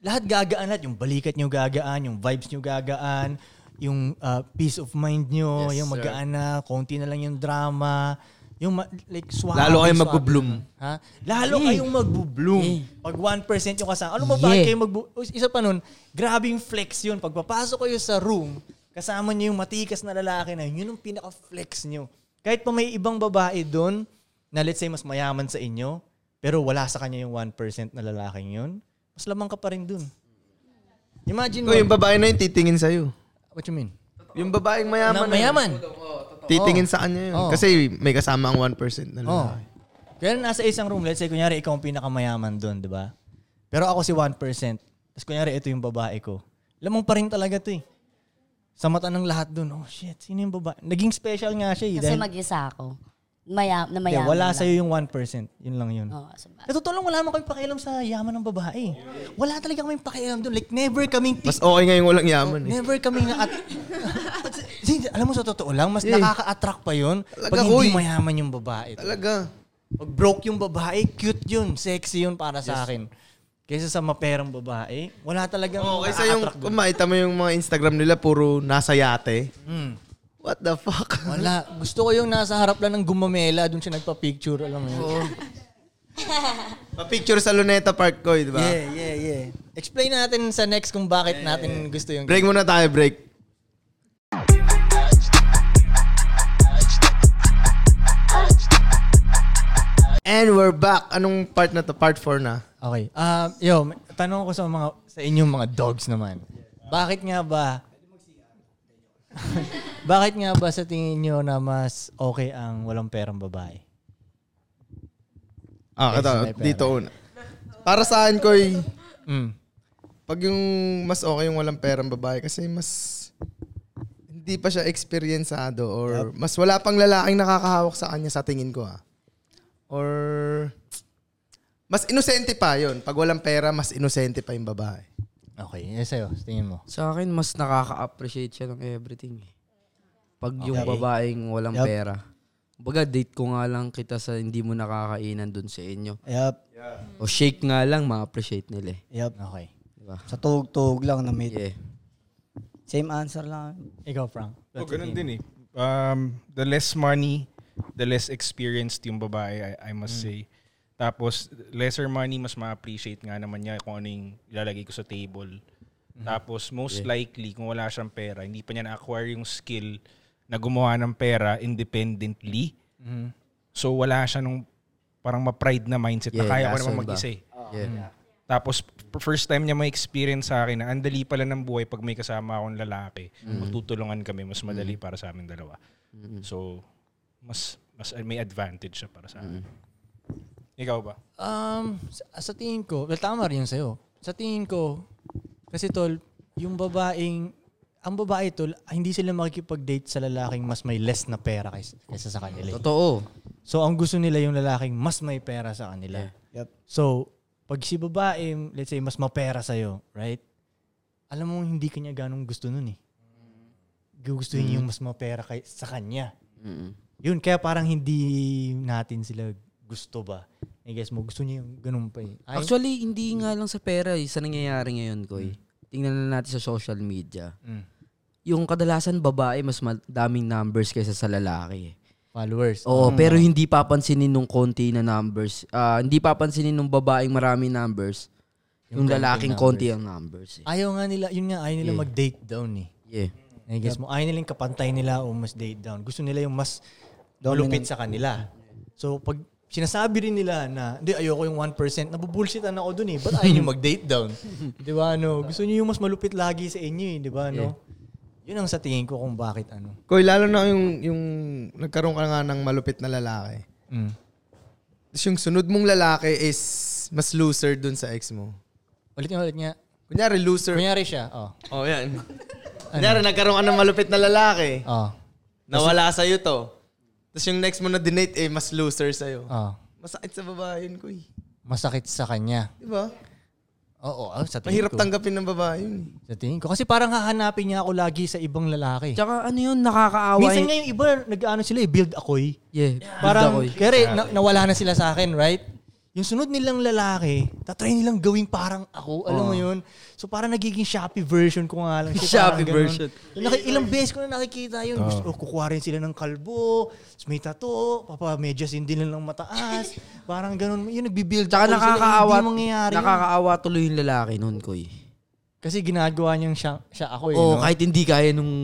[SPEAKER 4] lahat gagaan lahat. Yung balikat nyo gagaan, yung vibes nyo gagaan, yung uh, peace of mind nyo,
[SPEAKER 3] Yes,
[SPEAKER 4] yung
[SPEAKER 3] sir.
[SPEAKER 4] magaan na, konti na lang yung drama, yung ma- like suave.
[SPEAKER 3] Lalo kayong
[SPEAKER 4] suave
[SPEAKER 3] magbo-bloom.
[SPEAKER 4] lang. Ha? Lalo
[SPEAKER 3] Yeah.
[SPEAKER 4] kayong magbo-bloom.
[SPEAKER 3] Yeah.
[SPEAKER 4] Pag 1% yung kasama. Ano ba
[SPEAKER 3] Yeah.
[SPEAKER 4] bakit kayo magbo- Uy, Isa pa nun, grabing flex yun. Pag papasok kayo sa room, kasama niyo yung matikas na lalaki na yun, yun yung pinaka-flex niyo. Kahit pa may ibang babae doon, na let's say mas mayaman sa inyo, pero wala sa kanya yung 1% na lalaking yun, mas lamang ka pa rin dun. Imagine
[SPEAKER 1] No,
[SPEAKER 4] mo.
[SPEAKER 1] yung babae na yun titingin sa'yo.
[SPEAKER 4] What you mean?
[SPEAKER 1] Yung babaeng mayaman.
[SPEAKER 4] Na- mayaman.
[SPEAKER 1] na yun. Titingin sa kanya yun.
[SPEAKER 4] Oo.
[SPEAKER 1] Kasi may kasama ang 1% na
[SPEAKER 4] Oo.
[SPEAKER 1] lalaki.
[SPEAKER 4] Kaya nasa isang room, let's say, kunyari, ikaw ang pinakamayaman doon, di ba? Pero ako si 1%. Tapos kunyari, ito yung babae ko. Lamang pa rin talaga to eh. Sa mata ng lahat doon, oh shit, sino yung babae? Naging special nga siya eh.
[SPEAKER 8] Kasi mag-isa ako. Maya, na
[SPEAKER 4] Hindi,
[SPEAKER 8] mayaman
[SPEAKER 4] wala
[SPEAKER 8] lang.
[SPEAKER 4] sa'yo yung 1%. Yun lang yun.
[SPEAKER 8] Oo, so-
[SPEAKER 4] Sa totoo lang, wala naman kami pakialam sa yaman ng babae. eh? Wala talaga kami pakialam doon. Like, never kaming...
[SPEAKER 1] Mas okay nga yung walang yaman eh.
[SPEAKER 4] Never kaming na... Zin, alam mo sa totoo lang, mas
[SPEAKER 1] Yeah.
[SPEAKER 4] nakaka-attract pa yun pag
[SPEAKER 1] Eh. Talaga,
[SPEAKER 4] hindi
[SPEAKER 1] uy.
[SPEAKER 4] mayaman yung babae.
[SPEAKER 1] Talaga.
[SPEAKER 4] Pag broke yung babae, cute yun. Sexy yun para
[SPEAKER 1] Yes.
[SPEAKER 4] sa akin. Kaysa sa maperang babae, wala talagang
[SPEAKER 1] Oo, Oh, kaysa yung,
[SPEAKER 4] nakaka-attract
[SPEAKER 1] kung makita mo yung mga Instagram nila, puro nasa yate. What the fuck?
[SPEAKER 4] Hmm. Wala. Gusto ko yung nasa harap lang ng gumamela, doon siya nagpa-picture, alam mo yun.
[SPEAKER 1] Oh, Pa-picture sa Luneta Park ko, eh, di ba?
[SPEAKER 4] Yeah, yeah, yeah. Explain natin sa next kung bakit natin gusto yung...
[SPEAKER 1] Break muna tayo, break. And we're back. Anong part na to? Part 4 na.
[SPEAKER 4] Okay. Um, yo, may- tanong ko sa mga sa inyong mga dogs naman. Bakit nga ba Bakit nga ba sa tingin niyo na mas okay ang walang perang babae?
[SPEAKER 1] Ah,
[SPEAKER 4] Yes,
[SPEAKER 1] ito,
[SPEAKER 4] may pera.
[SPEAKER 1] dito una. Para saan ko y-
[SPEAKER 4] Mm.
[SPEAKER 1] Pag yung mas okay yung walang perang babae kasi mas hindi pa siya experienceado or mas wala pang lalaking nakakahawak sa kanya sa tingin ko ah. Or mas inosente pa yon. Pag walang pera, mas inosente pa yung babae.
[SPEAKER 4] Okay, yes sa'yo. Tingin mo.
[SPEAKER 3] Sa akin, mas nakaka-appreciate siya ng everything. eh. Pag yung
[SPEAKER 4] Okay.
[SPEAKER 3] babaeng walang
[SPEAKER 4] Yup.
[SPEAKER 3] pera. Baga, date ko nga lang kita sa hindi mo nakakainan dun sa inyo.
[SPEAKER 4] Yup.
[SPEAKER 3] O shake nga lang, ma-appreciate nila eh.
[SPEAKER 12] Yup.
[SPEAKER 4] Okay.
[SPEAKER 3] Diba?
[SPEAKER 12] Sa tuhog-tuhog lang na may...
[SPEAKER 3] Yeah.
[SPEAKER 12] Same answer lang.
[SPEAKER 4] Ikaw, Frank.
[SPEAKER 2] Oh, ganun din eh. Um, the less money, the less experienced yung babae, I, I must
[SPEAKER 4] Mm.
[SPEAKER 2] say. Tapos, lesser money, mas ma-appreciate nga naman niya kung ano yung ilalagay ko sa table. Tapos, most
[SPEAKER 4] Mm-hmm. Yeah.
[SPEAKER 2] likely, kung wala siyang pera, hindi pa niya na-acquire yung skill na gumawa ng pera uh, independently.
[SPEAKER 3] Mm-hmm.
[SPEAKER 4] Mhm.
[SPEAKER 2] So, wala siya nung parang ma-pride na mindset
[SPEAKER 3] Yeah,
[SPEAKER 2] na kaya ko
[SPEAKER 3] hustle
[SPEAKER 2] naman
[SPEAKER 3] ba?
[SPEAKER 2] mag-isa eh.
[SPEAKER 3] Yeah.
[SPEAKER 2] Mm. Tapos, p- first time niya may experience sa akin na andali pala ng buhay pag may kasama akong lalaki.
[SPEAKER 3] Mm.
[SPEAKER 2] Magtutulungan kami, mas madali
[SPEAKER 3] Mm-hmm.
[SPEAKER 2] para sa amin dalawa. So, mas mas may advantage siya para sa akin.
[SPEAKER 3] Mm-hmm.
[SPEAKER 2] Ikaw ba?
[SPEAKER 4] Um, sa, sa tingin ko, well, tama rin yun sa'yo. Sa tingin ko, kasi tol, yung babaeng, ang babae tol, hindi sila makikipag-date sa lalaking mas may less na pera kaysa, kaysa sa kanila. eh.
[SPEAKER 3] Totoo.
[SPEAKER 4] So, ang gusto nila yung lalaking mas may pera sa kanila.
[SPEAKER 12] Yup.
[SPEAKER 4] So, pag si babae, let's say, mas mapera sa'yo, right? Alam mo, hindi kanya ganong gusto nun eh. Gugustuhin niya yung mas mapera kay, sa kanya.
[SPEAKER 3] Mm.
[SPEAKER 4] Yun, kaya parang hindi natin sila gusto ba. I guess mo, gusto niya yung ganun pa eh. Ay-
[SPEAKER 3] Actually, hindi nga lang sa pera eh. Sa nangyayari ngayon, Koy. Tingnan na natin sa social media.
[SPEAKER 4] Mm.
[SPEAKER 3] Yung kadalasan babae, mas madaming numbers kaysa sa lalaki. eh.
[SPEAKER 4] Followers.
[SPEAKER 3] Oo,
[SPEAKER 4] Mm.
[SPEAKER 3] pero hindi papansinin nung konti na numbers. Ah, hindi papansinin nung babaeng marami numbers. Yung,
[SPEAKER 4] Yung konting
[SPEAKER 3] lalaking konti ang numbers. eh.
[SPEAKER 4] Ayaw nga nila, yun nga, ayaw nila
[SPEAKER 3] Yeah.
[SPEAKER 4] mag-date down eh.
[SPEAKER 3] Yeah.
[SPEAKER 4] I guess mo, ayaw nila yung kapantay nila o mas date down. Gusto nila yung mas malupit sa kanila. So, pag sinasabi rin nila na, hindi, ayoko yung 1%, nabubullshitan ako dun eh. Ba't ayaw nyo mag-date down? di ba, ano? Gusto nyo yung mas malupit lagi sa inyo eh, di ba, ano? Yun ang sa tingin ko kung bakit, ano.
[SPEAKER 1] Koy, lalo na yung, yung nagkaroon ka nga ng malupit na lalaki.
[SPEAKER 4] Mm.
[SPEAKER 1] Tapos yung sunod mong lalaki is mas loser dun sa ex mo.
[SPEAKER 4] Ulit nga, ulit nga.
[SPEAKER 1] Kunyari, loser.
[SPEAKER 4] Kunyari siya, oh.
[SPEAKER 1] Oh, yan. Kunyari, nagkaroon ka ng malupit na lalaki.
[SPEAKER 4] Oh.
[SPEAKER 1] Nawala sa'yo to. Tapos yung next mo na dinate, eh, mas loser sa'yo.
[SPEAKER 4] Oh.
[SPEAKER 1] Masakit sa babae yun, Koy.
[SPEAKER 4] Masakit sa kanya.
[SPEAKER 1] Di ba?
[SPEAKER 4] Oo, ah, sa tingin
[SPEAKER 1] Mahirap
[SPEAKER 4] ko.
[SPEAKER 1] tanggapin ng babae yun. eh.
[SPEAKER 4] Sa tingin ko. Kasi parang hahanapin niya ako lagi sa ibang lalaki.
[SPEAKER 3] Tsaka ano yun, nakakaawa.
[SPEAKER 4] Minsan
[SPEAKER 3] yun.
[SPEAKER 4] nga yung iba, nag-ano sila eh, build ako eh.
[SPEAKER 3] Yeah,
[SPEAKER 4] Parang,
[SPEAKER 3] ako eh.
[SPEAKER 4] kaya na, nawala na sila sa akin, right? Yung sunod nilang lalaki, tatry nilang gawing parang ako, alam
[SPEAKER 3] Oo.
[SPEAKER 4] mo
[SPEAKER 1] Oh.
[SPEAKER 4] yun? So parang nagiging Shopee version ko nga lang. siya,
[SPEAKER 3] Shopee
[SPEAKER 4] parang ganun.
[SPEAKER 3] version.
[SPEAKER 4] Naki- ilang beses ko na nakikita yun. Gusto, oh, kukuha rin sila ng kalbo, tapos may tato, papa medyas hindi lang ng mataas. parang ganun. Yun, nagbibuild
[SPEAKER 3] Tsaka
[SPEAKER 4] ako sila.
[SPEAKER 3] nakakaawa,
[SPEAKER 4] Hindi mangyayari yun.
[SPEAKER 3] nakakaawa tuloy yung lalaki nun, Koy.
[SPEAKER 4] Kasi ginagawa niyang siya, siya ako eh.
[SPEAKER 3] Oo,
[SPEAKER 4] no?
[SPEAKER 3] kahit hindi kaya nung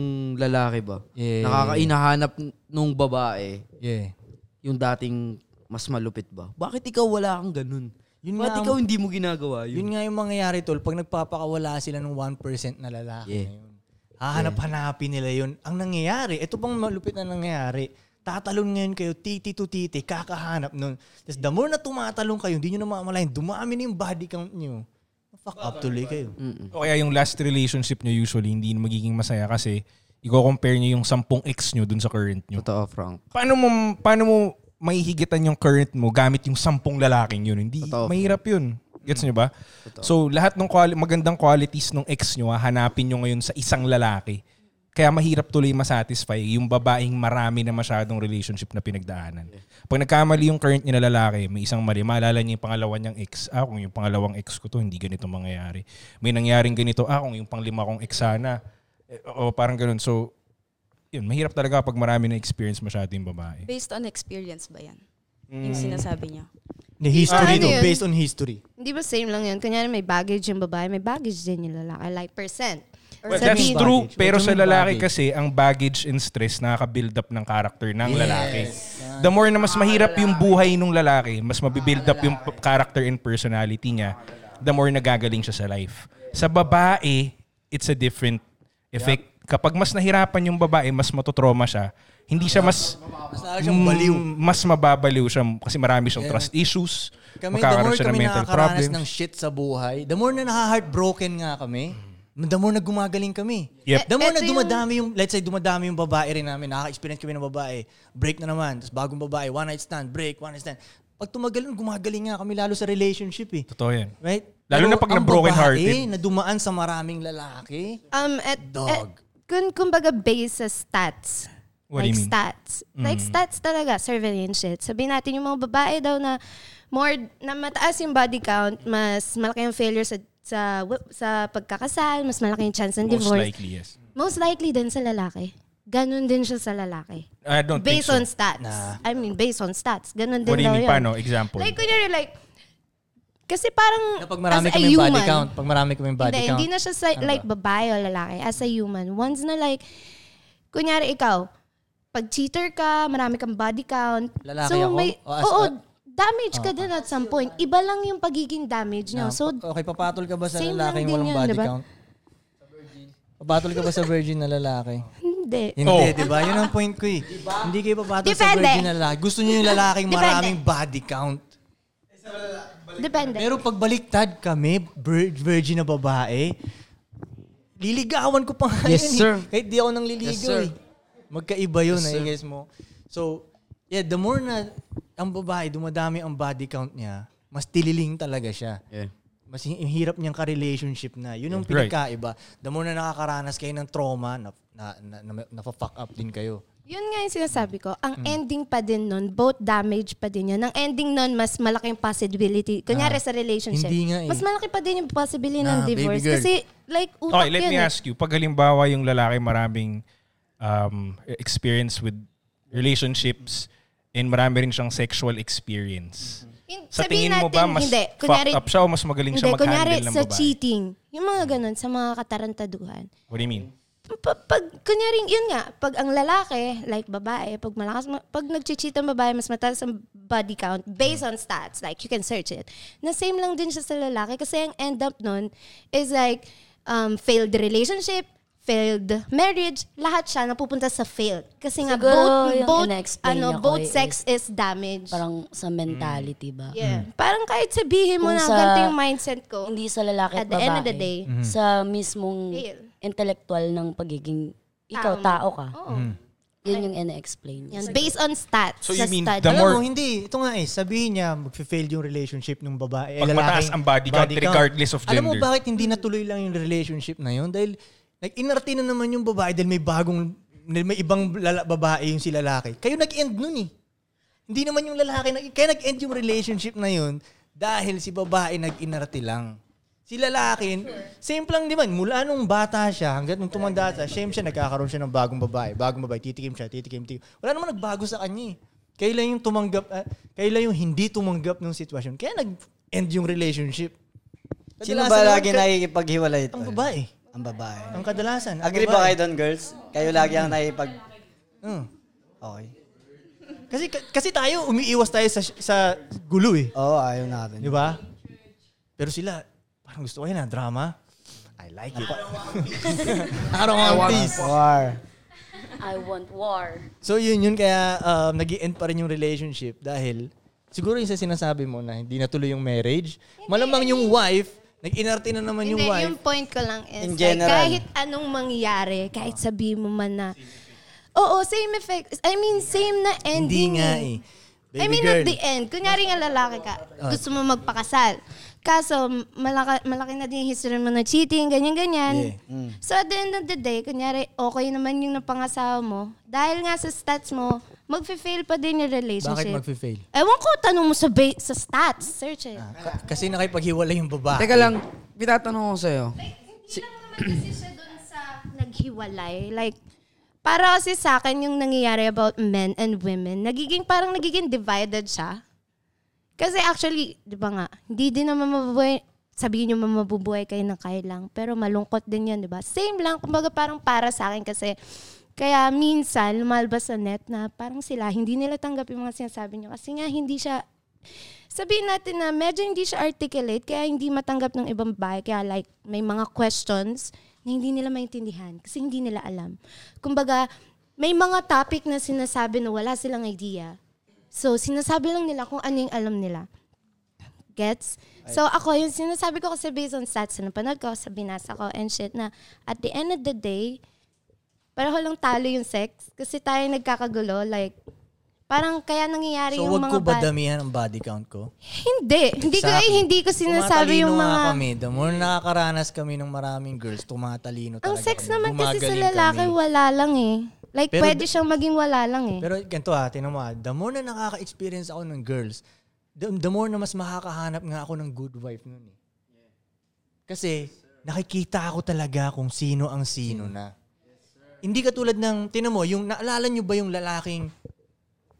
[SPEAKER 3] lalaki ba.
[SPEAKER 4] Yeah.
[SPEAKER 3] Nakakainahanap n- nung babae
[SPEAKER 4] Yeah.
[SPEAKER 3] yung dating mas malupit ba. Bakit ikaw wala kang ganun?
[SPEAKER 4] Yun
[SPEAKER 3] Ba't ikaw hindi mo ginagawa
[SPEAKER 4] yun? Yun nga yung mangyayari, tol. Pag nagpapakawala sila ng 1% na
[SPEAKER 3] Yeah.
[SPEAKER 4] lalaki na yun. Hahanap-hanapin nila yun. Ang nangyayari, ito pang malupit na nangyayari, tatalon ngayon kayo, titi to titi, kakahanap nun. Tapos the more na tumatalon kayo, hindi nyo na mamalayan, dumami na yung body count nyo. Fuck up tuloy kayo.
[SPEAKER 2] Mm-hmm. O kaya yung last relationship nyo usually hindi magiging masaya kasi i-compare nyo yung sampung ex nyo dun sa current nyo.
[SPEAKER 3] Totoo, Frank.
[SPEAKER 2] Paano mo, paano mo maihigitan yung current mo gamit yung sampung lalaking yun? Hindi, mahirap yun. Gets nyo ba? So, lahat ng quali- magandang qualities ng ex nyo, ah, hanapin nyo ngayon sa isang lalaki. Kaya mahirap tuloy masatisfy yung babaeng marami na masyadong relationship na pinagdaanan. Pag nagkamali yung current niya na lalaki, may isang mali, maalala niya yung pangalawa niyang ex. Ah, kung yung pangalawang ex ko to, hindi ganito mangyayari. May nangyaring ganito, ah, kung yung panglima kong ex sana. Eh, o parang ganun. So, yun, mahirap talaga pag marami na experience masyado yung babae.
[SPEAKER 7] Based on experience ba yan? Yung
[SPEAKER 2] Mm.
[SPEAKER 7] sinasabi niya.
[SPEAKER 4] The history
[SPEAKER 6] Ano
[SPEAKER 4] to,
[SPEAKER 6] yun?
[SPEAKER 4] based on history.
[SPEAKER 6] Hindi ba same lang yun? Kunyari may baggage yung babae, may baggage din yung lalaki. Like percent.
[SPEAKER 2] Well, that's
[SPEAKER 6] Sabihin-
[SPEAKER 2] true. Pero
[SPEAKER 4] What do
[SPEAKER 2] sa
[SPEAKER 4] you mean
[SPEAKER 2] lalaki
[SPEAKER 4] baggage?
[SPEAKER 2] kasi, ang baggage and stress nakaka-build up ng character ng
[SPEAKER 4] Yes.
[SPEAKER 2] lalaki. The more na mas
[SPEAKER 4] Ah,
[SPEAKER 2] mahirap yung buhay ng lalaki, mas mabibuild up yung p- character and personality niya, the more nagagaling siya sa life. Sa babae, it's a different effect. Kapag mas nahirapan yung babae, mas matotrauma siya. Hindi siya mas...
[SPEAKER 4] lalo siyang baliw.
[SPEAKER 2] Mm, Mas mababaliw siya kasi marami siyang
[SPEAKER 4] Yeah.
[SPEAKER 2] trust issues.
[SPEAKER 4] Kami, the
[SPEAKER 2] magkakaroon
[SPEAKER 4] more
[SPEAKER 2] siya ng
[SPEAKER 4] kami
[SPEAKER 2] mental
[SPEAKER 4] nakakaranas
[SPEAKER 2] problems.
[SPEAKER 4] ng shit sa buhay, the more na naka-heartbroken nga kami, the more na gumagaling kami.
[SPEAKER 2] Yep.
[SPEAKER 4] The more
[SPEAKER 6] E,
[SPEAKER 2] Eh, eto
[SPEAKER 4] na
[SPEAKER 2] yung-
[SPEAKER 4] dumadami yung, let's say, dumadami yung babae rin namin, nakaka-experience kami ng babae, break na naman, tapos bagong babae, one night stand, break, one night stand. Pag tumagal, nun, gumagaling nga kami lalo sa relationship eh.
[SPEAKER 2] Totoo yan.
[SPEAKER 4] Right?
[SPEAKER 2] Lalo na pag
[SPEAKER 4] ang
[SPEAKER 2] na-broken
[SPEAKER 4] babae
[SPEAKER 2] hearted.
[SPEAKER 4] na dumaan sa maraming lalaki,
[SPEAKER 6] Um, at,
[SPEAKER 4] Dog.
[SPEAKER 6] At, kun, kumbaga based sa stats.
[SPEAKER 4] What do
[SPEAKER 6] like
[SPEAKER 4] you mean?
[SPEAKER 6] stats. Like
[SPEAKER 4] Mm.
[SPEAKER 6] stats talaga, survey and shit. Sabihin natin yung mga babae daw na more, na mataas yung body count, mas malaki yung failure sa sa sa pagkakasal, mas malaki yung chance ng
[SPEAKER 2] Most
[SPEAKER 6] divorce.
[SPEAKER 2] likely, yes.
[SPEAKER 6] Most likely din sa lalaki. Ganun din siya sa lalaki.
[SPEAKER 2] I don't
[SPEAKER 6] based
[SPEAKER 2] think so.
[SPEAKER 6] on stats.
[SPEAKER 2] Nah.
[SPEAKER 6] I mean, based on stats. Ganun din
[SPEAKER 2] What do you
[SPEAKER 6] daw
[SPEAKER 2] mean?
[SPEAKER 6] yun.
[SPEAKER 2] Paano? Example.
[SPEAKER 6] Like, kunyari, like, kasi parang
[SPEAKER 4] pag marami
[SPEAKER 6] as a
[SPEAKER 4] kami
[SPEAKER 6] human,
[SPEAKER 4] body count, pag marami kami body
[SPEAKER 6] hindi,
[SPEAKER 4] count.
[SPEAKER 6] hindi na siya sa,
[SPEAKER 4] Ano ba?
[SPEAKER 6] like babae o lalaki. As a human, once na like, kunyari ikaw, pag cheater ka, marami kang body count.
[SPEAKER 4] Lalaki ako? O as-
[SPEAKER 6] oo,
[SPEAKER 4] o-
[SPEAKER 6] damage ka din at some point. Iba lang yung pagiging damage
[SPEAKER 4] na,
[SPEAKER 6] nyo. So,
[SPEAKER 4] okay, papatol ka ba sa
[SPEAKER 6] same lang
[SPEAKER 4] lalaking
[SPEAKER 6] din
[SPEAKER 4] walang
[SPEAKER 6] yun,
[SPEAKER 4] body
[SPEAKER 6] diba?
[SPEAKER 4] count? Papatol ka ba sa virgin na lalaki?
[SPEAKER 6] hindi. Diba?
[SPEAKER 4] Hindi,
[SPEAKER 3] Oh.
[SPEAKER 4] di ba? Yun ang point ko eh. Hindi kayo papatol sa
[SPEAKER 6] Depende.
[SPEAKER 4] virgin na lalaki. Gusto niyo yung lalaking
[SPEAKER 6] Depende.
[SPEAKER 4] maraming body count.
[SPEAKER 6] Depende.
[SPEAKER 4] Pero pag baliktad kami, vir- virgin na babae, liligawan ko pa nga
[SPEAKER 3] Yes,
[SPEAKER 4] yun eh.
[SPEAKER 3] sir.
[SPEAKER 4] Kahit di ako nang liligaw
[SPEAKER 3] Yes, sir.
[SPEAKER 4] eh. Magkaiba yun,
[SPEAKER 3] Yes,
[SPEAKER 4] yes,
[SPEAKER 3] sir.
[SPEAKER 4] guess mo. So, yeah, the more na ang babae, dumadami ang body count niya, mas tililing talaga siya. Mas hi- hirap niyang ka-relationship na. Yun ang
[SPEAKER 3] Right.
[SPEAKER 4] pinakaiba. The more na nakakaranas kayo ng trauma, na, na, na, na, nafa-fuck up din kayo.
[SPEAKER 6] Yun nga yung sinasabi ko. Ang
[SPEAKER 4] Mm.
[SPEAKER 6] ending pa din nun, both damage pa din yun. Ang ending nun, mas malaking possibility. Kunyari
[SPEAKER 2] Ah,
[SPEAKER 6] sa relationship.
[SPEAKER 2] hindi nga eh.
[SPEAKER 6] Mas malaki pa din yung possibility ng
[SPEAKER 2] Ah, baby
[SPEAKER 6] divorce.
[SPEAKER 2] girl.
[SPEAKER 6] Kasi like utak
[SPEAKER 2] Okay, let
[SPEAKER 6] yun.
[SPEAKER 2] me
[SPEAKER 6] eh.
[SPEAKER 2] ask you. Pag halimbawa yung lalaki maraming um, experience with relationships and marami rin siyang sexual experience. Sa
[SPEAKER 6] Mm-hmm. Sabihin
[SPEAKER 2] tingin mo ba
[SPEAKER 6] natin,
[SPEAKER 2] mas
[SPEAKER 6] hindi.
[SPEAKER 2] fucked
[SPEAKER 6] Kunyari-
[SPEAKER 2] up siya o mas magaling siya
[SPEAKER 6] Hindi, kunyari
[SPEAKER 2] mag-handle ng
[SPEAKER 6] sa
[SPEAKER 2] babae?
[SPEAKER 6] cheating. Yung mga ganun, sa mga katarantaduhan.
[SPEAKER 2] What do you mean?
[SPEAKER 6] Pa- pag, kunyari, yun nga, pag ang lalaki, like babae, pag malakas, ma- pag nag-cheat ang babae, mas mataas ang body count based on stats. Like, you can search it. Na same lang din siya sa lalaki kasi ang end up nun is like, um, failed relationship, failed marriage, lahat siya napupunta sa failed. Kasi nga,
[SPEAKER 8] Siguro
[SPEAKER 6] both,
[SPEAKER 8] yung
[SPEAKER 6] both,
[SPEAKER 8] in-explain
[SPEAKER 6] ano,
[SPEAKER 8] niya ko eh.
[SPEAKER 6] both
[SPEAKER 8] is-
[SPEAKER 6] sex is damage.
[SPEAKER 8] Parang sa mentality ba?
[SPEAKER 6] Yeah. Parang kahit sabihin mo
[SPEAKER 8] Kung
[SPEAKER 6] na
[SPEAKER 8] sa-
[SPEAKER 6] ganito yung mindset ko.
[SPEAKER 8] Hindi sa
[SPEAKER 6] At
[SPEAKER 8] lalaki
[SPEAKER 6] the end of the day,
[SPEAKER 8] sa mismong
[SPEAKER 6] Real.
[SPEAKER 8] intellectual ng pagiging
[SPEAKER 6] Tao
[SPEAKER 8] ikaw,
[SPEAKER 6] mo.
[SPEAKER 8] tao ka.
[SPEAKER 6] Oo. Mm.
[SPEAKER 8] Yun yung ina-explain. niya.
[SPEAKER 6] Yan, based on stats.
[SPEAKER 8] So you
[SPEAKER 6] sa
[SPEAKER 8] mean
[SPEAKER 6] stud-
[SPEAKER 4] Alam mo, hindi. Ito nga eh, sabihin niya, mag-fail yung relationship ng babae. eh,
[SPEAKER 2] Pag mataas
[SPEAKER 4] lalaking
[SPEAKER 2] ang body count, regardless of
[SPEAKER 4] Alam mo
[SPEAKER 2] gender.
[SPEAKER 4] bakit hindi natuloy lang yung relationship na yun? Dahil like, inarte na naman yung babae dahil may bagong, dahil may ibang lala, babae yung si lalaki. Kayo nag-end nun eh. Hindi naman yung lalaki, nag, kaya nag-end yung relationship na yun dahil si babae nag-inarte lang. Si lalaki, same lang naman. Mula nung bata siya, hanggat nung tumanda siya, same siya, nagkakaroon siya ng bagong babae. Bagong babae, titikim siya, titikim, titikim. Wala naman nagbago sa kanya eh. Kailan yung tumanggap, ah, kailan yung hindi tumanggap ng sitwasyon. Kaya nag-end yung relationship.
[SPEAKER 11] Sino
[SPEAKER 4] Kadalasan
[SPEAKER 11] ba lagi
[SPEAKER 4] naman,
[SPEAKER 11] nakikipaghiwalay ito?
[SPEAKER 4] Ang babae.
[SPEAKER 11] Ang babae.
[SPEAKER 4] Ang kadalasan. ang
[SPEAKER 11] Agree
[SPEAKER 4] babae.
[SPEAKER 11] ba kayo doon, girls? Kayo lagi ang nakikipag...
[SPEAKER 4] Mm.
[SPEAKER 11] Okay.
[SPEAKER 4] Kasi kasi tayo umiiwas tayo sa sa gulo eh.
[SPEAKER 11] Oo, ayaw natin.
[SPEAKER 4] Di ba? Pero sila, parang gusto ko yun, ah, drama. I like it.
[SPEAKER 8] I don't want peace.
[SPEAKER 4] War.
[SPEAKER 8] I want war.
[SPEAKER 4] So yun yun kaya um, nag end pa rin yung relationship dahil siguro yung sa sinasabi mo na hindi natuloy yung marriage. Malamang yung wife, nag-inarte na naman yung
[SPEAKER 6] Hindi,
[SPEAKER 4] wife.
[SPEAKER 6] yung point ko lang is, In
[SPEAKER 4] In general.
[SPEAKER 6] kahit anong mangyari, kahit sabihin mo man na, oo, same effect. I mean, same na
[SPEAKER 4] Hindi
[SPEAKER 6] ending.
[SPEAKER 4] nga
[SPEAKER 6] eh.
[SPEAKER 4] eh.
[SPEAKER 6] I mean,
[SPEAKER 4] girl.
[SPEAKER 6] at the end, kunyari nga lalaki ka,
[SPEAKER 4] Oh.
[SPEAKER 6] gusto mo magpakasal. Kaso, malaki, malaki na din yung history mo na cheating, ganyan-ganyan.
[SPEAKER 4] Mm.
[SPEAKER 6] So at the end of the day, kunyari, okay naman yung napangasawa mo. Dahil nga sa stats mo, magfe-fail pa din yung
[SPEAKER 4] Bakit
[SPEAKER 6] relationship.
[SPEAKER 4] magfe-fail? Ah,
[SPEAKER 6] Ewan ko, tanong mo sa, ba- sa stats. Search it.
[SPEAKER 4] Ka- kasi nakipaghiwalay yung babae.
[SPEAKER 3] Teka lang, pitatanong ko sa'yo.
[SPEAKER 6] naghiwalay. Like, para kasi sa akin yung nangyayari about men and women, nagiging parang nagiging divided siya. Kasi actually, di ba nga, hindi din naman mabubuhay, sabihin nyo mamabubuhay kayo ng kailang, pero malungkot din yan, di ba? Same lang, kumbaga parang para sa akin kasi, kaya minsan lumalabas sa net na parang sila, hindi nila tanggap yung mga sinasabi nyo kasi nga hindi siya sabihin natin na medyo hindi siya articulate, kaya hindi matanggap ng ibang babae. Kaya like, may mga questions na hindi nila maintindihan kasi hindi nila alam. Kumbaga, may mga topic na sinasabi na wala silang idea. So, sinasabi lang nila kung ano yung alam nila. Gets? So, ako, yung sinasabi ko kasi based on stats na napanood ko, sa binasa ko and shit na at the end of the day, pareho lang talo yung sex kasi tayo nagkakagulo. Like, parang kaya nangyayari
[SPEAKER 4] So
[SPEAKER 6] yung
[SPEAKER 4] wag
[SPEAKER 6] mga
[SPEAKER 4] ko
[SPEAKER 6] bad-
[SPEAKER 4] badamihan ang body count ko?
[SPEAKER 6] hindi. Hindi ko,
[SPEAKER 4] Sa
[SPEAKER 6] eh,
[SPEAKER 4] akin.
[SPEAKER 6] hindi ko sinasabi yung
[SPEAKER 4] Tumatalino
[SPEAKER 6] mga...
[SPEAKER 4] nga kami. The more nakakaranas kami ng maraming girls, tumatalino talaga
[SPEAKER 6] Ang sex
[SPEAKER 4] kami.
[SPEAKER 6] naman kasi sa
[SPEAKER 4] Gumagaling
[SPEAKER 6] lalaki,
[SPEAKER 4] kami.
[SPEAKER 6] wala lang eh. Like,
[SPEAKER 4] Pero-
[SPEAKER 6] pwede siyang maging wala lang eh.
[SPEAKER 4] Pero ganito ha, tinan mo ha, the more na nakaka-experience ako ng girls, the, the more na mas makakahanap nga ako ng good wife nun eh. Kasi nakikita ako talaga kung sino ang sino na. Hindi katulad ng, tinan mo, yung naalala nyo ba yung lalaking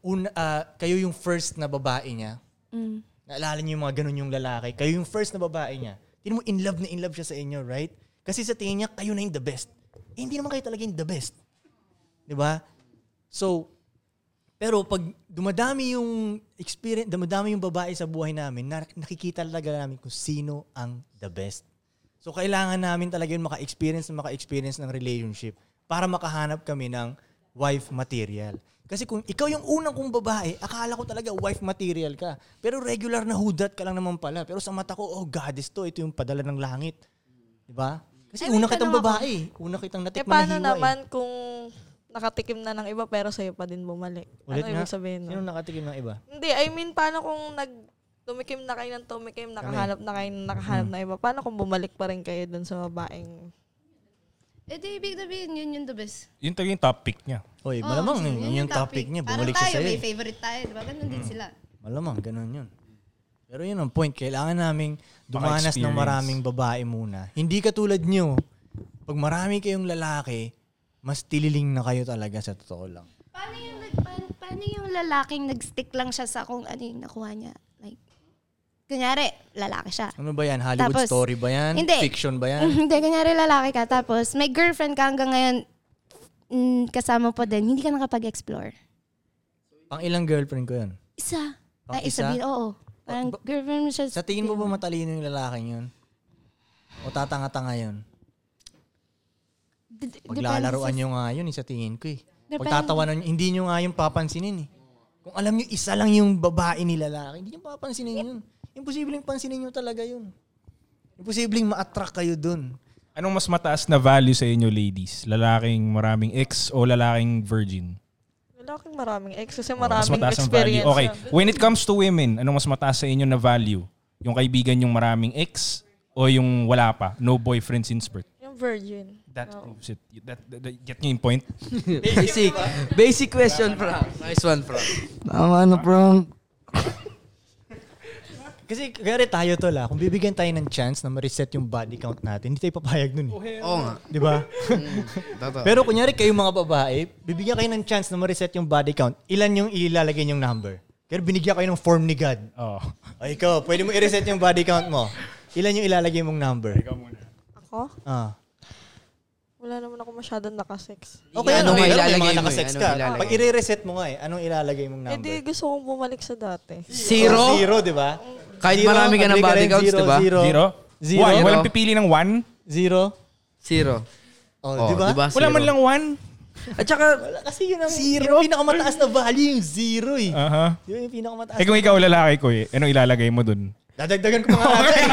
[SPEAKER 4] una, ah, kayo yung first na babae niya?
[SPEAKER 6] Mm.
[SPEAKER 4] Naalala niyo yung mga ganun yung lalaki. Kayo yung first na babae niya. Tinan mo, in love na in love siya sa inyo, right? Kasi sa tingin niya, kayo na yung the best. Eh, hindi naman kayo talaga yung the best. Di ba? So, pero pag dumadami yung experience, dumadami yung babae sa buhay namin, na, nakikita talaga namin kung sino ang the best. So, kailangan namin talaga yun maka-experience na maka-experience ng relationship para makahanap kami ng wife material. Kasi kung ikaw yung unang kong babae, akala ko talaga wife material ka. Pero regular na hudat ka lang naman pala. Pero sa mata ko, oh, goddess to. Ito yung padala ng langit. Di ba? Kasi
[SPEAKER 9] Ay, may
[SPEAKER 4] una kitang
[SPEAKER 9] tanong ako.
[SPEAKER 4] babae. Una kitang
[SPEAKER 9] Eh,
[SPEAKER 4] natikman na
[SPEAKER 9] paano
[SPEAKER 4] hiwa eh.
[SPEAKER 9] naman kung nakatikim na ng iba pero sa'yo pa din bumalik?
[SPEAKER 4] Ulit
[SPEAKER 9] ano
[SPEAKER 4] nga?
[SPEAKER 9] ibig sabihin?
[SPEAKER 4] Sino
[SPEAKER 9] nun?
[SPEAKER 4] nakatikim ng iba?
[SPEAKER 9] Hindi, I mean, paano kung nag tumikim na kayo ng tumikim, nakahanap na kayo ng nakahanap
[SPEAKER 2] Hmm.
[SPEAKER 9] na iba, paano kung bumalik pa rin kayo dun sa babaeng...
[SPEAKER 6] Eh, di ibig sabihin, yun yung the best.
[SPEAKER 2] Yun talaga yung topic niya.
[SPEAKER 6] Oh,
[SPEAKER 4] Oy, Eh, malamang yun, yun yung topic niya. Bumalik siya sa'yo. eh. Mm.
[SPEAKER 6] favorite tayo, di ba? Ganun din sila.
[SPEAKER 4] Malamang, ganun yun. Pero yun ang point. Kailangan naming dumanas ng
[SPEAKER 2] Maka-experience.
[SPEAKER 4] maraming babae muna. Hindi katulad nyo, pag marami kayong lalaki, mas tililing na kayo talaga sa totoo lang.
[SPEAKER 6] Paano yung, nag, paano, paano yung lalaking nag-stick lang siya sa kung ano yung nakuha niya? Like, kunyari, lalaki siya.
[SPEAKER 4] Ano ba yan? Hollywood
[SPEAKER 6] Tapos,
[SPEAKER 4] story ba yan?
[SPEAKER 6] Hindi.
[SPEAKER 4] Fiction ba yan?
[SPEAKER 6] hindi, kunyari lalaki ka. Tapos, may girlfriend ka hanggang ngayon, mm, kasama pa din, hindi ka nakapag-explore.
[SPEAKER 4] Pang ilang girlfriend ko yun?
[SPEAKER 6] Isa.
[SPEAKER 4] Pang
[SPEAKER 6] Ay, isa?
[SPEAKER 4] isa?
[SPEAKER 6] din, oo. Parang girlfriend mo siya.
[SPEAKER 4] Sa tingin mo ba matalino yung lalaking yun? O tatanga-tanga yun? Paglalaroan nyo nga yun, eh, sa tingin ko eh. Pag
[SPEAKER 11] Depende.
[SPEAKER 4] tatawanan nyo, hindi nyo nga yung papansinin eh. Kung alam nyo, isa lang yung babae ni lalaki, hindi nyo papansinin yun. Imposibleng pansinin nyo talaga yun. Imposibleng ma-attract kayo dun.
[SPEAKER 2] Anong mas mataas na value sa inyo, ladies? Lalaking maraming ex o lalaking virgin?
[SPEAKER 9] Lalaking maraming ex kasi
[SPEAKER 2] Mas
[SPEAKER 9] maraming
[SPEAKER 2] mataas ang value.
[SPEAKER 9] experience.
[SPEAKER 2] Okay.
[SPEAKER 9] yun.
[SPEAKER 2] When it comes to women, anong mas mataas sa inyo na value? Yung kaibigan yung maraming ex o yung wala pa? No boyfriend since birth?
[SPEAKER 9] Yung virgin.
[SPEAKER 2] That
[SPEAKER 9] Oo.
[SPEAKER 2] proves it. That, that, that- get niyo yung point?
[SPEAKER 3] Basic. Basic question, bro. Nice one, bro.
[SPEAKER 12] Tama na, bro.
[SPEAKER 4] Kasi kagari tayo to la, kung bibigyan tayo ng chance na ma-reset yung body count natin, hindi tayo papayag nun eh.
[SPEAKER 3] Oo nga.
[SPEAKER 4] Di ba?
[SPEAKER 3] Totoo.
[SPEAKER 4] Pero kunyari kayong mga babae, bibigyan kayo ng chance na ma-reset yung body count. Ilan yung ilalagay yung number? Pero binigyan kayo ng form ni God.
[SPEAKER 2] Oh.
[SPEAKER 4] Ay, ikaw, pwede mo i-reset yung body count mo. Ilan yung ilalagay mong number? Ikaw muna.
[SPEAKER 9] Ako?
[SPEAKER 4] Ah.
[SPEAKER 9] Wala naman ako masyadong nakasex.
[SPEAKER 4] Okay, ano,
[SPEAKER 3] Ano
[SPEAKER 4] may
[SPEAKER 3] ba
[SPEAKER 4] ilalagay
[SPEAKER 3] ilalagay mo
[SPEAKER 4] mga
[SPEAKER 3] eh?
[SPEAKER 4] nakasex
[SPEAKER 3] Ano
[SPEAKER 4] ka.
[SPEAKER 3] ilalagay
[SPEAKER 4] Pag
[SPEAKER 3] mo?
[SPEAKER 4] i-reset mo nga eh, anong ilalagay mong
[SPEAKER 9] Eh
[SPEAKER 4] number?
[SPEAKER 9] di gusto kong bumalik sa dati.
[SPEAKER 4] Zero, di ba?
[SPEAKER 3] Kahit marami ka ng
[SPEAKER 2] agree
[SPEAKER 3] body
[SPEAKER 2] rin,
[SPEAKER 3] counts,
[SPEAKER 2] zero,
[SPEAKER 3] di ba?
[SPEAKER 2] Zero.
[SPEAKER 3] Zero.
[SPEAKER 2] One.
[SPEAKER 3] Zero.
[SPEAKER 2] Walang pipili ng one?
[SPEAKER 4] Zero.
[SPEAKER 3] Zero.
[SPEAKER 4] Oh,
[SPEAKER 3] diba?
[SPEAKER 4] di ba?
[SPEAKER 2] Wala man lang one.
[SPEAKER 3] At saka,
[SPEAKER 4] kasi yun ang, zero. yung pinakamataas na value, yung zero eh.
[SPEAKER 2] Aha.
[SPEAKER 4] Yun yung pinakamataas.
[SPEAKER 2] Eh kung
[SPEAKER 4] na-
[SPEAKER 2] ikaw lalaki ko eh, anong ilalagay mo dun?
[SPEAKER 4] Dadagdagan ko pa nga ata eh.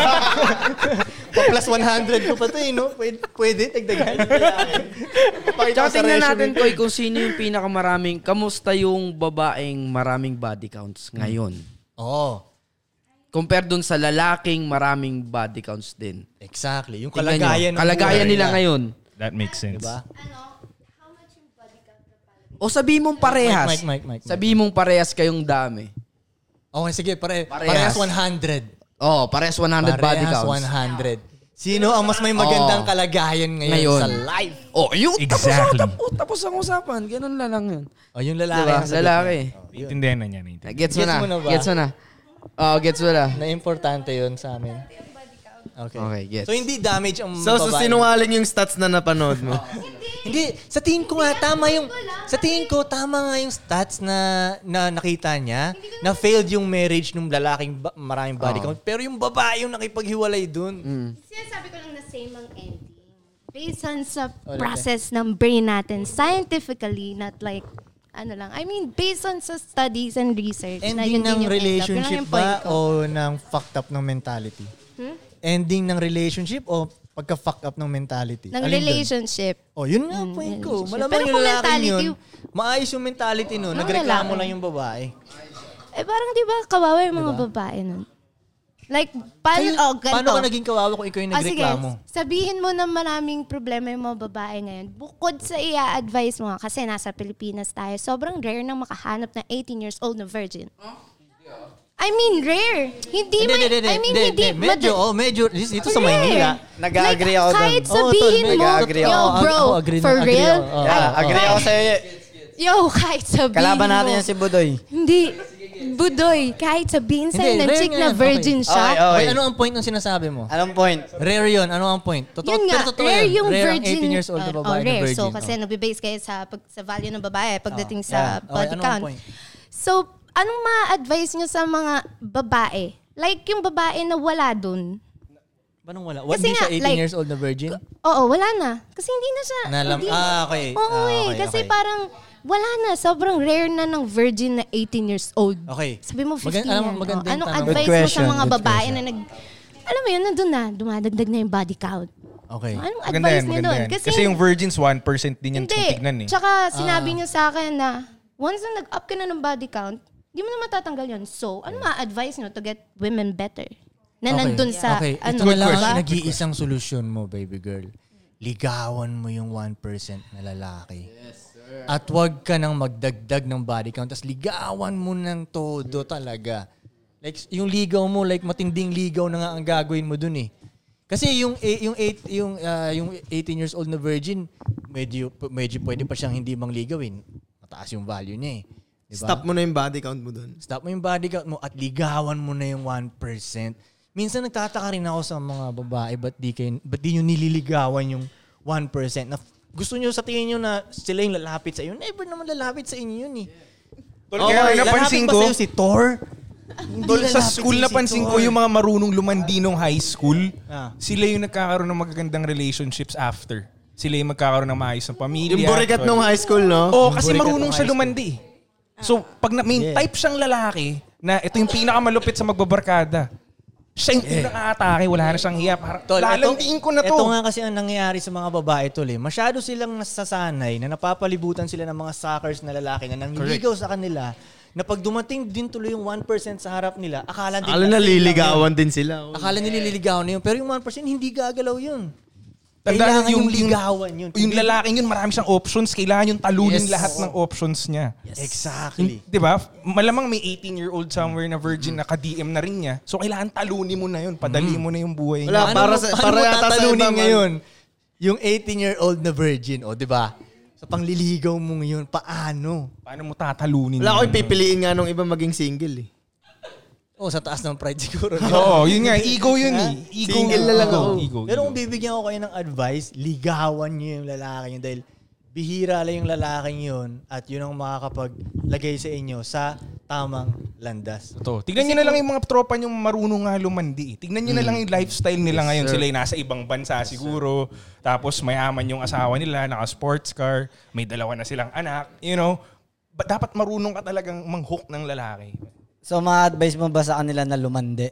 [SPEAKER 4] Pa plus 100 ko pa to eh, no? Pwede, pwede dagdagan.
[SPEAKER 3] Tsaka
[SPEAKER 4] Pakita ko sa
[SPEAKER 3] tingnan
[SPEAKER 4] resume
[SPEAKER 3] natin,
[SPEAKER 4] ko.
[SPEAKER 3] Koy, kung sino yung pinakamaraming, kamusta yung babaeng maraming body counts
[SPEAKER 4] Hmm.
[SPEAKER 3] ngayon?
[SPEAKER 4] Oo.
[SPEAKER 3] Compare dun sa lalaking maraming body counts din.
[SPEAKER 4] Exactly. Yung
[SPEAKER 3] Tingnan nyo,
[SPEAKER 4] kalagayan ng
[SPEAKER 3] kalagayan
[SPEAKER 4] buhay
[SPEAKER 3] nila
[SPEAKER 4] nila.
[SPEAKER 3] ngayon.
[SPEAKER 2] That makes sense.
[SPEAKER 4] Diba?
[SPEAKER 3] O sabi mong parehas.
[SPEAKER 4] Mike, Mike, Mike, Mike.
[SPEAKER 3] sabi mong parehas kayong dami.
[SPEAKER 4] Okay, sige, pare,
[SPEAKER 3] Parehas.
[SPEAKER 4] parehas 100.
[SPEAKER 3] Oh, parehas 100 body
[SPEAKER 4] Parehas
[SPEAKER 3] counts.
[SPEAKER 4] 100. Sino ang mas may magandang
[SPEAKER 3] Oo.
[SPEAKER 4] kalagayan ngayon,
[SPEAKER 3] Ngayon.
[SPEAKER 4] sa life?
[SPEAKER 3] Oh, yun. Tapos,
[SPEAKER 2] Exactly.
[SPEAKER 3] tapos, tapos ang usapan. Ganun lang lang yun.
[SPEAKER 4] Oh, yung
[SPEAKER 3] lalaki Diba? ang sagot Lalaki. niya.
[SPEAKER 4] Oh,
[SPEAKER 2] Intindihan na niya. naiintindihan.
[SPEAKER 3] Gets mo na. Gets mo na. Oh, gets mo na.
[SPEAKER 4] Na importante yun sa amin. Okay.
[SPEAKER 3] Okay, gets.
[SPEAKER 4] So hindi damage ang
[SPEAKER 1] So, so
[SPEAKER 4] babae. Ah,
[SPEAKER 1] sinungaling yung stats na napanood mo.
[SPEAKER 4] Hindi, sa tingin ko nga tama yung sa tingin ko tama nga yung stats na na nakita niya na failed yung marriage ng lalaking ba- maraming
[SPEAKER 3] Oo.
[SPEAKER 4] body
[SPEAKER 3] Mm.
[SPEAKER 4] count pero yung babae yung nakipaghiwalay dun.
[SPEAKER 6] Sinasabi ko lang na same ang ending. Based on sa
[SPEAKER 4] Oh, okay.
[SPEAKER 6] process ng brain natin, scientifically, not like, ano lang. I mean, based on sa studies and research. na
[SPEAKER 4] Ending
[SPEAKER 6] yun din
[SPEAKER 4] ng
[SPEAKER 6] yung
[SPEAKER 4] relationship
[SPEAKER 6] end up. Yun lang yung point
[SPEAKER 4] ba
[SPEAKER 6] ko.
[SPEAKER 4] o ng fucked up ng mentality?
[SPEAKER 6] Hmm?
[SPEAKER 4] Ending ng relationship o pagka-fucked up ng mentality?
[SPEAKER 6] Ng
[SPEAKER 4] Alin dun?
[SPEAKER 6] relationship.
[SPEAKER 4] Oh, yun
[SPEAKER 6] Mm,
[SPEAKER 4] nga ang point ko.
[SPEAKER 6] relationship.
[SPEAKER 4] Malamang
[SPEAKER 6] Pero
[SPEAKER 4] yung
[SPEAKER 6] kung
[SPEAKER 4] lalaking
[SPEAKER 6] mentality,
[SPEAKER 4] yun, maayos yung mentality nun.
[SPEAKER 6] Ng
[SPEAKER 4] Nagreklamo
[SPEAKER 6] lalaki.
[SPEAKER 4] lang yung babae.
[SPEAKER 6] Eh, parang di ba kawawa yung mga babae nun? Like, paano,
[SPEAKER 4] Kayo-
[SPEAKER 6] oh, ganito.
[SPEAKER 4] paano ka naging kawawa kung ikaw yung
[SPEAKER 6] Ah, sige,
[SPEAKER 4] nagreklamo?
[SPEAKER 6] sabihin mo na maraming problema yung mga babae ngayon. Bukod sa i-advise mo nga, kasi nasa Pilipinas tayo, sobrang rare nang makahanap na 18 years old na virgin. I mean, rare. Hindi,
[SPEAKER 4] Hindi,
[SPEAKER 6] may-
[SPEAKER 4] hindi, hindi.
[SPEAKER 6] I mean,
[SPEAKER 4] Hindi,
[SPEAKER 6] hindi.
[SPEAKER 4] hindi. Medyo,
[SPEAKER 6] mad-
[SPEAKER 4] oh, medyo. Dito sa
[SPEAKER 6] Rare.
[SPEAKER 4] Maynila. Oh,
[SPEAKER 11] Nag-agree ako dun.
[SPEAKER 6] Kahit
[SPEAKER 11] Oo, tol,
[SPEAKER 6] sabihin mo,
[SPEAKER 11] nag-agree
[SPEAKER 6] yo
[SPEAKER 11] ako.
[SPEAKER 4] Ah,
[SPEAKER 6] bro,
[SPEAKER 11] Ako, agree na-
[SPEAKER 6] for
[SPEAKER 11] agree
[SPEAKER 6] real?
[SPEAKER 11] ako. Oo, oo, agree ako sa'yo.
[SPEAKER 4] eh.
[SPEAKER 6] Yo, kahit sabihin
[SPEAKER 11] Kalaban
[SPEAKER 6] mo.
[SPEAKER 11] natin yan si Budoy.
[SPEAKER 6] Hindi. Budoy, kahit sabihin sa'yo ng
[SPEAKER 4] rare
[SPEAKER 6] chick
[SPEAKER 4] nga
[SPEAKER 6] na
[SPEAKER 4] yan.
[SPEAKER 6] virgin
[SPEAKER 4] Okay.
[SPEAKER 6] siya,
[SPEAKER 4] Okay, okay. Ano ang point ng sinasabi mo?
[SPEAKER 11] Anong point?
[SPEAKER 4] Rare yun. Ano ang point? Totoo,
[SPEAKER 6] yun nga,
[SPEAKER 4] pero totoo
[SPEAKER 6] rare
[SPEAKER 4] yan.
[SPEAKER 6] yung
[SPEAKER 4] rare
[SPEAKER 6] virgin.
[SPEAKER 4] Ang 18 years old na
[SPEAKER 6] oh,
[SPEAKER 4] babae
[SPEAKER 6] oh,
[SPEAKER 4] na
[SPEAKER 6] rare.
[SPEAKER 4] virgin.
[SPEAKER 6] So, kasi nagbe-base kayo sa, pag, sa value ng babae eh, pagdating sa
[SPEAKER 4] Yeah. Okay,
[SPEAKER 6] body
[SPEAKER 4] ano ang
[SPEAKER 6] count.
[SPEAKER 4] point?
[SPEAKER 6] So, anong ma-advise nyo sa mga babae? Like yung babae na wala dun.
[SPEAKER 4] Anong wala? What,
[SPEAKER 6] Kasi
[SPEAKER 4] di siya
[SPEAKER 6] nga,
[SPEAKER 4] 18
[SPEAKER 6] like-
[SPEAKER 4] years old na virgin?
[SPEAKER 6] Oo, wala na. Kasi hindi na siya.
[SPEAKER 4] Nalam-
[SPEAKER 6] hindi-
[SPEAKER 4] ah, okay.
[SPEAKER 6] Oo
[SPEAKER 4] Ah,
[SPEAKER 6] eh.
[SPEAKER 4] okay,
[SPEAKER 6] Kasi
[SPEAKER 4] okay.
[SPEAKER 6] parang wala na. Sobrang rare na ng virgin na 18 years old.
[SPEAKER 4] Okay.
[SPEAKER 6] Sabi mo 15
[SPEAKER 4] Magan- alam mo,
[SPEAKER 6] yan. Oh,
[SPEAKER 4] maganda yung
[SPEAKER 6] anong
[SPEAKER 4] tanong.
[SPEAKER 6] advice
[SPEAKER 4] Good
[SPEAKER 6] mo
[SPEAKER 4] question,
[SPEAKER 6] sa mga
[SPEAKER 4] good
[SPEAKER 6] babae
[SPEAKER 4] question.
[SPEAKER 6] na nag... Alam mo yun, nandun na. Dumadagdag na yung body count.
[SPEAKER 4] Okay.
[SPEAKER 6] Anong
[SPEAKER 2] Maganda
[SPEAKER 6] advice
[SPEAKER 2] yan,
[SPEAKER 6] niyo
[SPEAKER 2] maganda
[SPEAKER 6] doon?
[SPEAKER 2] yan. Kasi, yung virgins 1% din yan
[SPEAKER 6] Hindi.
[SPEAKER 2] kung tignan eh.
[SPEAKER 6] Tsaka sinabi
[SPEAKER 4] Ah.
[SPEAKER 6] niyo sa akin na once na nag-up ka na ng body count, di mo na matatanggal yun. So, ano ma-advise niyo to get women better? Na nandun sa,
[SPEAKER 4] Okay.
[SPEAKER 6] ano,
[SPEAKER 4] Ito na lang
[SPEAKER 6] diba?
[SPEAKER 4] ang nag-iisang solusyon mo, baby girl. Ligawan mo yung 1% na lalaki. At huwag ka nang magdagdag ng body count. Tapos ligawan mo ng todo talaga. Like, yung ligaw mo, like matinding ligaw na nga ang gagawin mo dun eh. Kasi yung eh, yung eight, yung ah, yung 18 years old na virgin, medyo medyo pwede pa siyang hindi mangligawin. Mataas yung value niya eh. Diba?
[SPEAKER 1] Stop mo na yung body count mo dun.
[SPEAKER 4] Stop mo yung body count mo at ligawan mo na yung 1%. Minsan nagtataka rin ako sa mga babae, ba't di, kayo, ba't di nyo nililigawan yung 1%? Na f- gusto nyo sa tingin nyo na sila yung lalapit sa inyo? Never naman lalapit sa inyo yun eh.
[SPEAKER 2] Tol,
[SPEAKER 9] Oh
[SPEAKER 2] kaya
[SPEAKER 4] lalapit
[SPEAKER 2] napansin
[SPEAKER 4] ba
[SPEAKER 2] ko-
[SPEAKER 4] sa'yo si Thor? Hindi
[SPEAKER 2] Tol, sa
[SPEAKER 4] lalapit
[SPEAKER 2] school
[SPEAKER 4] sa'yo si
[SPEAKER 2] napansin ko
[SPEAKER 4] Thor.
[SPEAKER 2] yung mga marunong lumandinong high school,
[SPEAKER 4] Ah.
[SPEAKER 2] sila yung nagkakaroon ng magagandang relationships after. Sila yung magkakaroon ng maayos ng pamilya.
[SPEAKER 1] Yung burikat
[SPEAKER 2] Tol.
[SPEAKER 1] nung high school, no?
[SPEAKER 2] Oo,
[SPEAKER 1] Yung
[SPEAKER 2] kasi
[SPEAKER 1] burikat
[SPEAKER 2] marunong
[SPEAKER 1] nung
[SPEAKER 2] siya
[SPEAKER 1] high school.
[SPEAKER 2] lumandi. So, pag na, may
[SPEAKER 1] Yeah.
[SPEAKER 2] type siyang lalaki na ito yung pinakamalupit sa magbabarkada, siya yung pinaka-atake, wala na siyang hiya. Parang,
[SPEAKER 4] Tol,
[SPEAKER 2] lalandiin
[SPEAKER 4] eto-
[SPEAKER 2] ko na to.
[SPEAKER 4] Ito nga kasi ang nangyayari sa mga babae tol eh. Masyado silang nasasanay na napapalibutan sila ng mga suckers na lalaki na nangliligaw sa kanila na pag dumating din tuloy yung 1% sa harap nila, akala din
[SPEAKER 1] Akala
[SPEAKER 4] nila-
[SPEAKER 1] naliligawan din sila. oh.
[SPEAKER 4] Akala nililigawan na yun. Pero yung 1% hindi gagalaw yun.
[SPEAKER 2] Tandaan
[SPEAKER 4] Kailangan
[SPEAKER 2] yung,
[SPEAKER 4] yung, ligawan yun.
[SPEAKER 2] Yung, yung lalaking yun, marami siyang options. Kailangan yung talunin
[SPEAKER 4] Yes.
[SPEAKER 2] lahat ng options niya.
[SPEAKER 4] Exactly.
[SPEAKER 2] Di ba? Malamang may 18-year-old somewhere na virgin na ka-DM na rin niya. So, kailangan talunin mo na yun. Padali
[SPEAKER 4] Mm-hmm.
[SPEAKER 2] mo na yung buhay niya.
[SPEAKER 4] Wala, para, sa, para yata sa iba man. ngayon. Yung 18-year-old na virgin, o di ba? Sa pangliligaw mo ngayon, paano?
[SPEAKER 2] Paano mo tatalunin
[SPEAKER 1] Wala ko pipiliin nga nung iba maging single eh.
[SPEAKER 4] Oh, sa taas ng pride siguro.
[SPEAKER 2] Oo, oh, yun nga. Ego yun eh. Ego.
[SPEAKER 1] Single na lang
[SPEAKER 2] Ego,
[SPEAKER 1] ako.
[SPEAKER 2] ego,
[SPEAKER 4] Pero kung bibigyan ko kayo ng advice, ligawan nyo yung lalaki nyo dahil bihira lang yung lalaki yun at yun ang makakapaglagay sa inyo sa tamang landas.
[SPEAKER 2] Totoo. Tignan nyo na lang yung mga tropa nyo marunong nga lumandi. eh. Tignan nyo na
[SPEAKER 4] Mm.
[SPEAKER 2] lang yung lifestyle nila
[SPEAKER 4] Yes,
[SPEAKER 2] ngayon.
[SPEAKER 4] sir.
[SPEAKER 2] Sila yung nasa ibang bansa siguro. Tapos mayaman yung asawa nila, naka-sports car, may dalawa na silang anak. You know, Ba- dapat marunong ka talagang manghook ng lalaki.
[SPEAKER 15] So, ma-advise mo ba sa kanila na lumandi?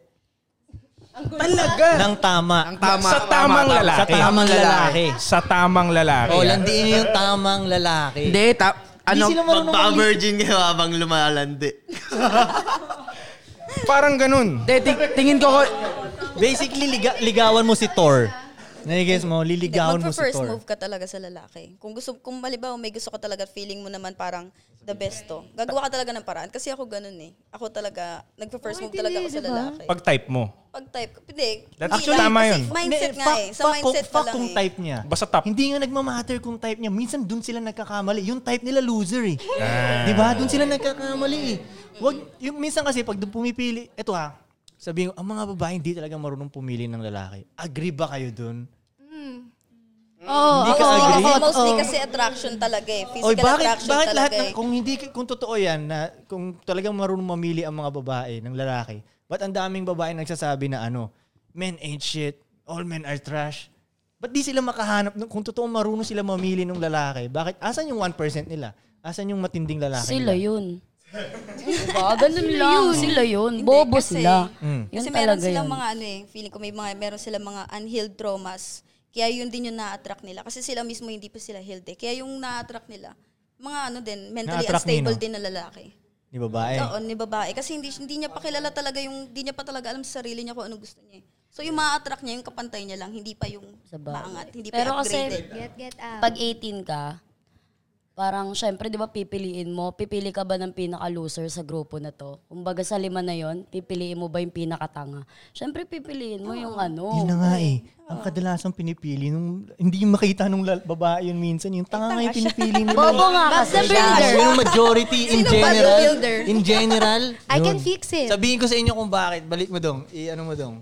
[SPEAKER 2] Talaga?
[SPEAKER 4] Nang tama.
[SPEAKER 2] Sa tamang lalaki.
[SPEAKER 4] Sa tamang lalaki.
[SPEAKER 2] Sa tamang lalaki.
[SPEAKER 4] Oh, landiin niyo yung tamang lalaki.
[SPEAKER 3] Hindi, ta- ano-
[SPEAKER 4] Hindi sila marunong mag-
[SPEAKER 3] Magpa-virgin
[SPEAKER 16] Virgin kayo habang lumalandi.
[SPEAKER 2] Parang ganun.
[SPEAKER 3] tingin ko
[SPEAKER 4] Basically, liga- ligawan mo si Thor. Nagigets mo, liligawan mo si
[SPEAKER 7] Magpa-first
[SPEAKER 4] Thor.
[SPEAKER 7] move ka talaga sa lalaki. Kung gusto, kung malibaw may gusto ka talaga, at feeling mo naman parang the best to. Gagawa ka talaga ng paraan. Kasi ako ganun eh. Ako talaga,
[SPEAKER 6] Oh,
[SPEAKER 7] nagpa-first move talaga ako sa lalaki.
[SPEAKER 2] Pag type mo.
[SPEAKER 7] Pag type ka, hindi.
[SPEAKER 2] That's
[SPEAKER 7] hindi lang.
[SPEAKER 2] tama
[SPEAKER 7] Kasi
[SPEAKER 2] yun.
[SPEAKER 7] Mindset
[SPEAKER 4] Hindi,
[SPEAKER 7] nga
[SPEAKER 4] fuck-
[SPEAKER 7] eh. Sa
[SPEAKER 4] fuck kung-
[SPEAKER 7] mindset pa
[SPEAKER 4] fuck
[SPEAKER 7] lang
[SPEAKER 4] kung
[SPEAKER 7] eh.
[SPEAKER 4] type niya.
[SPEAKER 2] Basta top.
[SPEAKER 4] Hindi nga nagmamatter kung type niya. Minsan doon sila nagkakamali. Yung type nila loser eh.
[SPEAKER 2] Ah.
[SPEAKER 4] Di ba? Doon sila nagkakamali eh. Wag, yung minsan kasi pag dun pumipili, eto ha, sabihin ko, ang mga babae hindi talaga marunong pumili ng lalaki. Agree ba kayo doon? Hmm.
[SPEAKER 5] Oo,
[SPEAKER 4] Hindi
[SPEAKER 7] Mostly
[SPEAKER 4] ka
[SPEAKER 7] kasi-
[SPEAKER 4] agree?
[SPEAKER 7] Mostly
[SPEAKER 4] Oo.
[SPEAKER 7] kasi attraction talaga eh. Physical
[SPEAKER 4] Oh, Oy, bakit
[SPEAKER 7] attraction
[SPEAKER 4] bakit lahat
[SPEAKER 7] talaga
[SPEAKER 4] ng,
[SPEAKER 7] eh.
[SPEAKER 4] kung hindi kung totoo 'yan na kung talagang marunong mamili ang mga babae ng lalaki. Ba't ang daming babae nagsasabi na ano, men ain't shit, all men are trash. Ba't di sila makahanap ng- kung totoo marunong sila mamili ng lalaki? Bakit asan yung 1% nila? Asan yung matinding lalaki?
[SPEAKER 8] Sila
[SPEAKER 4] nila?
[SPEAKER 8] yun. diba? Ganun lang. Sila yun. Bobo sila.
[SPEAKER 4] Mm.
[SPEAKER 8] Yun
[SPEAKER 7] Kasi meron
[SPEAKER 8] talaga
[SPEAKER 7] silang
[SPEAKER 8] yun.
[SPEAKER 7] mga ano eh, feeling ko may mga, meron silang mga unhealed traumas. Kaya yun din yung na-attract nila. Kasi sila mismo hindi pa sila healed eh. Kaya yung na-attract nila, mga ano din, mentally
[SPEAKER 4] Na-attract
[SPEAKER 7] unstable
[SPEAKER 4] nino?
[SPEAKER 7] din na lalaki.
[SPEAKER 4] Ni babae.
[SPEAKER 7] Oo, ni babae. Kasi hindi, hindi niya pa kilala talaga yung, hindi niya pa talaga alam sa sarili niya kung ano gusto niya eh. So yung ma-attract niya, yung kapantay niya lang, hindi pa yung maangat, hindi
[SPEAKER 8] Pero
[SPEAKER 7] pa
[SPEAKER 8] kasi,
[SPEAKER 7] upgraded.
[SPEAKER 8] Get, pag 18 ka, parang syempre, di ba, pipiliin mo, pipili ka ba ng pinaka-loser sa grupo na to? Kumbaga sa lima na yon pipiliin mo ba yung pinakatanga? Syempre, pipiliin mo yung ano.
[SPEAKER 4] Yun na nga eh. Ang kadalasang pinipili nung hindi yung makita nung lal- babae yun minsan, yung tanga nga yung
[SPEAKER 8] siya.
[SPEAKER 4] pinipili nila.
[SPEAKER 8] Bobo nga kasi
[SPEAKER 4] Basta
[SPEAKER 8] siya.
[SPEAKER 4] builder. Yun yung majority in
[SPEAKER 8] Sino ba yung
[SPEAKER 4] general.
[SPEAKER 8] builder?
[SPEAKER 4] In general.
[SPEAKER 6] I can
[SPEAKER 4] yun.
[SPEAKER 6] fix it.
[SPEAKER 4] Sabihin ko sa inyo kung bakit. Balik mo dong. I, ano mo dong.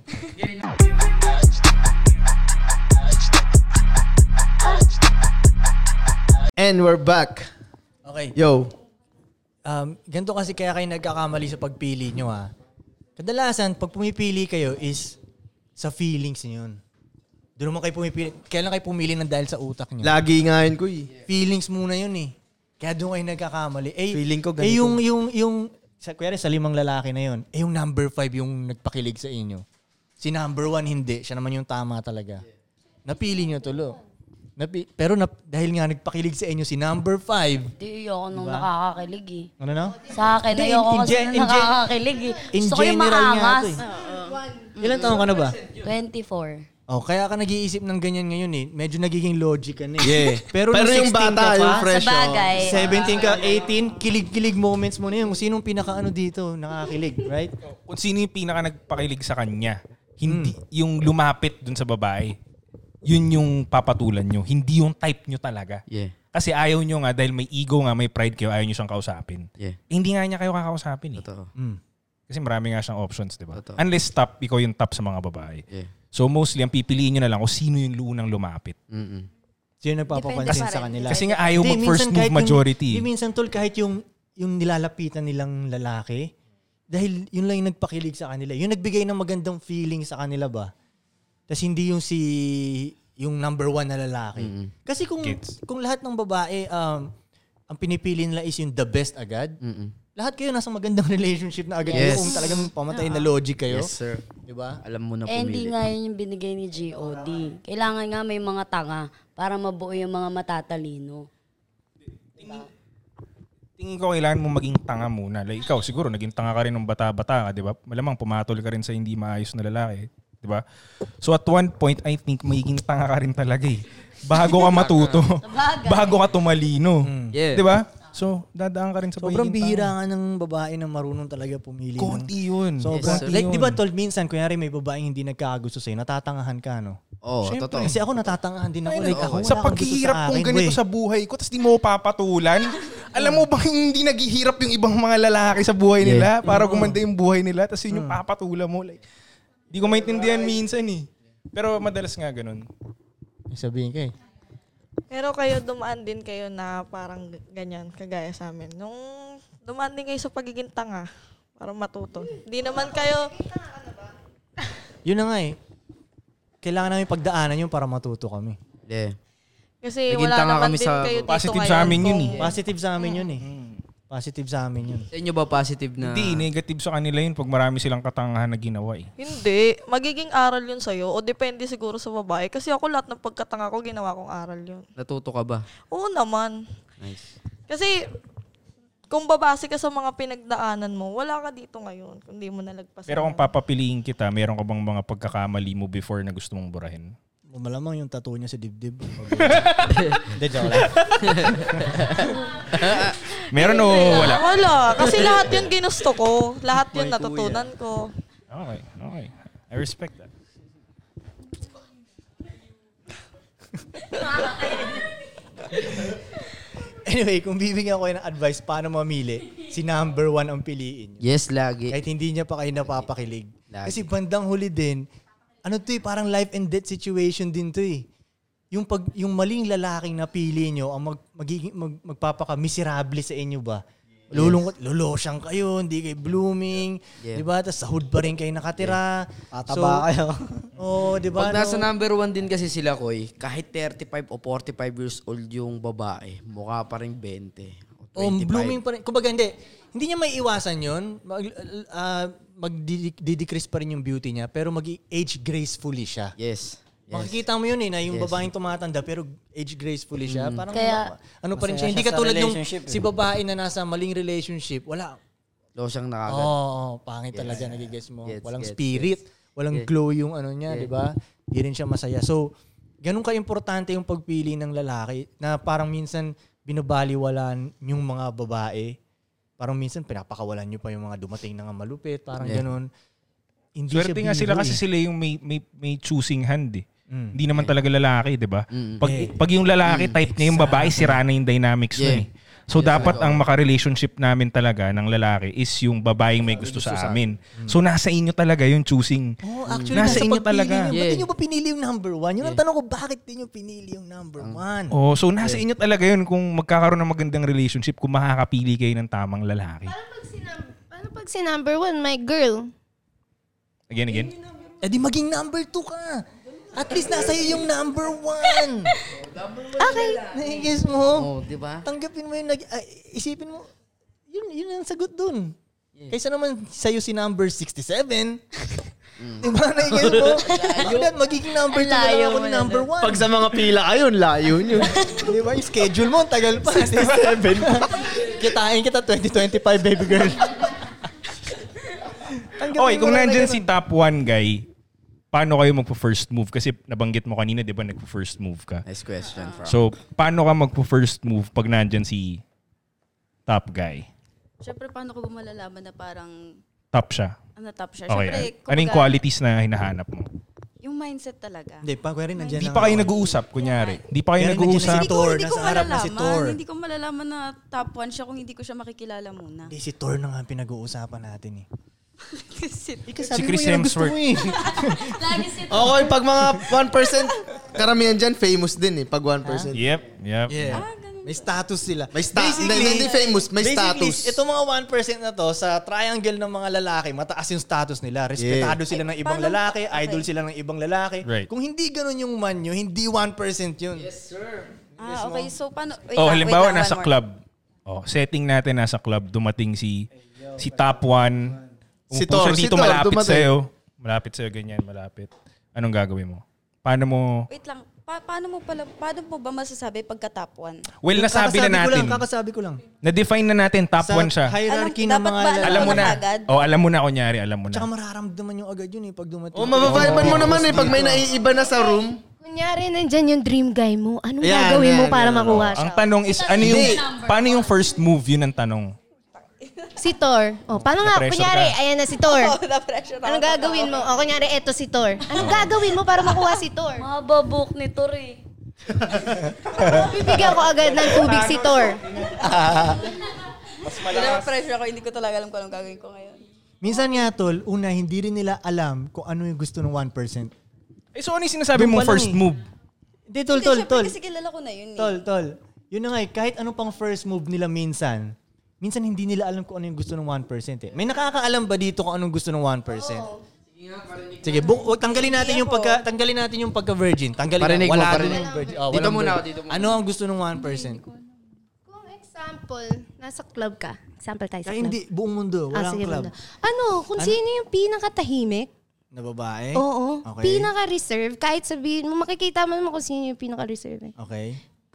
[SPEAKER 1] And we're back.
[SPEAKER 4] Okay.
[SPEAKER 1] Yo.
[SPEAKER 4] Um, ganito kasi kaya kayo nagkakamali sa pagpili nyo ha. Kadalasan, pag pumipili kayo is sa feelings nyo yun. Doon naman kayo pumipili. Kailan kayo pumili ng dahil sa utak nyo?
[SPEAKER 1] Lagi nga yun ko eh.
[SPEAKER 4] Feelings muna yun eh. Kaya doon kayo nagkakamali. Eh,
[SPEAKER 1] Feeling ko
[SPEAKER 4] Eh,
[SPEAKER 1] ganito.
[SPEAKER 4] yung, yung, yung, sa, kuwari sa limang lalaki na yun, eh yung number five yung nagpakilig sa inyo. Si number one hindi. Siya naman yung tama talaga. Napili nyo tulo. Napi- pero nap- dahil nga nagpakilig sa inyo si number five,
[SPEAKER 8] Hindi, ayoko nung
[SPEAKER 4] Diba?
[SPEAKER 8] nakakakilig eh.
[SPEAKER 4] ano na?
[SPEAKER 8] Sa akin,
[SPEAKER 4] Hindi, in-
[SPEAKER 8] ayoko
[SPEAKER 4] in
[SPEAKER 8] kasi
[SPEAKER 4] gen-
[SPEAKER 8] na
[SPEAKER 4] in gen-
[SPEAKER 8] nakakakilig eh.
[SPEAKER 4] in
[SPEAKER 8] Gusto ko yung
[SPEAKER 4] general nga
[SPEAKER 8] maangas.
[SPEAKER 4] to eh. Ilan taon ka na ba?
[SPEAKER 8] 24.
[SPEAKER 4] Oh, kaya ka nag-iisip ng ganyan ngayon eh. Medyo nagiging logic ka na eh.
[SPEAKER 1] Yeah.
[SPEAKER 4] Pero,
[SPEAKER 1] Pero
[SPEAKER 4] nung
[SPEAKER 1] yung
[SPEAKER 4] 16 ka
[SPEAKER 1] bata,
[SPEAKER 4] pa,
[SPEAKER 1] yung fresh, oh. Sabagay.
[SPEAKER 4] 17 ka, 18, kilig-kilig moments mo na yun. Kung sinong pinakaano dito, nakakilig, right?
[SPEAKER 2] Kung sino yung pinaka nagpakilig sa kanya, hindi
[SPEAKER 4] Hmm.
[SPEAKER 2] yung lumapit dun sa babae, yun yung papatulan nyo. Hindi yung type nyo talaga.
[SPEAKER 3] Yeah.
[SPEAKER 2] Kasi ayaw nyo nga, dahil may ego nga, may pride kayo, ayaw nyo siyang kausapin.
[SPEAKER 3] Yeah.
[SPEAKER 2] Eh, hindi nga niya kayo kakausapin eh.
[SPEAKER 3] Totoo.
[SPEAKER 4] Mm.
[SPEAKER 2] Kasi marami nga siyang options, di ba?
[SPEAKER 3] Totoo.
[SPEAKER 2] Unless top, ikaw yung top sa mga babae.
[SPEAKER 3] Yeah.
[SPEAKER 2] So mostly, ang pipiliin nyo na lang kung sino yung luunang lumapit.
[SPEAKER 4] Sino
[SPEAKER 2] Depende
[SPEAKER 4] nagpapapansin
[SPEAKER 2] pa
[SPEAKER 4] sa
[SPEAKER 2] rin.
[SPEAKER 4] kanila.
[SPEAKER 2] Kasi nga ayaw
[SPEAKER 4] Hindi,
[SPEAKER 2] mag-first
[SPEAKER 4] minsan
[SPEAKER 2] move
[SPEAKER 4] kahit yung-
[SPEAKER 2] majority.
[SPEAKER 4] Hindi, minsan tol, kahit yung, yung nilalapitan nilang lalaki, dahil yun lang yung nagpakilig sa kanila. Yung nagbigay ng magandang feeling sa kanila ba? Tapos hindi yung si yung number one na lalaki. Kasi kung
[SPEAKER 2] Gets.
[SPEAKER 4] kung lahat ng babae um, ang pinipili nila is yung the best agad, lahat kayo nasa magandang relationship na agad.
[SPEAKER 3] Yes.
[SPEAKER 4] Kung talagang pamatay
[SPEAKER 2] Ah.
[SPEAKER 4] na logic kayo. Diba?
[SPEAKER 3] Yes, sir.
[SPEAKER 4] Di ba?
[SPEAKER 3] Alam mo na
[SPEAKER 8] Eh,
[SPEAKER 3] pumili.
[SPEAKER 8] hindi nga yun yung binigay ni GOD. Kailangan nga may mga tanga para mabuo yung mga matatalino.
[SPEAKER 2] Tingin ko kailangan mo maging tanga muna. Like, ikaw, siguro naging tanga ka rin nung bata-bata ka, di ba? Malamang pumatol ka rin sa hindi maayos na lalaki, di ba? So at one point, I think magiging tanga ka rin talaga eh. Bago ka matuto.
[SPEAKER 8] Sabagay.
[SPEAKER 2] bago ka tumalino.
[SPEAKER 3] Yeah.
[SPEAKER 2] Di ba? So, dadaan ka rin sa
[SPEAKER 4] Mm. Sobrang
[SPEAKER 2] pagiging tanga.
[SPEAKER 4] bihira nga ng babae na marunong talaga pumili. ng-
[SPEAKER 2] Konti yun.
[SPEAKER 4] Sobrang,
[SPEAKER 2] Konti
[SPEAKER 4] like,
[SPEAKER 2] yun.
[SPEAKER 4] di ba, tol, minsan, kunyari may babaeng hindi nagkakagusto sa'yo, natatangahan ka, no?
[SPEAKER 2] Oo,
[SPEAKER 4] Siyempre,
[SPEAKER 2] totoo.
[SPEAKER 4] Kasi ako natatangahan din ako.
[SPEAKER 2] Ay,
[SPEAKER 4] like,
[SPEAKER 2] nako.
[SPEAKER 4] ako,
[SPEAKER 2] sa
[SPEAKER 4] wala kang gusto
[SPEAKER 2] paghihirap
[SPEAKER 4] sa
[SPEAKER 2] kong
[SPEAKER 4] akin, eh.
[SPEAKER 2] ganito
[SPEAKER 4] weh.
[SPEAKER 2] sa buhay ko, tapos di mo ko papatulan. Alam mo ba hindi naghihirap yung ibang mga lalaki sa buhay
[SPEAKER 3] Yeah.
[SPEAKER 2] nila para
[SPEAKER 3] Mm.
[SPEAKER 2] gumanda yung buhay nila, tapos yun
[SPEAKER 4] Mm.
[SPEAKER 2] yung papatulan mo. Like, di ko maintindihan minsan eh. Pero madalas nga ganun.
[SPEAKER 4] Sabihin ka eh.
[SPEAKER 9] Pero kayo, dumaan din kayo na parang ganyan, kagaya sa amin. Nung dumaan din kayo sa pagiging tanga, Para matuto. Hindi naman kayo...
[SPEAKER 4] Yun na nga eh. Kailangan namin pagdaanan yun para matuto kami.
[SPEAKER 3] Yeah.
[SPEAKER 9] Kasi wala naman din kayo dito ngayon Mm. kung-
[SPEAKER 4] Positive sa amin yun eh. Positive sa amin yun.
[SPEAKER 3] Sa inyo ba positive na...
[SPEAKER 2] Mm. Hindi, negative sa kanila yun pag marami silang katangahan na ginawa eh.
[SPEAKER 9] Hindi. Magiging aral yun sa'yo. O depende siguro sa babae. Kasi ako lahat ng pagkatanga ko, ginawa kong aral yun.
[SPEAKER 3] Natuto ka ba?
[SPEAKER 9] Oo naman.
[SPEAKER 3] Nice.
[SPEAKER 9] Kasi kung babase ka sa mga pinagdaanan mo, wala ka dito ngayon. Kung di mo nalagpasan.
[SPEAKER 2] Pero kung papapiliin kita, meron ka bang mga pagkakamali mo before na gusto mong burahin?
[SPEAKER 4] Malamang yung tattoo niya sa dibdib. Hindi, joke lang.
[SPEAKER 2] meron o wala?
[SPEAKER 9] Wala. Kasi lahat yun ginusto ko. Lahat yun
[SPEAKER 2] My kuya.
[SPEAKER 9] natutunan ko.
[SPEAKER 2] Okay, okay. I respect that.
[SPEAKER 4] Anyway, kung bibigyan ko kayo ng advice paano mamili, si number one ang piliin.
[SPEAKER 3] Yes, lagi.
[SPEAKER 4] Kahit hindi niya pa kayo napapakilig.
[SPEAKER 3] Lagi.
[SPEAKER 4] Kasi bandang huli din, ano to eh, parang life and death situation din to eh. Yung, pag, yung maling lalaking napili nyo, ang mag, magiging, mag, magpapaka-miserable sa inyo ba? Lulungkot, lulosyang kayo, hindi kayo blooming,
[SPEAKER 3] Yeah.
[SPEAKER 4] di ba? Tapos sa hood pa rin kayo nakatira.
[SPEAKER 3] Tataba
[SPEAKER 15] kayo.
[SPEAKER 4] Oo, di ba?
[SPEAKER 3] Pag nasa
[SPEAKER 4] no?
[SPEAKER 3] number one din kasi sila, Koy, kahit 35 o 45 years old yung babae, mukha pa rin 20 o 25.
[SPEAKER 4] Oh, blooming pa rin. Kumbaga, hindi. Hindi niya may iwasan yun. Mag, ah, magdi-decrease pa rin yung beauty niya, pero mag-age gracefully siya.
[SPEAKER 3] Yes.
[SPEAKER 4] Makikita mo yun eh, na yung
[SPEAKER 3] Yes.
[SPEAKER 4] babaeng tumatanda pero age gracefully siya.
[SPEAKER 3] Mm.
[SPEAKER 4] Parang
[SPEAKER 3] Kaya-
[SPEAKER 4] ano pa rin siya.
[SPEAKER 3] Masaya
[SPEAKER 4] Hindi
[SPEAKER 3] siya sa
[SPEAKER 4] katulad yung
[SPEAKER 3] relationship eh.
[SPEAKER 4] si babae na nasa maling relationship. Wala.
[SPEAKER 3] Low siyang
[SPEAKER 4] Oo,
[SPEAKER 3] nakagad.
[SPEAKER 4] oh, pangit
[SPEAKER 3] Yes.
[SPEAKER 4] talaga nagigets mo.
[SPEAKER 3] Gets,
[SPEAKER 4] Oh, Walang
[SPEAKER 3] gets,
[SPEAKER 4] spirit, walang
[SPEAKER 3] Gets.
[SPEAKER 4] glow yung ano niya,
[SPEAKER 3] Gets.
[SPEAKER 4] di ba? Hindi rin siya masaya. So, ganun ka-importante yung pagpili ng lalaki na parang minsan binabaliwalan yung mga babae. Parang minsan pinapakawalan nyo pa yung mga dumating na nga malupit. Parang
[SPEAKER 2] Yeah.
[SPEAKER 4] ganun. Hindi siya
[SPEAKER 2] Swerte nga sila
[SPEAKER 4] biro
[SPEAKER 2] kasi
[SPEAKER 4] eh.
[SPEAKER 2] sila yung may, may, may choosing hand eh.
[SPEAKER 4] Mm.
[SPEAKER 2] Hindi naman talaga lalaki, di ba?
[SPEAKER 4] Mm.
[SPEAKER 2] Pag,
[SPEAKER 4] Yeah.
[SPEAKER 2] pag yung lalaki type niya yung babae, sira na yung dynamics
[SPEAKER 3] Yeah.
[SPEAKER 2] nun eh. So
[SPEAKER 3] Yeah,
[SPEAKER 2] dapat
[SPEAKER 3] totoo.
[SPEAKER 2] ang makarelationship namin talaga ng lalaki is yung babaeng may gusto
[SPEAKER 3] Gusto sa
[SPEAKER 2] sa amin. So nasa inyo talaga yung choosing.
[SPEAKER 4] Oo, actually,
[SPEAKER 2] nasa
[SPEAKER 4] nasa,
[SPEAKER 2] inyo
[SPEAKER 4] pagpili
[SPEAKER 2] talaga.
[SPEAKER 4] Niyo,
[SPEAKER 2] Yeah.
[SPEAKER 4] Ba't di nyo ba pinili yung number one? Yun ang tanong ko, bakit di nyo pinili yung number one?
[SPEAKER 2] Oh, so nasa inyo talaga yun kung magkakaroon ng magandang relationship kung makakapili kayo ng tamang lalaki.
[SPEAKER 6] Ano pag si number one, my girl?
[SPEAKER 2] Again, again.
[SPEAKER 4] Eh di maging number two ka. At least nasa iyo yung number one. okay. Naiigis mo.
[SPEAKER 3] Oh, di ba?
[SPEAKER 4] Tanggapin mo yung nag... ah, isipin mo, yun, yun ang sagot dun. Kaysa naman sa'yo si number 67.
[SPEAKER 1] Mm.
[SPEAKER 4] Di ba? Naiigis mo. Bakit magiging number two na lang ako ni number one?
[SPEAKER 11] Pag sa mga pila ayun, layo nyo.
[SPEAKER 4] Di ba? Yung schedule mo, ang tagal pa. 67 pa. Kitain kita 2025, baby girl. Tanggapin
[SPEAKER 2] Okay,
[SPEAKER 4] mo
[SPEAKER 2] kung
[SPEAKER 4] lang na
[SPEAKER 2] nandyan
[SPEAKER 4] ganun.
[SPEAKER 2] si top one guy, paano kayo magpo-first move? Kasi nabanggit mo kanina, di ba, nagpo-first move ka.
[SPEAKER 3] Nice question, Frank.
[SPEAKER 2] So, paano ka magpo-first move pag nandyan si top guy?
[SPEAKER 7] Siyempre, paano ko ba malalaman na parang
[SPEAKER 2] Top siya.
[SPEAKER 7] ano top siya?
[SPEAKER 2] Okay.
[SPEAKER 7] Siyempre,
[SPEAKER 2] Ano yung
[SPEAKER 7] kumbaga,
[SPEAKER 2] qualities na hinahanap mo?
[SPEAKER 7] Yung mindset talaga.
[SPEAKER 4] Hindi pa, kuya rin, nandiyan
[SPEAKER 2] Hindi
[SPEAKER 4] na
[SPEAKER 2] pa kayo
[SPEAKER 4] ako. eh.
[SPEAKER 2] nag-uusap, kunyari. Hindi pa kayo
[SPEAKER 4] Kuya rin, nandiyan na
[SPEAKER 2] nag-uusap.
[SPEAKER 4] si Tor,
[SPEAKER 7] hindi ko
[SPEAKER 4] nasa harap na si Tor.
[SPEAKER 7] malalaman. Hindi ko malalaman na top 1 siya kung hindi ko siya makikilala muna.
[SPEAKER 4] Hindi, si Tor na nga ang pinag-uusapan natin eh.
[SPEAKER 7] Ikaw
[SPEAKER 4] sabi Si Chris mo yun ang gusto Hemsworth. mo eh.
[SPEAKER 7] Lagi si Tor.
[SPEAKER 1] Okay, pag mga 1%, karamihan dyan famous din eh, pag 1%.
[SPEAKER 2] Yep, yep.
[SPEAKER 4] Ah.
[SPEAKER 6] Ah,
[SPEAKER 4] Yeah.
[SPEAKER 15] Ah,
[SPEAKER 4] May status sila.
[SPEAKER 1] May status. Hindi, hindi famous. May
[SPEAKER 4] basically,
[SPEAKER 1] status.
[SPEAKER 4] eh, Ito mga 1% na to, sa triangle ng mga lalaki, mataas yung status nila. Respetado
[SPEAKER 1] Yeah.
[SPEAKER 4] sila ng ibang
[SPEAKER 1] paano-
[SPEAKER 4] lalaki,
[SPEAKER 1] okay.
[SPEAKER 4] idol sila ng ibang lalaki.
[SPEAKER 2] Right.
[SPEAKER 4] Kung hindi ganun yung man nyo, hindi 1% yun. Yes, sir.
[SPEAKER 7] Ah, okay. So, paano? wait
[SPEAKER 2] Oh,
[SPEAKER 7] lang,
[SPEAKER 2] halimbawa
[SPEAKER 7] wait lang,
[SPEAKER 2] nasa
[SPEAKER 7] one more.
[SPEAKER 2] club. Oh, setting natin nasa club, dumating si si top one.
[SPEAKER 1] Si
[SPEAKER 2] Umupo siya
[SPEAKER 1] Tor, si
[SPEAKER 2] dito
[SPEAKER 1] Tor,
[SPEAKER 2] malapit
[SPEAKER 1] dumating.
[SPEAKER 2] sa'yo. Malapit sa'yo, ganyan, malapit. Anong gagawin mo? Paano mo...
[SPEAKER 7] Wait lang. Pa- paano mo pala, paano mo ba masasabi pagka top 1?
[SPEAKER 2] Well, nasabi na natin.
[SPEAKER 4] kakasabi ko lang.
[SPEAKER 2] Na-define na natin, top
[SPEAKER 4] Sa
[SPEAKER 7] Ano,
[SPEAKER 2] one siya.
[SPEAKER 4] hierarchy
[SPEAKER 7] Alam-
[SPEAKER 4] ng
[SPEAKER 7] dapat
[SPEAKER 4] mga
[SPEAKER 7] ba alam
[SPEAKER 4] lalaki.
[SPEAKER 2] Alam mo
[SPEAKER 7] na
[SPEAKER 2] na.
[SPEAKER 7] agad?
[SPEAKER 2] Oh, alam mo na kunyari, alam mo na.
[SPEAKER 4] Tsaka mararamdaman nyo agad yun eh pag dumating.
[SPEAKER 1] O, mabaviban Oh,
[SPEAKER 4] Oh,
[SPEAKER 2] Oh,
[SPEAKER 1] mo naman eh, pag may naiiba na sa room.
[SPEAKER 6] Kunyari, nandyan yung dream guy mo. Anong
[SPEAKER 1] Ayan,
[SPEAKER 6] gagawin mo
[SPEAKER 1] ayan,
[SPEAKER 6] para
[SPEAKER 1] ayan. Oh,
[SPEAKER 6] makuha
[SPEAKER 2] Ang
[SPEAKER 6] siya?
[SPEAKER 2] tanong is, ano yung,
[SPEAKER 6] Hindi.
[SPEAKER 2] paano yung first move? Yun ang tanong.
[SPEAKER 6] Si Thor. O, paano nga?
[SPEAKER 2] Na-pressure
[SPEAKER 6] Kunyari,
[SPEAKER 2] ka.
[SPEAKER 6] ayan na si Thor.
[SPEAKER 7] Oo, Oh, na-pressure
[SPEAKER 6] Anong
[SPEAKER 7] ako.
[SPEAKER 6] gagawin mo? O, kunyari, eto si Thor. Anong gagawin mo para makuha si Thor?
[SPEAKER 7] Mababuk ni Tor eh.
[SPEAKER 6] Bibigyan ko agad ng tubig si Thor.
[SPEAKER 7] Mas malakas. pressure ako, hindi ko talaga alam kung anong gagawin ko ngayon.
[SPEAKER 4] Minsan nga, Tol, una, hindi rin nila alam kung ano yung gusto ng 1%.
[SPEAKER 2] Eh, so ano yung sinasabi mong first move?
[SPEAKER 4] eh. Hindi, Tol, Tol,
[SPEAKER 7] Hindi, syempre
[SPEAKER 4] Tol.
[SPEAKER 7] Kasi kilala ko na yun eh.
[SPEAKER 4] Tol, tol. Yun na nga eh, kahit anong pang first move nila minsan, minsan hindi nila alam kung ano yung gusto ng 1% eh. May nakakaalam ba dito kung anong gusto ng 1%? Sige, bu- wag- tanggalin natin yung pagka tanggalin natin yung pagka virgin. Tanggalin
[SPEAKER 3] Parinig mo,
[SPEAKER 4] wala
[SPEAKER 3] parinig.
[SPEAKER 4] dun yung virgin. Oh,
[SPEAKER 3] Dito
[SPEAKER 4] walang
[SPEAKER 3] muna
[SPEAKER 4] virgin.
[SPEAKER 3] ako, dito muna.
[SPEAKER 4] Ano ang gusto ng 1%?
[SPEAKER 6] Example, nasa club ka. Example tayo sa
[SPEAKER 4] Ay,
[SPEAKER 6] club.
[SPEAKER 4] hindi. Buong mundo.
[SPEAKER 6] Ah,
[SPEAKER 4] Walang
[SPEAKER 6] sige,
[SPEAKER 4] club.
[SPEAKER 6] mundo. Ano, kung
[SPEAKER 4] Ano?
[SPEAKER 6] sino yung pinakatahimik,
[SPEAKER 4] Na babae?
[SPEAKER 6] oo,
[SPEAKER 4] Okay.
[SPEAKER 6] pinaka-reserve, kahit sabihin mo, makikita mo naman kung sino yung pinaka-reserve. eh.
[SPEAKER 4] Okay.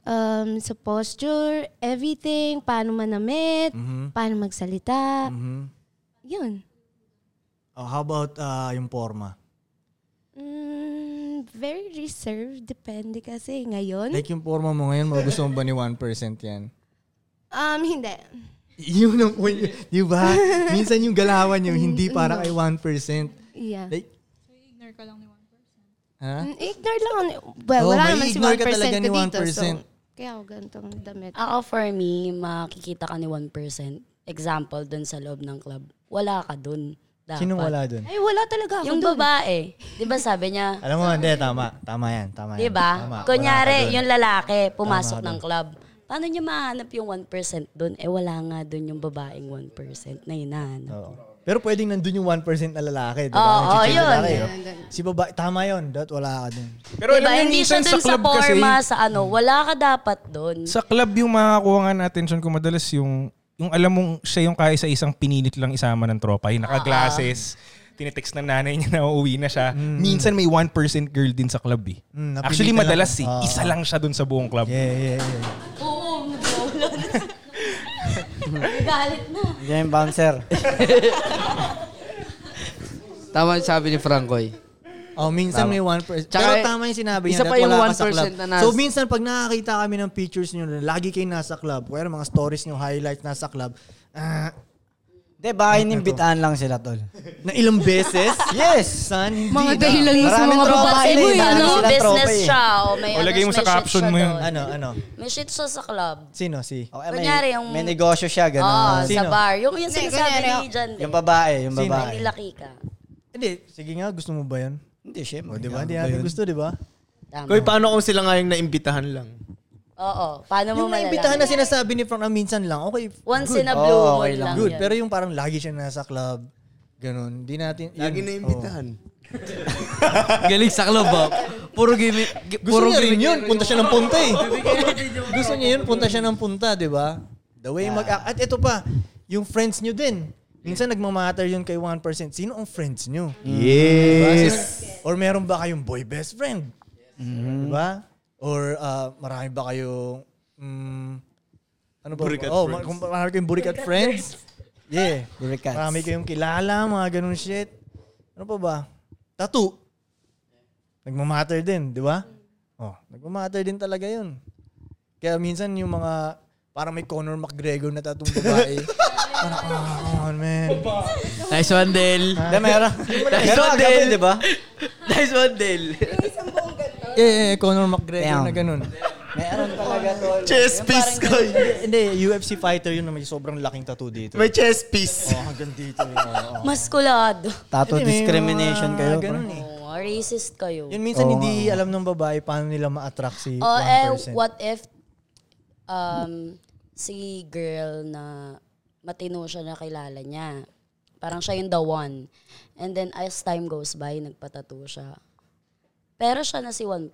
[SPEAKER 6] Um, sa posture, everything, paano manamit,
[SPEAKER 4] Mhm.
[SPEAKER 6] paano magsalita,
[SPEAKER 4] Mhm.
[SPEAKER 6] yun.
[SPEAKER 4] Oh, how about ah, yung forma?
[SPEAKER 6] Mm, very reserved, depende kasi ngayon.
[SPEAKER 4] Like yung forma mo ngayon, magugustuhan ba ni 1% yan?
[SPEAKER 6] um, hindi.
[SPEAKER 4] Yun ang point. Di ba? Minsan yung galawan yung hindi para kay 1%.
[SPEAKER 6] Yeah.
[SPEAKER 4] Like,
[SPEAKER 5] Ignore ka lang ni Juan.
[SPEAKER 4] ha?
[SPEAKER 6] Mm, Ignore lang. ako ni- Well, Eh,
[SPEAKER 4] Oh,
[SPEAKER 6] wala
[SPEAKER 4] may
[SPEAKER 6] naman si 1%
[SPEAKER 4] ignore
[SPEAKER 6] ko
[SPEAKER 4] ka talaga ni
[SPEAKER 6] dito.
[SPEAKER 4] 1%.
[SPEAKER 6] So, kaya ako ganitong damit.
[SPEAKER 8] Ako for me, makikita ka ni 1%. Example, dun sa loob ng club. Wala ka dun. Dapat.
[SPEAKER 4] Sinong wala dun?
[SPEAKER 6] Ay, wala talaga ako
[SPEAKER 8] Yung
[SPEAKER 6] dun.
[SPEAKER 8] babae. Di ba sabi niya,
[SPEAKER 4] Alam mo, hindi, tama. Tama yan, tama yan.
[SPEAKER 8] Di
[SPEAKER 4] Tama.
[SPEAKER 8] ba?
[SPEAKER 4] Wala ka
[SPEAKER 8] Diba? Kunyari,
[SPEAKER 4] dun.
[SPEAKER 8] yung lalaki, pumasok
[SPEAKER 4] Tama ka
[SPEAKER 8] ng
[SPEAKER 4] dun.
[SPEAKER 8] club. Paano niya mahanap yung 1% doon? Eh wala nga doon yung babaeng 1% na hinahanap.
[SPEAKER 4] Oo. Pero pwedeng nandun yung 1% na lalaki. Di ba?
[SPEAKER 8] Oo,
[SPEAKER 4] Nag-cheat yung
[SPEAKER 8] yun.
[SPEAKER 4] lalaki.
[SPEAKER 8] Yun, yun.
[SPEAKER 4] oh. Si babae, tama yun. Dot, wala ka dun.
[SPEAKER 2] Pero
[SPEAKER 8] diba?
[SPEAKER 2] alam niyo,
[SPEAKER 8] Hindi siya
[SPEAKER 2] minsan sa
[SPEAKER 8] doon sa,
[SPEAKER 2] club kasi-
[SPEAKER 8] forma, sa ano. Wala ka dapat doon.
[SPEAKER 2] Sa club yung makakakuha nga ng attention ko madalas yung yung alam mong siya yung kaya sa isang pinilit lang isama ng tropa. Yung naka-glasses, tinitext ng nanay niya na uuwi na siya.
[SPEAKER 4] Hmm.
[SPEAKER 2] Minsan may 1% girl din sa club eh.
[SPEAKER 4] Mm, napilitan
[SPEAKER 2] Actually madalas
[SPEAKER 4] lang.
[SPEAKER 2] eh,
[SPEAKER 4] Oo.
[SPEAKER 2] isa lang siya dun sa buong club.
[SPEAKER 4] Yeah, yeah, yeah.
[SPEAKER 8] Oo, nagbolan. Galit na.
[SPEAKER 15] Diyan yung bouncer.
[SPEAKER 3] Tama yung sabi ni Francoy.
[SPEAKER 4] Oh, minsan
[SPEAKER 3] Tama.
[SPEAKER 4] may 1%.
[SPEAKER 3] Tsaka,
[SPEAKER 4] Pero tama yung sinabi
[SPEAKER 3] isa
[SPEAKER 4] niya. dahil
[SPEAKER 3] pa yung
[SPEAKER 4] wala ka sa
[SPEAKER 3] 1%
[SPEAKER 4] club.
[SPEAKER 3] na nas-
[SPEAKER 4] So minsan pag nakakita kami ng pictures niyo, lagi kayo nasa club. Kaya mga stories niyo, highlights nasa club. Ah,
[SPEAKER 15] Hindi, baka inimbitaan lang sila, tol.
[SPEAKER 4] na ilang beses? yes, son. hindi
[SPEAKER 15] Mga
[SPEAKER 4] na.
[SPEAKER 15] dahilan yung sa
[SPEAKER 4] Maraming
[SPEAKER 15] mga
[SPEAKER 4] tropa
[SPEAKER 15] babae
[SPEAKER 4] sila,
[SPEAKER 15] mo, eh,
[SPEAKER 4] iba na
[SPEAKER 15] no?
[SPEAKER 4] silang
[SPEAKER 15] Business
[SPEAKER 4] tropa, eh.
[SPEAKER 8] siya, o may O, lagay ano, mo sa may shit caption siya mo yun. doon.
[SPEAKER 4] Ano, ano?
[SPEAKER 8] May shit siya sa club.
[SPEAKER 4] Sino, si?
[SPEAKER 15] Okay, Oh, may,
[SPEAKER 8] Kunyari, yung-
[SPEAKER 15] may negosyo siya, gano'n.
[SPEAKER 8] Oo, sa bar. Yung, yung
[SPEAKER 15] Hindi,
[SPEAKER 8] sinasabi
[SPEAKER 15] kunyari,
[SPEAKER 8] ni Jan.
[SPEAKER 15] Yung babae, yung
[SPEAKER 4] Sino?
[SPEAKER 15] babae.
[SPEAKER 8] Nilaki ka.
[SPEAKER 4] Hindi, sige nga, gusto mo ba yan?
[SPEAKER 15] Hindi, syempre.
[SPEAKER 4] O, di ba?
[SPEAKER 15] Ano
[SPEAKER 4] Hindi
[SPEAKER 15] ba
[SPEAKER 4] natin
[SPEAKER 15] yun?
[SPEAKER 4] gusto, di ba?
[SPEAKER 8] Tama.
[SPEAKER 1] Koy, paano kung sila nga yung naimbitahan lang?
[SPEAKER 8] Oo. Paano mo
[SPEAKER 4] Yung
[SPEAKER 8] malalaman?
[SPEAKER 4] naimbitahan na sinasabi ni Frank na minsan lang, okay.
[SPEAKER 8] Once
[SPEAKER 4] good.
[SPEAKER 8] in a blue
[SPEAKER 4] Oo,
[SPEAKER 8] moon lang
[SPEAKER 4] Good,
[SPEAKER 8] yun.
[SPEAKER 4] pero yung parang lagi siya nasa club, ganun, di natin... Oh.
[SPEAKER 1] Lagi naimbitahan.
[SPEAKER 3] Galing sa club ah. Puro game, gi-
[SPEAKER 4] Gusto
[SPEAKER 3] puro
[SPEAKER 4] niya rin
[SPEAKER 3] game.
[SPEAKER 4] yun. Punta siya ng punta eh. Gusto niya yun. Punta siya ng punta, di ba? The way
[SPEAKER 15] Yeah.
[SPEAKER 4] mag At ito pa, yung friends niyo din. Minsan nagmamatter yun kay 1%. Sino ang friends niyo?
[SPEAKER 1] Yes.
[SPEAKER 4] Diba? Sino- Or meron ba kayong boy best friend? Di ba? Diba? Or ah, marami ba kayong... mm, ano ba?
[SPEAKER 1] Burikat
[SPEAKER 4] oh,
[SPEAKER 1] friends.
[SPEAKER 4] ma- kung marami kayong burikat friends. Yeah.
[SPEAKER 15] Burikats.
[SPEAKER 4] Marami kayong kilala, mga ganun shit. Ano pa ba? Tattoo. Nagmamatter din, di ba? Oh, nagmamatter din talaga yun. Kaya minsan yung mga, parang may Conor McGregor na tattoo babae. parang, ah, come on, man.
[SPEAKER 3] Nice one, Del.
[SPEAKER 4] Ah.
[SPEAKER 15] Hindi, meron.
[SPEAKER 3] Nice
[SPEAKER 15] Meron
[SPEAKER 3] one,
[SPEAKER 15] agad
[SPEAKER 3] Del.
[SPEAKER 15] yun, di ba?
[SPEAKER 3] Nice one, Del.
[SPEAKER 4] Eh, eh, Conor
[SPEAKER 15] Damn.
[SPEAKER 4] McGregor na ganun.
[SPEAKER 15] Meron talaga, tol.
[SPEAKER 1] Chess piece, Koy.
[SPEAKER 4] Hindi, UFC fighter yun na may sobrang laking tattoo dito.
[SPEAKER 1] May chess piece.
[SPEAKER 4] Oh, hanggang dito. yun, oo.
[SPEAKER 8] Maskulado.
[SPEAKER 15] Tattoo
[SPEAKER 4] Hindi, may
[SPEAKER 15] discrimination
[SPEAKER 4] mga
[SPEAKER 15] kayo. bro.
[SPEAKER 4] Ganun eh.
[SPEAKER 8] Oo, racist kayo.
[SPEAKER 4] Yun minsan
[SPEAKER 15] Oo
[SPEAKER 4] hindi alam ng babae paano nila ma-attract si
[SPEAKER 8] Oh, eh,
[SPEAKER 4] 1%.
[SPEAKER 8] what if um, si girl na matino siya na kilala niya. Parang siya yung the one. And then as time goes by, nagpatato siya. Pero siya na si 1%.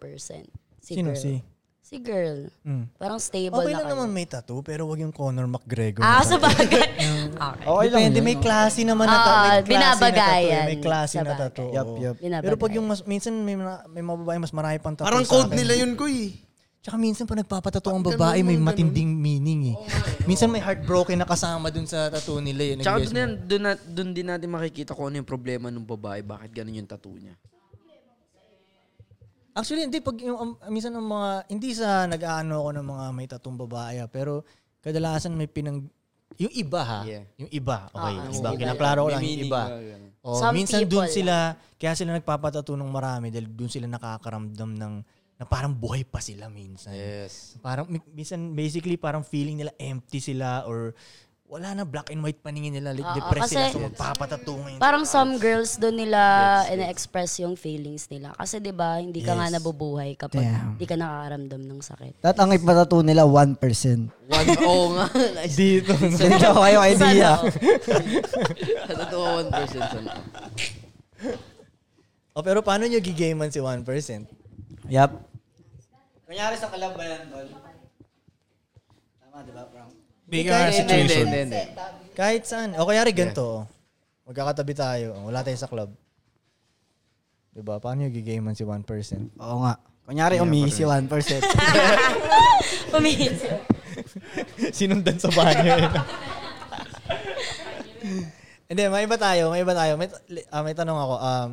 [SPEAKER 8] Si
[SPEAKER 4] Sino
[SPEAKER 8] girl.
[SPEAKER 4] si?
[SPEAKER 8] Si girl.
[SPEAKER 4] Mm.
[SPEAKER 8] Parang stable
[SPEAKER 4] Okay
[SPEAKER 8] na
[SPEAKER 4] lang
[SPEAKER 8] kayo.
[SPEAKER 4] naman may tattoo, pero wag yung Conor McGregor.
[SPEAKER 8] Ah,
[SPEAKER 4] na
[SPEAKER 8] sa
[SPEAKER 4] tattoo.
[SPEAKER 8] bagay.
[SPEAKER 15] Okay lang
[SPEAKER 4] Depende,
[SPEAKER 15] yun.
[SPEAKER 4] may klase naman na
[SPEAKER 8] Oo,
[SPEAKER 4] tattoo. eh. may klase na
[SPEAKER 8] binabagayan.
[SPEAKER 4] tattoo. eh. May klase
[SPEAKER 8] Sa
[SPEAKER 4] na
[SPEAKER 8] bagay.
[SPEAKER 4] tattoo.
[SPEAKER 15] Yup,
[SPEAKER 4] oo.
[SPEAKER 15] yup.
[SPEAKER 8] Binabagay.
[SPEAKER 4] Pero pag yung mas, minsan may, mga- may mga babae, mas marami pang tattoo
[SPEAKER 1] Parang
[SPEAKER 4] sa
[SPEAKER 1] code
[SPEAKER 4] akin.
[SPEAKER 1] nila yun, Koy.
[SPEAKER 4] Tsaka minsan pa nagpapatato ang babae, may matinding meaning eh. Minsan may heartbroken na kasama dun sa tattoo nila eh.
[SPEAKER 3] Tsaka doon,
[SPEAKER 4] Nag-guess mo.
[SPEAKER 3] yan, doon, na, doon din natin makikita kung ano yung problema ng babae, bakit ganun yung tattoo niya.
[SPEAKER 4] Actually, hindi. Pag, yung, um, minsan ang mga, hindi sa nag-aano ako ng mga may tatong babae, ah, pero kadalasan may pinang, yung iba ha,
[SPEAKER 3] Yeah.
[SPEAKER 4] yung iba, okay,
[SPEAKER 8] Ah, ah,
[SPEAKER 4] yung iba,
[SPEAKER 8] iba.
[SPEAKER 4] kinaklaro ko lang,
[SPEAKER 3] May
[SPEAKER 4] yung
[SPEAKER 3] meaning
[SPEAKER 4] iba.
[SPEAKER 3] ba, ganun?
[SPEAKER 4] O,
[SPEAKER 8] Some
[SPEAKER 4] minsan
[SPEAKER 8] people,
[SPEAKER 4] doon sila, kaya sila nagpapatato ng marami dahil doon sila nakakaramdam ng, na parang buhay pa sila minsan.
[SPEAKER 3] Yes.
[SPEAKER 4] Parang, mi- minsan, basically, parang feeling nila empty sila or wala na black and white paningin nila. Like,
[SPEAKER 8] Oo,
[SPEAKER 4] depressed
[SPEAKER 8] Ah,
[SPEAKER 4] sila.
[SPEAKER 8] kasi-
[SPEAKER 4] So, magpapatato ngayon.
[SPEAKER 8] Parang some girls doon nila ina-express yung feelings nila. Kasi 'di ba, hindi ka
[SPEAKER 15] Yes.
[SPEAKER 8] nga nabubuhay kapag
[SPEAKER 15] Damn.
[SPEAKER 8] hindi ka nakakaramdam ng sakit.
[SPEAKER 15] At ang ipatato nila, 1%.
[SPEAKER 8] One- oo nga.
[SPEAKER 15] Dito. Dito kayo idea.
[SPEAKER 3] Sa totoo, 1% sana.
[SPEAKER 4] Oh, pero paano nyo gigaman si 1%?
[SPEAKER 15] Yup.
[SPEAKER 11] Kunyari sa kalabayan, tol.
[SPEAKER 15] Tama, di ba, Frank?
[SPEAKER 4] Bigger Kahit saan. O kaya rin ganito. oh. Magkakatabi tayo. oh, Wala tayo sa club. Diba? Paano yung gigaman si 1%?
[SPEAKER 15] Oo nga. Kunyari, umihi si 1%.
[SPEAKER 8] Umihi
[SPEAKER 4] Sinundan sa banyo. eh. Hindi, may iba tayo. May iba tayo. May, ta- li- ah, may tanong ako. Um,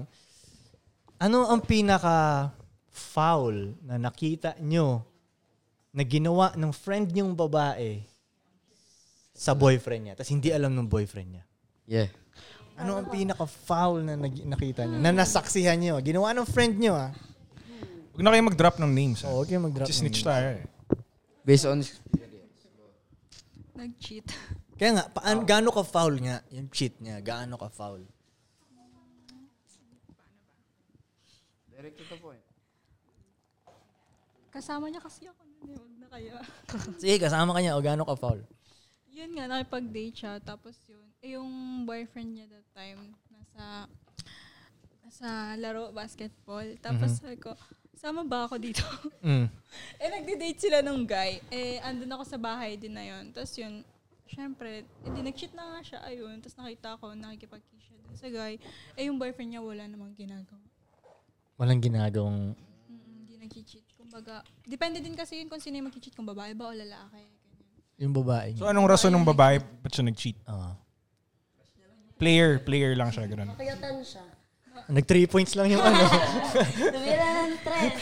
[SPEAKER 4] ano ang pinaka foul na nakita nyo na ginawa ng friend niyong babae sa boyfriend niya tapos hindi alam ng boyfriend niya?
[SPEAKER 3] Yeah.
[SPEAKER 4] Ano ang pinaka foul na nag- nakita niyo? Na nasaksihan niyo? Ginawa ng friend niyo ah.
[SPEAKER 2] Huwag na kayo mag-drop ng names.
[SPEAKER 4] Oo, huwag kayo mag-drop
[SPEAKER 2] Just
[SPEAKER 4] ng
[SPEAKER 2] snitch
[SPEAKER 4] names.
[SPEAKER 2] tayo eh.
[SPEAKER 3] Based on...
[SPEAKER 5] Nag-cheat.
[SPEAKER 4] Kaya nga, paan, gaano ka foul nga yung cheat niya? Gaano ka foul?
[SPEAKER 3] Direct to the point.
[SPEAKER 5] Kasama niya kasi ako nun eh. Huwag na kaya.
[SPEAKER 4] Sige, kasama ka niya o gaano ka foul?
[SPEAKER 5] yun nga, nakipag-date siya. Tapos yun, eh, yung boyfriend niya that time, nasa sa laro basketball. Tapos
[SPEAKER 4] Mhm.
[SPEAKER 5] sabi ko, sama ba ako dito?
[SPEAKER 4] Mm.
[SPEAKER 5] eh, nagde-date sila nung guy. Eh, andun ako sa bahay din na yun. Tapos yun, syempre, eh, di nag-cheat na nga siya, ayun. Tapos nakita ko, nakikipag-kiss siya dun sa guy. Eh, yung boyfriend niya wala namang ginagawa.
[SPEAKER 4] Walang ginagawang...
[SPEAKER 5] Hindi nag-cheat. Kumbaga, depende din kasi yun kung sino yung mag-cheat, kung babae ba o lalaki.
[SPEAKER 4] Yung babae.
[SPEAKER 2] So anong rason ng babae ba't siya nag-cheat? Player, player lang siya, ganun.
[SPEAKER 8] Nakayatan siya.
[SPEAKER 4] Nag 3 points lang yung ano.
[SPEAKER 8] Tumira ng tres.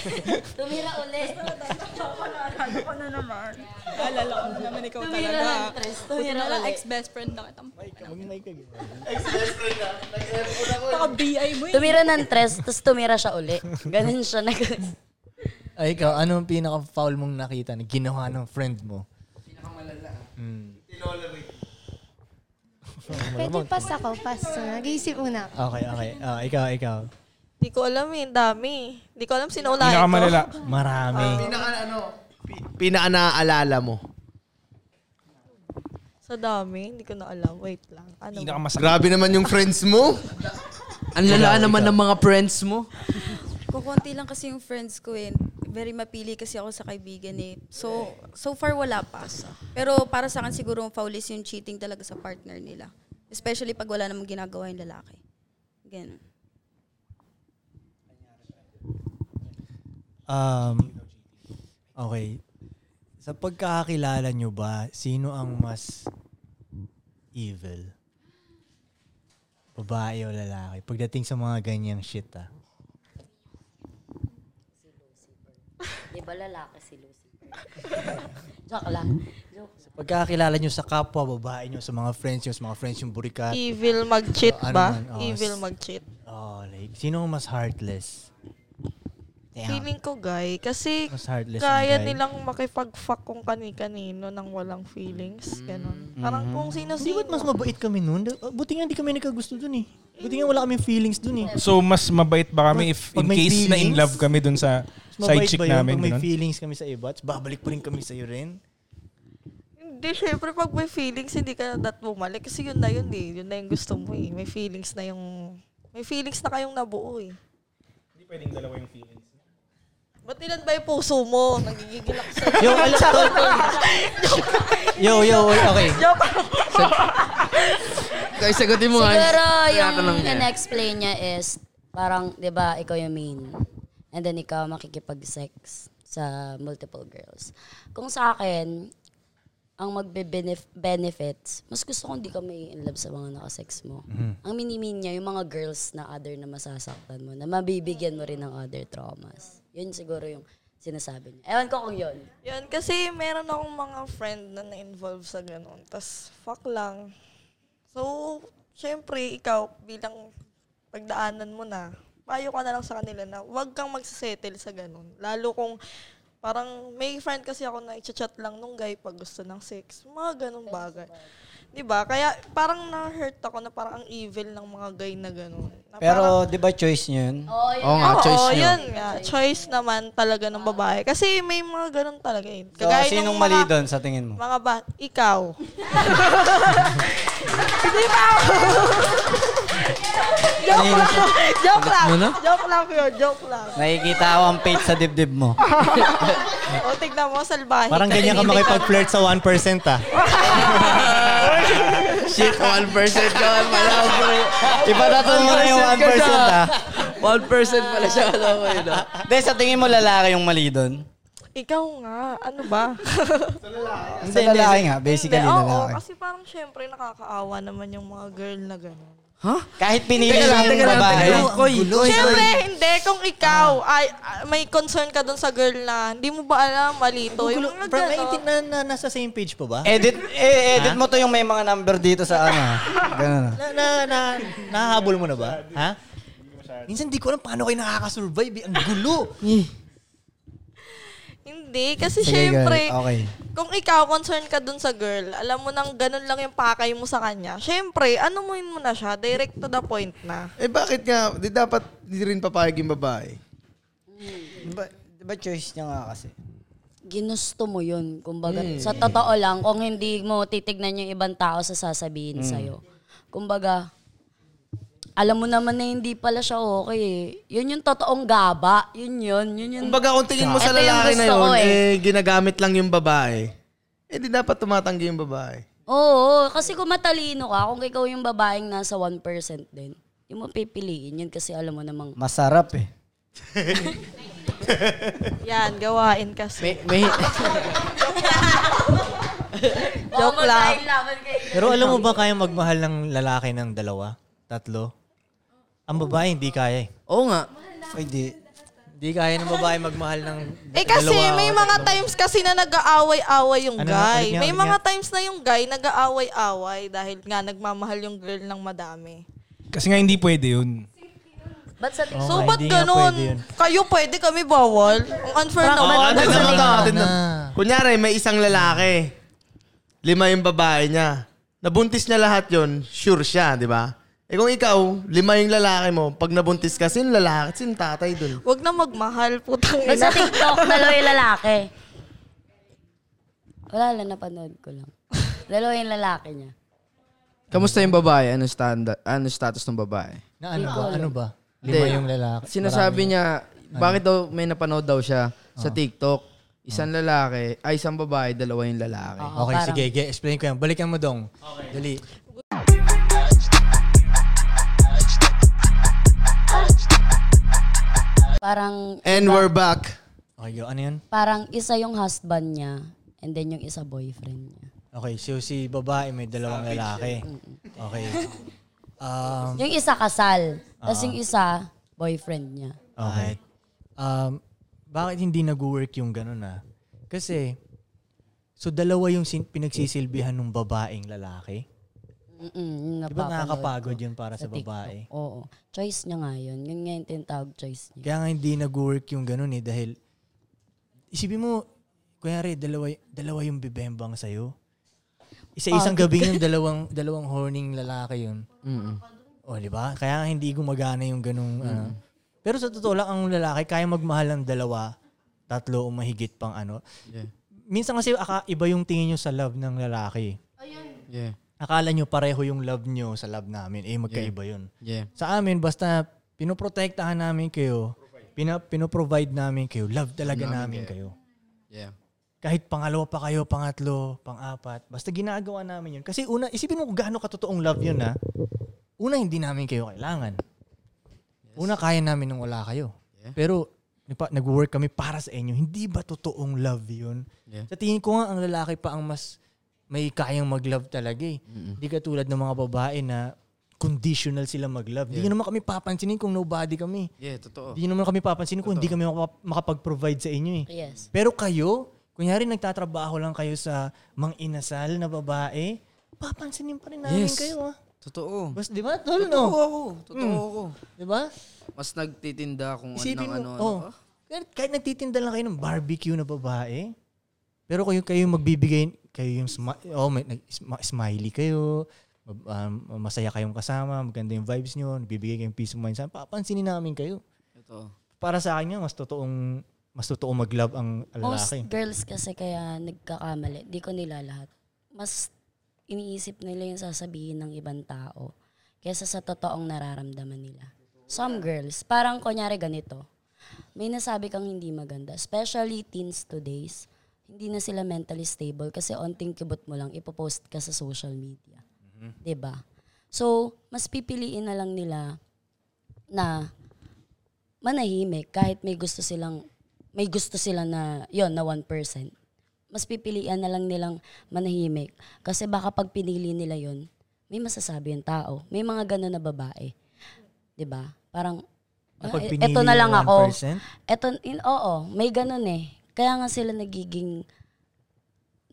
[SPEAKER 8] Tumira ulit.
[SPEAKER 5] Naalala ko na naman. Naalala ko na naman ikaw
[SPEAKER 8] Tumira
[SPEAKER 5] talaga.
[SPEAKER 8] lang, Tres.
[SPEAKER 5] Buti
[SPEAKER 8] Tumira
[SPEAKER 5] na lang,
[SPEAKER 8] ulit.
[SPEAKER 5] ex-best friend na kita.
[SPEAKER 3] Ex-best friend na. Nag-airpon ako
[SPEAKER 5] Baka BI mo eh.
[SPEAKER 8] Tumira ng tres, tapos tumira siya uli. Ganun siya nag...
[SPEAKER 4] Ay, ikaw, ano ang pinaka-foul mong nakita na ginawa ng friend mo? Mm.
[SPEAKER 6] Pwede pass ako, pass. Ah, Nag-iisip muna. ako.
[SPEAKER 4] Okay, okay. Ah, ikaw, ikaw.
[SPEAKER 9] Hindi ko alam eh, ang dami. Hindi ko alam sino unahin ko.
[SPEAKER 2] Pinakamalala.
[SPEAKER 4] Marami.
[SPEAKER 9] Pinaka ano?
[SPEAKER 1] Pinaka-naaalala Ah. mo.
[SPEAKER 9] Sa dami, hindi ko na alam. Wait lang. Ano? ba?
[SPEAKER 1] Grabe naman yung friends mo.
[SPEAKER 3] Ang lala naman ng mga friends mo.
[SPEAKER 7] Kukunti lang kasi yung friends ko eh. Very mapili kasi ako sa kaibigan eh. So, so far wala pa. Pero para sa akin siguro ang foul is yung cheating talaga sa partner nila. Especially pag wala namang ginagawa yung lalaki. Ganun.
[SPEAKER 4] Um, okay. Sa pagkakakilala nyo ba, sino ang mas evil? Babae o lalaki? Pagdating sa mga ganyang shit ah.
[SPEAKER 8] Di ba lalaki si Lucifer? Joke lang. Joke. lang.
[SPEAKER 4] Pagkakakilala nyo sa kapwa, babae nyo, sa mga friends nyo, sa mga friends yung burikat.
[SPEAKER 9] Evil mag-cheat
[SPEAKER 4] Ano
[SPEAKER 9] ba?
[SPEAKER 4] man, oh,
[SPEAKER 9] Evil
[SPEAKER 4] s-
[SPEAKER 9] mag-cheat.
[SPEAKER 4] Oh, like, sino ang mas heartless? Damn.
[SPEAKER 9] Feeling ko, guy, kasi
[SPEAKER 4] Mas heartless ang
[SPEAKER 9] kaya
[SPEAKER 4] guy.
[SPEAKER 9] nilang makipag-fuck kung kani-kanino nang walang feelings. Ganon.
[SPEAKER 4] Mm-hmm.
[SPEAKER 9] Parang kung
[SPEAKER 4] Hindi
[SPEAKER 9] sino-sino.
[SPEAKER 4] ba't mas mabait kami noon? Buti nga hindi kami nagkagusto dun eh. Buti nga wala kami feelings dun eh.
[SPEAKER 2] So mas mabait ba kami if in
[SPEAKER 4] Pag may
[SPEAKER 2] case na in
[SPEAKER 4] feelings?
[SPEAKER 2] love kami dun sa side
[SPEAKER 4] Mas mabait
[SPEAKER 2] chick
[SPEAKER 4] ba yun
[SPEAKER 2] namin?
[SPEAKER 4] Pag may
[SPEAKER 2] ganun?
[SPEAKER 4] feelings kami sa iba, tapos babalik pa rin kami sa'yo rin.
[SPEAKER 9] Hindi, syempre pag may feelings, hindi ka na dat bumalik. Kasi yun na yun eh. Yun na yung gusto mo eh. May feelings na yung... May feelings na kayong nabuo eh.
[SPEAKER 2] Hindi pwedeng dalawa yung feelings.
[SPEAKER 9] Ba't ilan ba yung puso mo? Nagigigil ako sa'yo.
[SPEAKER 4] Yo, alam-
[SPEAKER 9] Charot.
[SPEAKER 4] Yo, yo, wait, okay.
[SPEAKER 9] Joke.
[SPEAKER 3] Guys, sagutin mo ah. nga.
[SPEAKER 8] Siguro yung
[SPEAKER 3] Tinatanong niya.
[SPEAKER 8] in-explain niya is, parang, di ba, ikaw yung main. And then ikaw makikipag-sex sa multiple girls. Kung sa akin, ang magbe-benefits, mas gusto kong di ka may in love sa mga nakasex mo.
[SPEAKER 4] Mm-hmm.
[SPEAKER 16] Mhm.
[SPEAKER 8] Ang minimin niya, yung mga girls na other na masasaktan mo, na mabibigyan mo rin ng other traumas. Yun siguro yung sinasabi niya. Ewan ko kung yun.
[SPEAKER 9] Yun, kasi meron akong mga friend na na-involve sa ganun. Tapos, fuck lang. So, syempre, ikaw, bilang pagdaanan mo na, payo ka na lang sa kanila na huwag kang magsasettle sa ganun. Lalo kung parang may friend kasi ako na i-chat lang nung guy pag gusto ng sex. Mga ganun bagay. Di ba? Kaya parang na-hurt ako na parang ang evil ng mga guy na gano'n. Na
[SPEAKER 15] Pero di ba choice niyo yun?
[SPEAKER 9] Oo, yun nga. Choice naman talaga ng babae. Kasi may mga ganun talaga eh.
[SPEAKER 15] So, sinong mali doon sa tingin mo?
[SPEAKER 9] Mga ba, ikaw. Di ba? joke lang. Joke lang.
[SPEAKER 15] Ano?
[SPEAKER 9] Joke lang yun. Joke lang.
[SPEAKER 15] Nakikita ko ang page sa dibdib mo.
[SPEAKER 9] o, tignan mo, salbahe.
[SPEAKER 4] Parang ganyan ka makipag-flirt sa 1% ah.
[SPEAKER 3] Shit, 1% ka man pala. pre.
[SPEAKER 15] Iba na to muna yung
[SPEAKER 3] 1% ka
[SPEAKER 15] 1%
[SPEAKER 3] siya.
[SPEAKER 15] ah.
[SPEAKER 3] 1% pala siya. Alam mo yun. ah.
[SPEAKER 15] Hindi, sa tingin mo lalaki yung mali doon?
[SPEAKER 9] Ikaw nga. Ano ba?
[SPEAKER 15] Hindi, lalaki nga. Basically,
[SPEAKER 9] Hindi, oo,
[SPEAKER 15] lalaki.
[SPEAKER 9] kasi parang syempre nakakaawa naman yung mga girl na gano'n.
[SPEAKER 15] Huh? Kahit pinili
[SPEAKER 3] Teka lang,
[SPEAKER 15] yung
[SPEAKER 3] teka lang,
[SPEAKER 15] babae.
[SPEAKER 3] teka lang. Koy, Gulo,
[SPEAKER 9] Siyempre, hindi. Kung ikaw, ay, ah, may concern ka dun sa girl na, hindi mo ba alam, malito. Yung mga
[SPEAKER 4] Pero
[SPEAKER 9] gano'n.
[SPEAKER 4] na, na nasa same page po ba?
[SPEAKER 15] Edit, eh, edit
[SPEAKER 4] Ha?
[SPEAKER 15] mo to yung may mga number dito sa ano. Ganun. ah.
[SPEAKER 4] Na, na, na, nahahabol mo na ba? Ha? Minsan di ko alam paano kayo nakakasurvive. eh. Ang gulo.
[SPEAKER 9] Hindi, kasi
[SPEAKER 4] Sige,
[SPEAKER 9] syempre,
[SPEAKER 4] girl, okay.
[SPEAKER 9] kung ikaw, concern ka dun sa girl, alam mo nang ganun lang yung pakay mo sa kanya, syempre, ano mo mo na siya, direct to the point na.
[SPEAKER 1] Eh bakit nga, di dapat di rin papayag yung babae?
[SPEAKER 15] Diba, diba choice niya nga kasi?
[SPEAKER 8] Ginusto mo yun. Kumbaga,
[SPEAKER 3] Hmm.
[SPEAKER 4] Hmm.
[SPEAKER 15] Mm.
[SPEAKER 8] sa totoo lang, kung hindi mo titignan yung ibang tao sa sasabihin
[SPEAKER 3] Hmm.
[SPEAKER 15] Mm.
[SPEAKER 8] sa'yo. Kumbaga, alam mo naman na hindi pala siya okay eh. Yun yung totoong gaba. Yun yun. yun yun.
[SPEAKER 1] Kumbaga kung tingin mo sa
[SPEAKER 8] Ito yung
[SPEAKER 1] lalaki na
[SPEAKER 8] gusto
[SPEAKER 1] yun,
[SPEAKER 8] ko
[SPEAKER 1] eh. ginagamit lang yung babae, eh di dapat tumatanggi yung babae.
[SPEAKER 8] Oo, kasi kung matalino ka, kung ikaw yung babaeng nasa 1% din, hindi mo pipiliin yun kasi alam mo namang...
[SPEAKER 15] Masarap eh.
[SPEAKER 9] Yan, gawain kasi.
[SPEAKER 3] May,
[SPEAKER 9] Joke lang.
[SPEAKER 4] Pero alam mo ba kaya magmahal ng lalaki ng dalawa? Tatlo? Ang babae hindi kaya eh.
[SPEAKER 3] Oo nga.
[SPEAKER 15] Hindi.
[SPEAKER 4] Hindi kaya ng babae magmahal ng
[SPEAKER 9] Eh kasi
[SPEAKER 4] dalawa
[SPEAKER 9] may
[SPEAKER 4] o
[SPEAKER 9] mga
[SPEAKER 4] tatlo.
[SPEAKER 9] times kasi na nag-aaway-away yung
[SPEAKER 4] Ano,
[SPEAKER 9] guy.
[SPEAKER 4] ulit nga,
[SPEAKER 9] may
[SPEAKER 4] ulit
[SPEAKER 9] mga times na yung guy nag-aaway-away dahil nga nagmamahal yung girl ng madami.
[SPEAKER 2] Kasi nga hindi pwede yun.
[SPEAKER 8] Ba't sa
[SPEAKER 15] Oh,
[SPEAKER 2] Oo
[SPEAKER 9] so,
[SPEAKER 2] nga,
[SPEAKER 9] ba't
[SPEAKER 2] hindi nga
[SPEAKER 9] ganun?
[SPEAKER 2] pwede yun.
[SPEAKER 9] Kayo pwede, kami bawal. Ang unfair
[SPEAKER 1] Parang-
[SPEAKER 9] naman.
[SPEAKER 8] ano,
[SPEAKER 1] Oo, atin
[SPEAKER 9] Ang
[SPEAKER 1] naman to,
[SPEAKER 9] unfair
[SPEAKER 1] atin naman. Kunyari, may isang lalaki. Lima yung babae niya. Nabuntis niya lahat yon sure siya, di ba? Eh kung ikaw, lima yung lalaki mo, pag nabuntis ka, sino lalaki? Sino tatay dun?
[SPEAKER 9] Huwag na magmahal, putang
[SPEAKER 8] Yung sa TikTok, dalawa yung lalaki. Wala lang, napanood ko lang. Dalawa yung lalaki niya.
[SPEAKER 3] Kamusta yung babae? Ano standard? Ano status ng babae?
[SPEAKER 4] Na
[SPEAKER 8] Hindi
[SPEAKER 4] ano ba?
[SPEAKER 8] ko alam.
[SPEAKER 4] Ano ba?
[SPEAKER 3] Hindi.
[SPEAKER 4] Lima yung lalaki.
[SPEAKER 3] Sinasabi
[SPEAKER 4] Marami.
[SPEAKER 3] niya,
[SPEAKER 4] Ano?
[SPEAKER 3] bakit daw may napanood daw siya sa
[SPEAKER 15] Ah.
[SPEAKER 3] TikTok? Isang lalaki, ay isang babae, dalawa yung lalaki.
[SPEAKER 15] Ah,
[SPEAKER 4] Okay, sige. ge- Explain ko yan. Balikan mo, Dong. Okay. Dali.
[SPEAKER 8] Parang...
[SPEAKER 1] And
[SPEAKER 8] iba-
[SPEAKER 1] we're back.
[SPEAKER 4] Okay, yo, ano yun?
[SPEAKER 8] Parang isa yung husband niya and then yung isa boyfriend niya.
[SPEAKER 4] Okay, so si babae may dalawang lalaki. Okay. Um,
[SPEAKER 8] Yung isa kasal, tapos
[SPEAKER 4] Ah.
[SPEAKER 8] yung isa boyfriend niya.
[SPEAKER 4] Okay. Um, bakit hindi nag-work yung ganun ah? Kasi, so dalawa yung sin- pinagsisilbihan ng babaeng lalaki.
[SPEAKER 8] Mm-mm,
[SPEAKER 4] Di ba
[SPEAKER 8] napapanood
[SPEAKER 4] nakakapagod
[SPEAKER 8] ko
[SPEAKER 4] yun para sa
[SPEAKER 8] TikTok?
[SPEAKER 4] babae?
[SPEAKER 8] Oo. Choice niya nga yun. Yun nga yung tinatawag choice niya.
[SPEAKER 4] Kaya nga hindi nag-work yung ganun eh dahil isipin mo, kunyari, dalawa, dalawa yung bibembang sa'yo. Isa-isang
[SPEAKER 8] Pagod
[SPEAKER 4] gabi
[SPEAKER 8] ka.
[SPEAKER 4] yung dalawang, dalawang horning lalaki yun. O, di ba? Kaya nga hindi gumagana yung ganung ano. Pero sa totoo lang, ang lalaki kaya magmahal ng dalawa, tatlo o mahigit pang ano.
[SPEAKER 3] Yeah.
[SPEAKER 4] Minsan kasi aka, iba yung tingin nyo sa love ng lalaki.
[SPEAKER 3] Yeah.
[SPEAKER 4] Akala nyo pareho yung love nyo sa love namin. Eh, magkaiba yun.
[SPEAKER 3] Yeah.
[SPEAKER 4] Sa amin, basta pinoprotektahan namin kayo, pina, pinoprovide namin kayo, love talaga
[SPEAKER 3] Namin
[SPEAKER 4] namin kayo.
[SPEAKER 3] Yeah.
[SPEAKER 4] Kahit pangalawa pa kayo, pangatlo, pangapat, basta ginagawa namin yun. Kasi una, isipin mo kung gaano katotoong love yun ha. Una, hindi namin kayo kailangan. Una, kaya namin nung wala kayo. Pero nagpa- nag-work kami para sa inyo. Hindi ba totoong love yun?
[SPEAKER 3] Yeah.
[SPEAKER 4] Sa tingin ko nga, ang lalaki pa ang mas may kayang mag-love talaga eh. Hindi katulad ng mga babae na conditional sila mag-love. Hindi
[SPEAKER 3] Yeah.
[SPEAKER 4] naman kami papansinin kung nobody kami.
[SPEAKER 3] Yeah, totoo.
[SPEAKER 4] Hindi naman kami papansinin kung hindi kami makap- makapag-provide sa inyo eh.
[SPEAKER 8] Yes.
[SPEAKER 4] Pero kayo, kunyari nagtatrabaho lang kayo sa mang inasal na babae, papansinin pa rin namin
[SPEAKER 3] Yes.
[SPEAKER 4] kayo ah.
[SPEAKER 3] Totoo.
[SPEAKER 4] Mas di ba? Tol, no?
[SPEAKER 3] Oh. Totoo ako. Totoo
[SPEAKER 4] Mm.
[SPEAKER 3] ako.
[SPEAKER 4] Di ba?
[SPEAKER 3] Mas nagtitinda kung ano ng
[SPEAKER 4] Isipin mo,
[SPEAKER 3] ano. ano.
[SPEAKER 4] oh, kahit, kahit nagtitinda lang kayo ng barbecue na babae, pero Pero kayo, kayo yung magbibigay, kayo yung smi- oh, may, nag- smi- smiley kayo, mab- um, masaya kayong kasama, maganda yung vibes nyo, nagbibigay kayong peace of mind. Saan papansinin namin kayo?
[SPEAKER 3] Ito.
[SPEAKER 4] Para sa akin nga, mas totoong mas totoong mag-love ang
[SPEAKER 8] Most
[SPEAKER 4] lalaki.
[SPEAKER 8] girls kasi kaya nagkakamali. Di ko nila lahat. Mas iniisip nila yung sasabihin ng ibang tao kesa sa totoong nararamdaman nila. Some girls, parang kunyari ganito. May nasabi kang hindi maganda. Especially teens today's. Hindi na sila mentally stable kasi onting kibot mo lang, ipopost ka sa social media.
[SPEAKER 4] Mm-hmm.
[SPEAKER 8] Diba? 'di ba? So, mas pipiliin na lang nila na manahimik kahit may gusto silang may gusto sila na yon na 1%. Mas pipilian na lang nilang manahimik kasi baka pag pinili nila yon, may masasabi yung tao. May mga ganun na babae. 'Di ba? Parang
[SPEAKER 4] Na
[SPEAKER 8] "Ah,
[SPEAKER 4] pag
[SPEAKER 8] e-
[SPEAKER 4] pinili
[SPEAKER 8] eto na lang
[SPEAKER 4] yung
[SPEAKER 8] ako.
[SPEAKER 4] 1%?
[SPEAKER 8] Eto in, oo, may ganun eh. Kaya nga sila nagiging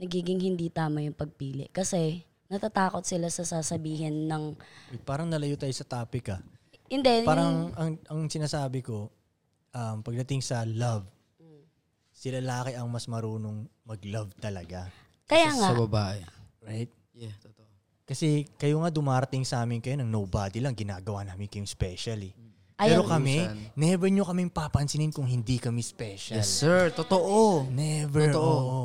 [SPEAKER 8] nagiging hindi tama yung pagpili kasi natatakot sila sa sasabihin ng
[SPEAKER 4] Wait, parang nalayo tayo sa topic ah.
[SPEAKER 8] Hindi,
[SPEAKER 4] Parang ang, ang sinasabi ko, um, pagdating sa love, si lalaki ang mas marunong mag-love talaga.
[SPEAKER 8] Kaya Sa- nga. sa
[SPEAKER 3] babae.
[SPEAKER 4] Right?
[SPEAKER 3] Yeah, totoo.
[SPEAKER 4] Kasi kayo nga dumarating sa amin kayo ng nobody lang, ginagawa namin kayong special eh.
[SPEAKER 3] Ayaw
[SPEAKER 4] Pero kami,
[SPEAKER 3] minsan.
[SPEAKER 4] never nyo kaming papansinin kung hindi kami special.
[SPEAKER 3] Yes, sir. Totoo.
[SPEAKER 4] Never.
[SPEAKER 3] Totoo.
[SPEAKER 4] oo.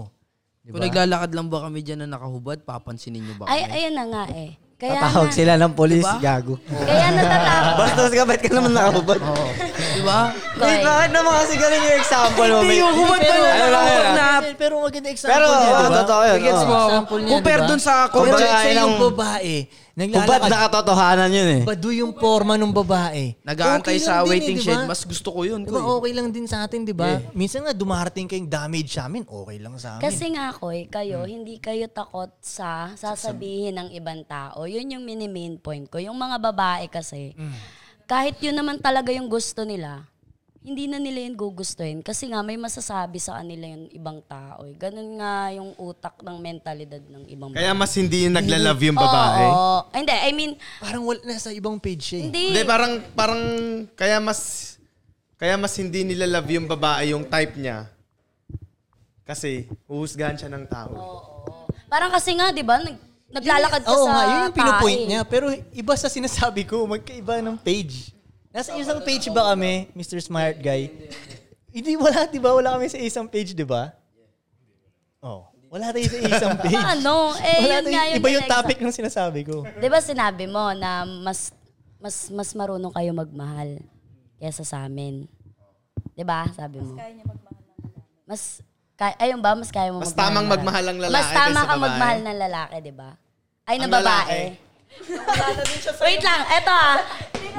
[SPEAKER 3] Kung
[SPEAKER 4] Diba?
[SPEAKER 3] naglalakad lang ba kami dyan na nakahubad, papansinin nyo ba?
[SPEAKER 8] Ay,
[SPEAKER 3] kami?
[SPEAKER 8] ayun na nga eh. Kaya
[SPEAKER 3] Tatawag
[SPEAKER 8] na-
[SPEAKER 3] sila ng polis,
[SPEAKER 8] Diba?
[SPEAKER 3] gago.
[SPEAKER 8] Kaya natatakot. Oh.
[SPEAKER 15] Bastos ka, ba't ka naman nakahubad?
[SPEAKER 3] Oo. Diba?
[SPEAKER 15] Wait, bakit naman kasi ganun yung example mo?
[SPEAKER 3] Hindi,
[SPEAKER 15] May-
[SPEAKER 3] yung hubad
[SPEAKER 15] Pero- Ano
[SPEAKER 3] pala
[SPEAKER 15] lang
[SPEAKER 3] nakahubad
[SPEAKER 15] yun,
[SPEAKER 3] na- ah,
[SPEAKER 15] ah?
[SPEAKER 4] Pero maganda example
[SPEAKER 15] Pero,
[SPEAKER 4] niya,
[SPEAKER 15] oo,
[SPEAKER 4] diba?
[SPEAKER 15] totoo yun.
[SPEAKER 4] Gets
[SPEAKER 15] oo.
[SPEAKER 4] mo? Compare dun sa- compare sa yung babae. Naglalakad-
[SPEAKER 15] Hubad na katotohanan yun eh.
[SPEAKER 4] Badu yung forma ng babae.
[SPEAKER 3] Nag-aantay
[SPEAKER 4] Okay
[SPEAKER 3] sa
[SPEAKER 4] lang din,
[SPEAKER 3] waiting
[SPEAKER 4] eh,
[SPEAKER 3] shed.
[SPEAKER 4] diba?
[SPEAKER 3] Mas gusto ko yun. ko
[SPEAKER 4] Diba,
[SPEAKER 3] eh.
[SPEAKER 4] okay lang din sa atin, di ba?
[SPEAKER 3] Yeah.
[SPEAKER 4] Minsan nga dumarating kayong damage sa amin, okay lang sa amin.
[SPEAKER 8] Kasi nga ako eh, kayo,
[SPEAKER 4] Hmm.
[SPEAKER 8] hindi kayo takot sa sasabihin ng ibang tao. Yun yung mini-main point ko. Yung mga babae kasi,
[SPEAKER 4] Hmm.
[SPEAKER 8] kahit yun naman talaga yung gusto nila, hindi na nila yun gugustuhin. Kasi nga, may masasabi sa kanila yung ibang tao. Eh. Ganun nga yung utak ng mentalidad ng ibang
[SPEAKER 4] Kaya
[SPEAKER 8] babae.
[SPEAKER 4] mas hindi yung naglalove yung
[SPEAKER 8] Oo,
[SPEAKER 4] babae?
[SPEAKER 8] oo. Hindi, I mean...
[SPEAKER 4] Parang wala, nasa ibang page eh. siya
[SPEAKER 8] Hindi.
[SPEAKER 1] Hindi, parang, parang, kaya mas, kaya mas hindi nila love yung babae, yung type niya. Kasi, huhusgahan siya ng tao.
[SPEAKER 8] Parang kasi nga, di ba, nag, naglalakad ka
[SPEAKER 4] Oo
[SPEAKER 8] sa
[SPEAKER 4] nga, yun yung pinupoint
[SPEAKER 8] tae.
[SPEAKER 4] niya. Pero iba sa sinasabi ko, magkaiba ng page. Nasa isang page ba kami, Mr. Smart Guy? Hindi, wala, di ba? Wala kami sa isang page, di ba? Oh, wala tayo sa isang page.
[SPEAKER 8] Ano? Eh,
[SPEAKER 4] Wala
[SPEAKER 8] yun
[SPEAKER 4] tayo-
[SPEAKER 8] nga yung
[SPEAKER 4] Iba yung
[SPEAKER 8] pinag-
[SPEAKER 4] topic ng sinasabi ko.
[SPEAKER 8] Di ba sinabi mo na mas mas mas marunong kayo magmahal kaysa sa amin? Di ba? Sabi mo. Mas kaya niya magmahal Mas kaya, ayun ba? Mas kaya mo
[SPEAKER 1] Mas
[SPEAKER 8] magmahal
[SPEAKER 1] tamang
[SPEAKER 8] ng
[SPEAKER 1] magmahal ang lalaki diba?
[SPEAKER 8] Mas tama
[SPEAKER 1] kaysa
[SPEAKER 8] ka
[SPEAKER 1] babae.
[SPEAKER 8] magmahal ng lalaki, di ba? Ay, ng
[SPEAKER 1] Ang
[SPEAKER 8] babae. Wait lang, eto ah.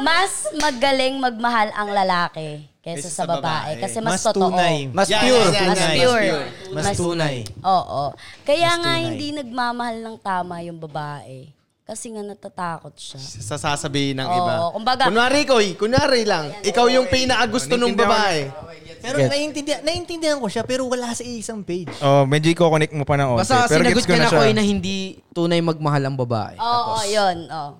[SPEAKER 8] Mas magaling magmahal ang lalaki kaysa sa babae. Kasi mas, totoo.
[SPEAKER 4] Mas pure. Mas tunay.
[SPEAKER 8] Oo. Kaya
[SPEAKER 4] Mas
[SPEAKER 8] nga
[SPEAKER 4] tunay.
[SPEAKER 8] hindi nagmamahal ng tama yung babae. Kasi nga natatakot siya.
[SPEAKER 1] Sa sasabihin ng
[SPEAKER 8] Oo,
[SPEAKER 1] iba.
[SPEAKER 8] kumbaga-
[SPEAKER 1] kunwari ko, eh, kunwari lang, ikaw yung pinaagusto ng babae.
[SPEAKER 4] Pero
[SPEAKER 2] Gets.
[SPEAKER 4] naiintindihan, naiintindihan ko siya, pero wala sa isang page.
[SPEAKER 2] Oh, medyo i-connect mo pa ng onte.
[SPEAKER 3] Basta
[SPEAKER 2] pero
[SPEAKER 3] sinagot
[SPEAKER 2] gets
[SPEAKER 3] ka
[SPEAKER 2] ko na
[SPEAKER 3] na ko
[SPEAKER 2] siya.
[SPEAKER 3] na hindi tunay magmahal ang babae.
[SPEAKER 8] Oo, oh, yun. Oo.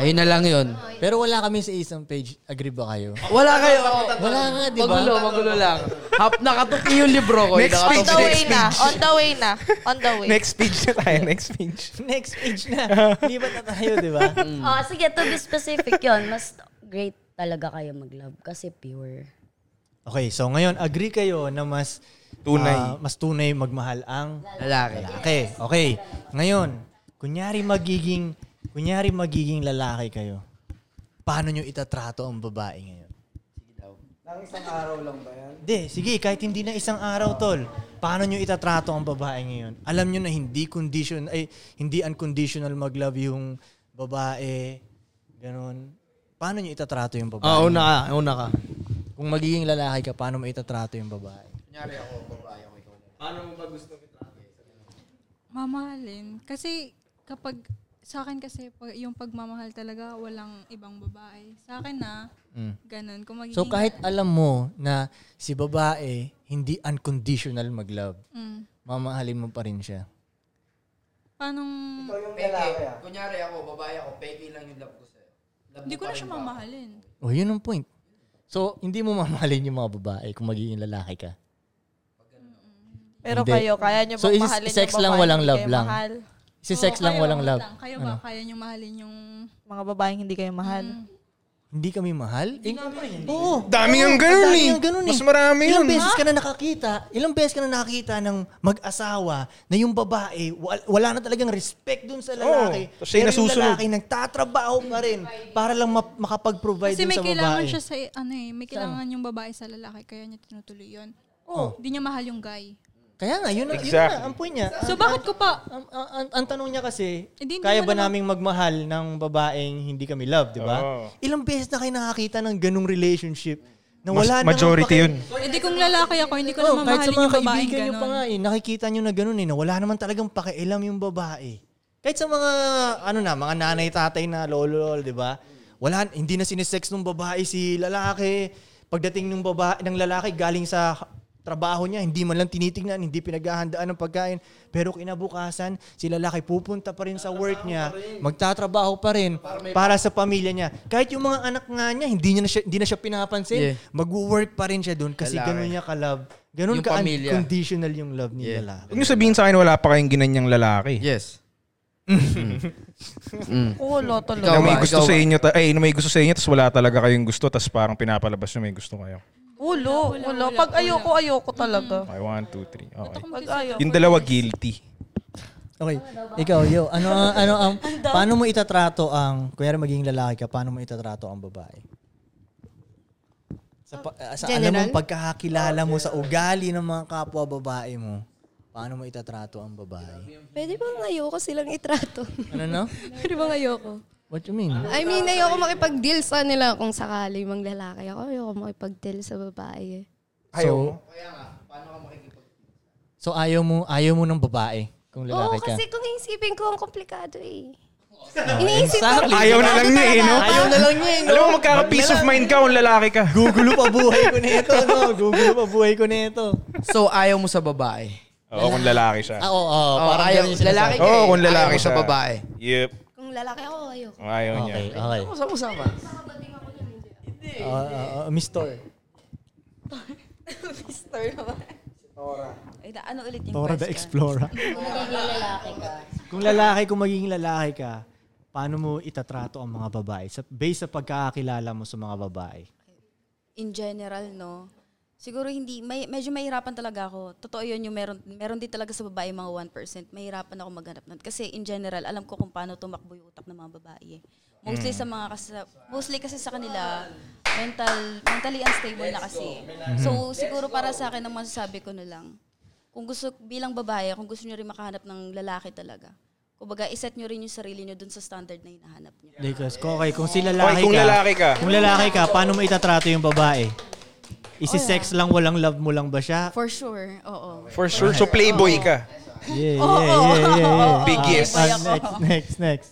[SPEAKER 3] Ayun na lang yun.
[SPEAKER 4] Pero wala kami sa isang page. Agree ba kayo?
[SPEAKER 3] Wala kayo.
[SPEAKER 4] Wala nga, di ba?
[SPEAKER 3] Magulo, magulo lang. Hap, nakatupi yung libro ko. eh.
[SPEAKER 4] Diba? Next
[SPEAKER 9] On
[SPEAKER 3] Nakatupi.
[SPEAKER 9] the way na. On the way na. On the way.
[SPEAKER 2] Next page na tayo, next page.
[SPEAKER 4] Next page na. Hindi ba na tayo, di ba?
[SPEAKER 2] Mm.
[SPEAKER 8] Oh, sige, to be specific yun. Mas great talaga kayo mag-love kasi pure.
[SPEAKER 4] Okay, so ngayon, agree kayo na mas
[SPEAKER 2] Tunay.
[SPEAKER 4] ah, mas tunay magmahal ang
[SPEAKER 3] Lalaki.
[SPEAKER 4] lalaki. Okay. Ngayon, kunyari magiging kunyari magiging lalaki kayo. Paano nyo itatrato ang babae ngayon?
[SPEAKER 15] Nang isang araw lang ba yan?
[SPEAKER 4] Hindi, sige, kahit hindi na isang araw, tol. Paano nyo itatrato ang babae ngayon? Alam nyo na hindi condition, ay, hindi unconditional mag-love yung babae. Ganon. Paano nyo itatrato yung babae?
[SPEAKER 1] Ah, una
[SPEAKER 4] ngayon?
[SPEAKER 1] ka, una ka.
[SPEAKER 4] Kung magiging lalaki ka, paano mo itatrato yung babae?
[SPEAKER 1] Paano mo ba gusto kita?
[SPEAKER 5] Mamahalin. Kasi kapag sa akin kasi pag- yung pagmamahal talaga walang ibang babae. Sa akin na
[SPEAKER 4] Mm.
[SPEAKER 5] ganun kung magiging
[SPEAKER 4] So kahit alam mo na si babae hindi unconditional mag-love,
[SPEAKER 5] Mm.
[SPEAKER 4] mamahalin mo pa rin siya.
[SPEAKER 5] Paano
[SPEAKER 3] Peke.
[SPEAKER 15] ah.
[SPEAKER 3] Kunyari ako, babae ako, peke lang yung love ko sa'yo.
[SPEAKER 5] hindi ko na siya mamahalin.
[SPEAKER 4] O, yun ang point. So, hindi mo mamahalin yung mga babae kung magiging lalaki ka.
[SPEAKER 9] Pero
[SPEAKER 4] Hindi.
[SPEAKER 9] kayo, kaya nyo
[SPEAKER 4] So,
[SPEAKER 9] bang
[SPEAKER 4] is-
[SPEAKER 9] mahalin
[SPEAKER 4] sex
[SPEAKER 9] yung
[SPEAKER 4] lang,
[SPEAKER 9] babaeng
[SPEAKER 4] walang
[SPEAKER 9] hindi
[SPEAKER 4] love
[SPEAKER 9] kayo
[SPEAKER 4] lang?
[SPEAKER 9] Mahal?
[SPEAKER 4] Si sex lang, walang love. Ano?
[SPEAKER 5] Kayo ba? Kaya nyo mahalin yung... Mm.
[SPEAKER 9] Mga babaeng hindi kayo mahal?
[SPEAKER 4] Hindi kami mahal? Eh, Oo.
[SPEAKER 2] Dami ang
[SPEAKER 4] Oo,
[SPEAKER 2] ganun
[SPEAKER 4] ang dami
[SPEAKER 2] eh.
[SPEAKER 4] ang ganun
[SPEAKER 2] Mas marami
[SPEAKER 4] ilang
[SPEAKER 2] yun.
[SPEAKER 4] Beses
[SPEAKER 2] Ha?
[SPEAKER 4] ka na nakakita, ilang beses ka na nakakita ng mag-asawa na yung babae, wal- wala na talagang respect dun sa lalaki.
[SPEAKER 2] Oo, tapos siya'y
[SPEAKER 4] pero yung
[SPEAKER 2] nasusunod.
[SPEAKER 4] lalaki nagtatrabaho pa rin para lang ma- makapag-provide
[SPEAKER 5] Kasi
[SPEAKER 4] dun
[SPEAKER 5] may
[SPEAKER 4] sa
[SPEAKER 5] kailangan
[SPEAKER 4] babae.
[SPEAKER 5] siya sa, ano eh, may kailangan yung babae sa lalaki, kaya niya tinutuloy yun.
[SPEAKER 4] Oh.
[SPEAKER 5] Hindi niya mahal yung guy.
[SPEAKER 4] Kaya nga, yun, na- yun
[SPEAKER 2] Exactly.
[SPEAKER 4] na, ang point niya.
[SPEAKER 5] So,
[SPEAKER 4] Ang-
[SPEAKER 5] bakit ko pa?
[SPEAKER 4] Ang, tanong niya kasi,
[SPEAKER 5] Eh, hindi
[SPEAKER 4] kaya
[SPEAKER 5] mo
[SPEAKER 4] ba
[SPEAKER 5] naman-
[SPEAKER 4] naming magmahal ng babaeng hindi kami love, di ba?
[SPEAKER 2] Oo.
[SPEAKER 4] Ilang beses na kayo nakakita ng ganung relationship na
[SPEAKER 2] Mas-
[SPEAKER 4] wala na
[SPEAKER 2] majority yun.
[SPEAKER 5] Eh di kung lalaki ako, hindi ko
[SPEAKER 4] Oo,
[SPEAKER 5] naman
[SPEAKER 4] Oh, kahit sa
[SPEAKER 5] mahalin
[SPEAKER 4] mga
[SPEAKER 5] yung babaeng
[SPEAKER 4] kaibigan nyo pa nga
[SPEAKER 5] ganun.
[SPEAKER 4] eh, nakikita nyo na ganun eh, na wala naman talagang pakialam yung babae. Kahit sa mga, ano na, mga nanay, tatay na, lolo, lolo, di ba? Wala, hindi na sinisex ng babae si lalaki. Pagdating ng babae, ng lalaki galing sa trabaho niya, hindi man lang tinitingnan, hindi pinaghahandaan ng pagkain. Pero kinabukasan, si lalaki pupunta pa rin sa work niya, magtatrabaho pa rin para sa pamilya niya. Kahit yung mga anak nga niya, hindi, niya na siya, hindi na siya pinapansin,
[SPEAKER 3] Yeah.
[SPEAKER 4] mag-work pa rin siya doon kasi
[SPEAKER 3] Lalaki.
[SPEAKER 4] ganun niya ka-love. Ganun
[SPEAKER 3] Yung
[SPEAKER 4] ka
[SPEAKER 3] pamilya.
[SPEAKER 4] unconditional yung love ni lalaki.
[SPEAKER 2] Huwag niyo sabihin sa akin wala pa kayong ginanyang lalaki.
[SPEAKER 3] Yes.
[SPEAKER 4] Mm.
[SPEAKER 9] Oo, wala talaga.
[SPEAKER 2] na may
[SPEAKER 3] ba?
[SPEAKER 2] gusto
[SPEAKER 3] Ikaw
[SPEAKER 2] sa
[SPEAKER 3] ba?
[SPEAKER 2] inyo, ta- ay, na may gusto sa inyo, tapos wala talaga kayong gusto, tapos parang pinapalabas nyo may gusto kayo.
[SPEAKER 9] Ulo, ulo. Pag ayoko, ayoko talaga.
[SPEAKER 2] Okay, one, two, three. Okay.
[SPEAKER 9] Pag ayoko.
[SPEAKER 2] Yung dalawa guilty.
[SPEAKER 4] Okay. Ikaw, yo, ano ang, ano ang, paano mo itatrato ang, kunyari maging lalaki ka, paano mo itatrato ang babae? Sa, pa-
[SPEAKER 3] eh,
[SPEAKER 4] ah, sa
[SPEAKER 3] ano
[SPEAKER 4] alam mo,
[SPEAKER 6] General?
[SPEAKER 4] pagkakakilala mo sa ugali ng mga kapwa babae mo, paano mo itatrato ang babae?
[SPEAKER 16] Pwede bang ayoko silang itrato?
[SPEAKER 4] Ano no?
[SPEAKER 16] Pwede bang ayoko?
[SPEAKER 4] What you mean?
[SPEAKER 16] I mean, ayoko makipag-deal sa nila kung sakali mang lalaki ako. Ayoko makipag-deal sa babae.
[SPEAKER 4] So, so ayaw mo, ayaw mo ng babae kung
[SPEAKER 16] Oo,
[SPEAKER 4] lalaki ka?
[SPEAKER 16] kasi kung isipin ko, ang komplikado eh. Iniisip ko.
[SPEAKER 4] Exactly.
[SPEAKER 2] Ayaw na lang niya eh, no?
[SPEAKER 4] Ayaw na lang niya eh, no?
[SPEAKER 2] Alam mo, magkaka-peace of mind ka kung lalaki ka.
[SPEAKER 4] Gugulo pa buhay ko nito, no? Gugulo pa buhay ko nito.
[SPEAKER 3] So, ayaw mo sa babae?
[SPEAKER 2] Oo, kung lalaki siya.
[SPEAKER 4] Ah, oo, oo,
[SPEAKER 3] Oo,
[SPEAKER 4] parang
[SPEAKER 3] ayaw,
[SPEAKER 4] ganun yung sinasabi.
[SPEAKER 3] lalaki ka
[SPEAKER 2] Oo,
[SPEAKER 3] eh,
[SPEAKER 2] kung lalaki
[SPEAKER 3] ayaw mo sa
[SPEAKER 2] siya.
[SPEAKER 3] babae.
[SPEAKER 2] Yep. Oh,
[SPEAKER 16] Kung lalaki ako, ayoko.
[SPEAKER 2] Ayaw niya.
[SPEAKER 4] Okay, okay.
[SPEAKER 3] Usap-usap
[SPEAKER 4] Ah,
[SPEAKER 8] Oh.
[SPEAKER 4] ah, ah, Miss Tor.
[SPEAKER 7] Mister naman. Tora. Ay, na, ano ulit yung
[SPEAKER 4] Tora the Explorer.
[SPEAKER 7] lalaki ka.
[SPEAKER 4] Kung lalaki, kung magiging lalaki ka, paano mo itatrato ang mga babae? Sa, based sa pagkakakilala mo sa mga babae.
[SPEAKER 7] in general, no? Siguro hindi, may, medyo mahirapan talaga ako. Totoo yun yung meron, meron din talaga sa babae mga 1%. Mahirapan ako maghanap nun. Kasi in general, alam ko kung paano tumakbo yung utak ng mga babae. eh. Mostly
[SPEAKER 16] Mm.
[SPEAKER 7] sa mga kasi, mostly kasi sa kanila, mental, mentally unstable na kasi. eh. So siguro para sa akin, ang masasabi ko na lang, kung gusto, bilang babae, kung gusto nyo rin makahanap ng lalaki talaga, kumbaga, iset nyo rin yung sarili nyo dun sa standard na hinahanap nyo.
[SPEAKER 4] Because, okay, kung si lalaki
[SPEAKER 2] Okay, kung
[SPEAKER 4] ka,
[SPEAKER 2] lalaki ka.
[SPEAKER 4] kung lalaki ka, paano mo itatrato yung babae?
[SPEAKER 8] Oh,
[SPEAKER 4] Isi-sex lang, walang love mo lang ba siya?
[SPEAKER 7] For sure, oo.
[SPEAKER 2] For sure. So, playboy ka.
[SPEAKER 4] Yeah,
[SPEAKER 8] Oh,
[SPEAKER 4] yeah,
[SPEAKER 7] Oo, oo,
[SPEAKER 4] yeah, yeah,
[SPEAKER 7] oo,
[SPEAKER 4] yeah.
[SPEAKER 7] oo, Big
[SPEAKER 4] Ah,
[SPEAKER 7] yes.
[SPEAKER 4] ah,
[SPEAKER 7] Playboy ako.
[SPEAKER 4] next, next, next.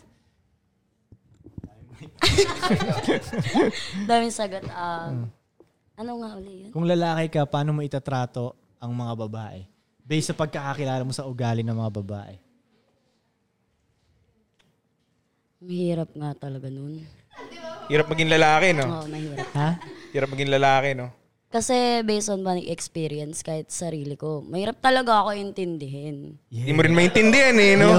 [SPEAKER 8] Daming sagot. ah,
[SPEAKER 4] Mm.
[SPEAKER 8] Ano nga uli yun?
[SPEAKER 4] Kung lalaki ka, paano mo itatrato ang mga babae? Based sa pagkakakilala mo sa ugali ng mga babae.
[SPEAKER 8] Mahirap nga talaga nun.
[SPEAKER 2] Hirap maging lalaki, no?
[SPEAKER 8] Oo, mahirap.
[SPEAKER 2] Hirap maging lalaki, no?
[SPEAKER 8] Kasi based on my experience, kahit sarili ko, mahirap talaga ako intindihin.
[SPEAKER 2] Hindi mo rin maintindihan, eh, no?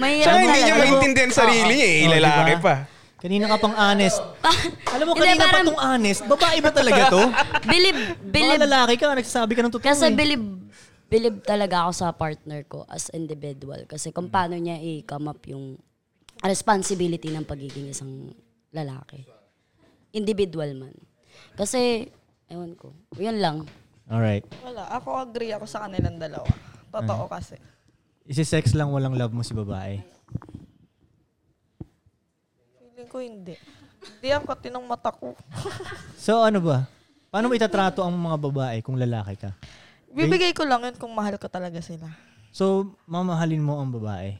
[SPEAKER 8] Mahirap
[SPEAKER 2] Tsaka hindi
[SPEAKER 8] talaga.
[SPEAKER 2] niya maintindihan sarili niya, eh.
[SPEAKER 4] Oo,
[SPEAKER 2] Lalaki
[SPEAKER 4] diba?
[SPEAKER 2] pa.
[SPEAKER 4] Kanina ka pang honest.
[SPEAKER 8] Oh.
[SPEAKER 4] Alam mo,
[SPEAKER 8] Hindi,
[SPEAKER 4] kanina pa
[SPEAKER 8] parang-
[SPEAKER 4] tong honest. Babae ba talaga to?
[SPEAKER 8] Bilib, bilib.
[SPEAKER 4] Mga lalaki ka, nagsasabi ka ng totoo.
[SPEAKER 8] Kasi
[SPEAKER 4] eh.
[SPEAKER 8] bilib, bilib talaga ako sa partner ko as individual. Kasi kung paano niya i-come up yung responsibility ng pagiging isang lalaki. Individual man. Kasi, ewan ko, yun lang.
[SPEAKER 4] Alright.
[SPEAKER 9] Wala, ako agree ako sa kanilang dalawa. Totoo
[SPEAKER 4] Mm.
[SPEAKER 9] kasi.
[SPEAKER 4] Isi-sex lang walang love mo si babae.
[SPEAKER 9] Feeling ko hindi. Hindi ako tinong mata ko.
[SPEAKER 4] So ano ba? Paano mo itatrato ang mga babae kung lalaki ka?
[SPEAKER 9] Bibigay ko lang yun kung mahal ko talaga sila.
[SPEAKER 4] So, mamahalin mo ang babae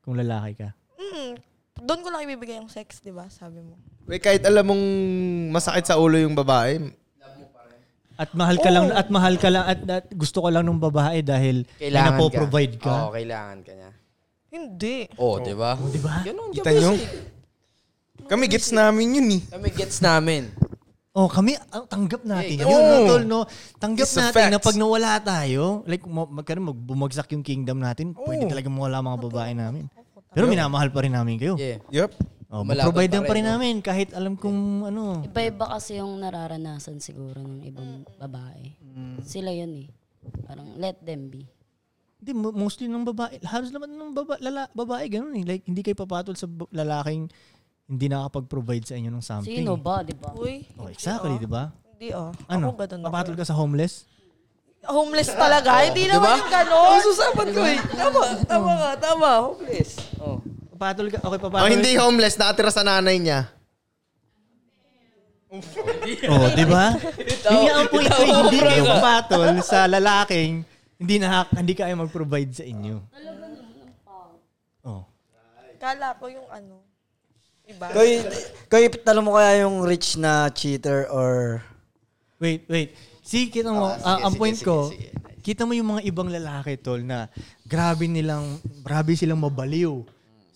[SPEAKER 4] kung lalaki ka.
[SPEAKER 9] Mm, doon ko lang ibibigay yung sex, di ba? Sabi mo.
[SPEAKER 1] Wait, kahit alam mong masakit sa ulo yung babae,
[SPEAKER 4] At mahal ka
[SPEAKER 11] Oh.
[SPEAKER 4] lang at mahal ka lang at, at gusto ka lang ng babae dahil
[SPEAKER 3] Kailangan ka.
[SPEAKER 4] provide
[SPEAKER 3] Oo,
[SPEAKER 11] Oh,
[SPEAKER 4] ka.
[SPEAKER 3] kailangan ka niya.
[SPEAKER 9] Hindi.
[SPEAKER 3] Oo, di ba?
[SPEAKER 4] Di ba?
[SPEAKER 3] Ganun,
[SPEAKER 1] Kita nyo?
[SPEAKER 3] gabis eh.
[SPEAKER 1] Kami gets namin yun eh.
[SPEAKER 3] Kami gets namin.
[SPEAKER 4] Oh, kami ang tanggap natin.
[SPEAKER 11] Eh,
[SPEAKER 4] yun,
[SPEAKER 11] oo.
[SPEAKER 4] no, tol, no? Tanggap
[SPEAKER 11] It's a
[SPEAKER 4] natin na
[SPEAKER 11] fact.
[SPEAKER 4] pag nawala tayo, like ma- magkaroon mag bumagsak yung kingdom natin,
[SPEAKER 11] Oh.
[SPEAKER 4] pwede talaga mawala ang mga babae namin. Pero
[SPEAKER 11] Yep.
[SPEAKER 4] minamahal pa rin namin kayo.
[SPEAKER 3] Yeah.
[SPEAKER 2] Yep.
[SPEAKER 4] Oh,
[SPEAKER 11] Lumalaban
[SPEAKER 4] provide
[SPEAKER 11] pa
[SPEAKER 4] pa rin
[SPEAKER 11] rin, no?
[SPEAKER 4] namin kahit alam kong ano.
[SPEAKER 8] Iba-iba kasi yung nararanasan siguro ng ibang babae.
[SPEAKER 4] Mm.
[SPEAKER 8] Sila yun eh. Parang let them be.
[SPEAKER 4] Hindi, mo- mostly ng babae. Halos naman ng baba, lala, babae, ganun eh. Like, hindi kayo papatol sa b- lalaking hindi nakakapag-provide sa inyo ng something.
[SPEAKER 8] Sino
[SPEAKER 4] eh.
[SPEAKER 8] ba, di ba?
[SPEAKER 9] Uy,
[SPEAKER 4] Oh, exactly, di ba?
[SPEAKER 9] Hindi oh.
[SPEAKER 4] Ano?
[SPEAKER 9] Ako ganun ako.
[SPEAKER 4] Papatol ka sa homeless?
[SPEAKER 9] Homeless talaga. Hindi naman yung ganun.
[SPEAKER 3] Nasusapat ko eh. Tama,
[SPEAKER 9] tama ka, tama. Homeless.
[SPEAKER 3] Oh.
[SPEAKER 4] Papatol ka, okay, papatol.
[SPEAKER 1] Oh, hindi homeless, nakatira sa nanay niya.
[SPEAKER 4] oh, di ba? Yun nga ang point ko, eh, hindi
[SPEAKER 1] Itaobra
[SPEAKER 4] kayo
[SPEAKER 1] ka.
[SPEAKER 4] papatol sa lalaking hindi na hindi kaya mag-provide sa inyo.
[SPEAKER 9] Kala ko yung ano. Iba.
[SPEAKER 15] Koy, koy, talo mo kaya yung rich na cheater or...
[SPEAKER 4] Wait, wait. See, kita mo,
[SPEAKER 15] Ah, sige,
[SPEAKER 4] ah, ang
[SPEAKER 15] sige,
[SPEAKER 4] point
[SPEAKER 15] sige,
[SPEAKER 4] ko, kita mo yung mga ibang lalaki, tol, na grabe nilang, grabe silang mabaliw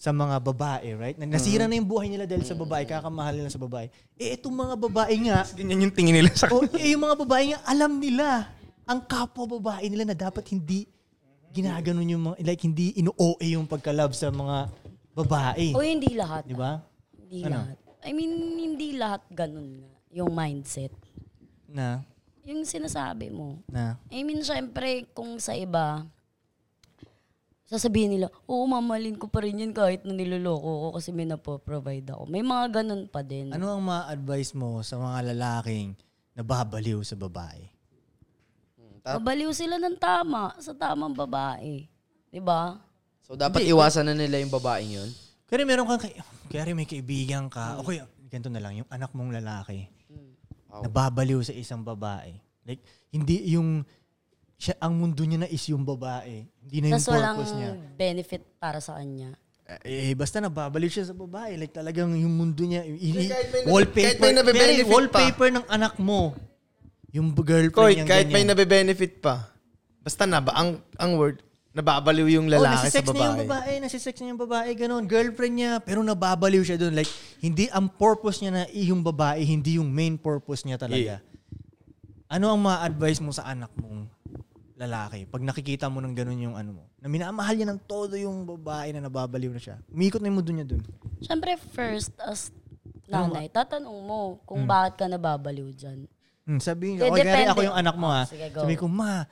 [SPEAKER 4] sa mga babae, right? Na nasira
[SPEAKER 2] Mm-hmm.
[SPEAKER 4] na yung buhay nila dahil sa babae, kakamahal nila sa babae. Eh, itong mga babae nga,
[SPEAKER 2] Ganyan yung tingin nila sa
[SPEAKER 4] oh, eh, yung mga babae nga, alam nila, ang kapwa babae nila na dapat hindi ginaganon yung mga, like, hindi ino-OA yung pagka-love sa mga babae.
[SPEAKER 8] O hindi lahat.
[SPEAKER 4] Di ba?
[SPEAKER 8] Hindi
[SPEAKER 4] Ano?
[SPEAKER 8] lahat. I mean, hindi lahat ganun nga. Yung mindset.
[SPEAKER 4] Na,
[SPEAKER 8] Yung sinasabi mo.
[SPEAKER 4] na.
[SPEAKER 8] I mean, syempre, Eh, kung sa iba, sasabihin nila, oo, mamalin ko pa rin yun kahit na niloloko ko kasi may napoprovide ako. May mga ganun pa din.
[SPEAKER 4] Ano ang ma-advise mo sa mga lalaking nababaliw sa babae?
[SPEAKER 8] Mabaliw sila ng tama sa tamang babae. 'Di ba?
[SPEAKER 3] So dapat
[SPEAKER 8] Hindi.
[SPEAKER 3] iwasan na nila yung babaeng yun.
[SPEAKER 4] Kaya meron kang kay- kaya rin may kaibigan
[SPEAKER 8] Mm.
[SPEAKER 4] ka. Okay, ganito na lang yung anak mong lalaki.
[SPEAKER 1] Oh.
[SPEAKER 4] Nababaliw sa isang babae. Like hindi yung siya ang mundo niya na is yung babae. Hindi na yung
[SPEAKER 8] Tapos walang Mm.
[SPEAKER 4] purpose niya.
[SPEAKER 8] benefit para sa kanya.
[SPEAKER 4] Eh, basta nababaliw siya sa babae. Like talagang yung mundo niya, i- i-
[SPEAKER 8] kahit may nabe-
[SPEAKER 4] wallpaper,
[SPEAKER 1] kahit may nabe-benefit
[SPEAKER 4] Pero yung wallpaper ng anak mo. Yung b- girlfriend
[SPEAKER 1] Koy,
[SPEAKER 4] niyang
[SPEAKER 1] kahit may
[SPEAKER 4] ganyan.
[SPEAKER 1] nabe-benefit pa. Basta na ba, ang, ang word, nababaliw yung
[SPEAKER 8] Oh,
[SPEAKER 1] lalaki sa
[SPEAKER 4] nasisex
[SPEAKER 1] babae.
[SPEAKER 4] niya yung babae, nasisex niya yung babae, ganun. Girlfriend niya, pero nababaliw siya doon. Like, hindi ang purpose niya na yung babae, hindi yung main purpose niya
[SPEAKER 1] Eh,
[SPEAKER 4] talaga. Ano ang ma-advise mo sa anak mong lalaki pag nakikita mo ng ganun yung ano mo? Na minamahal niya ng todo yung babae na nababaliw na siya. Umiikot na yung mundo niya doon.
[SPEAKER 8] Siyempre, first as
[SPEAKER 4] Ano
[SPEAKER 8] nanay, tatanong mo kung
[SPEAKER 4] Hmm.
[SPEAKER 8] bakit ka nababaliw dyan.
[SPEAKER 4] Hmm, sabihin
[SPEAKER 8] De-
[SPEAKER 4] niya, okay, kaya
[SPEAKER 8] depende.
[SPEAKER 4] ako yung anak mo
[SPEAKER 8] Oh,
[SPEAKER 4] ha.
[SPEAKER 8] sige, go.
[SPEAKER 4] Sabihin ko, ma,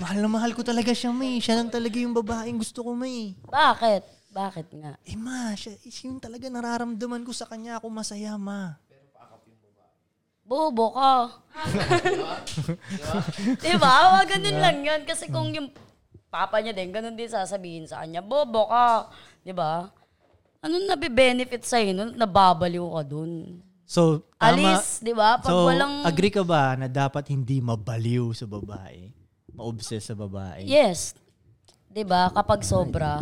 [SPEAKER 4] mahal na mahal ko talaga siya, may. Siya lang talaga yung babaeng gusto ko, may.
[SPEAKER 8] Bakit? Bakit nga?
[SPEAKER 4] Eh, ma, siya, siya yung talaga nararamdaman ko sa kanya ako masaya, ma.
[SPEAKER 8] Bobo ka. diba? Wag ganun lang yun. Kasi kung yung papa niya din, ganun din sasabihin sa kanya, bobo ka. Diba? Anong nabibenefit sa'yo nun? Nababaliw ka dun.
[SPEAKER 4] So, tama.
[SPEAKER 8] Alis, di ba? Pag
[SPEAKER 4] so,
[SPEAKER 8] walang-
[SPEAKER 4] agree ka ba na dapat hindi mabaliw sa babae? Ma-obsess sa babae?
[SPEAKER 8] Yes. Diba? Kapag sobra.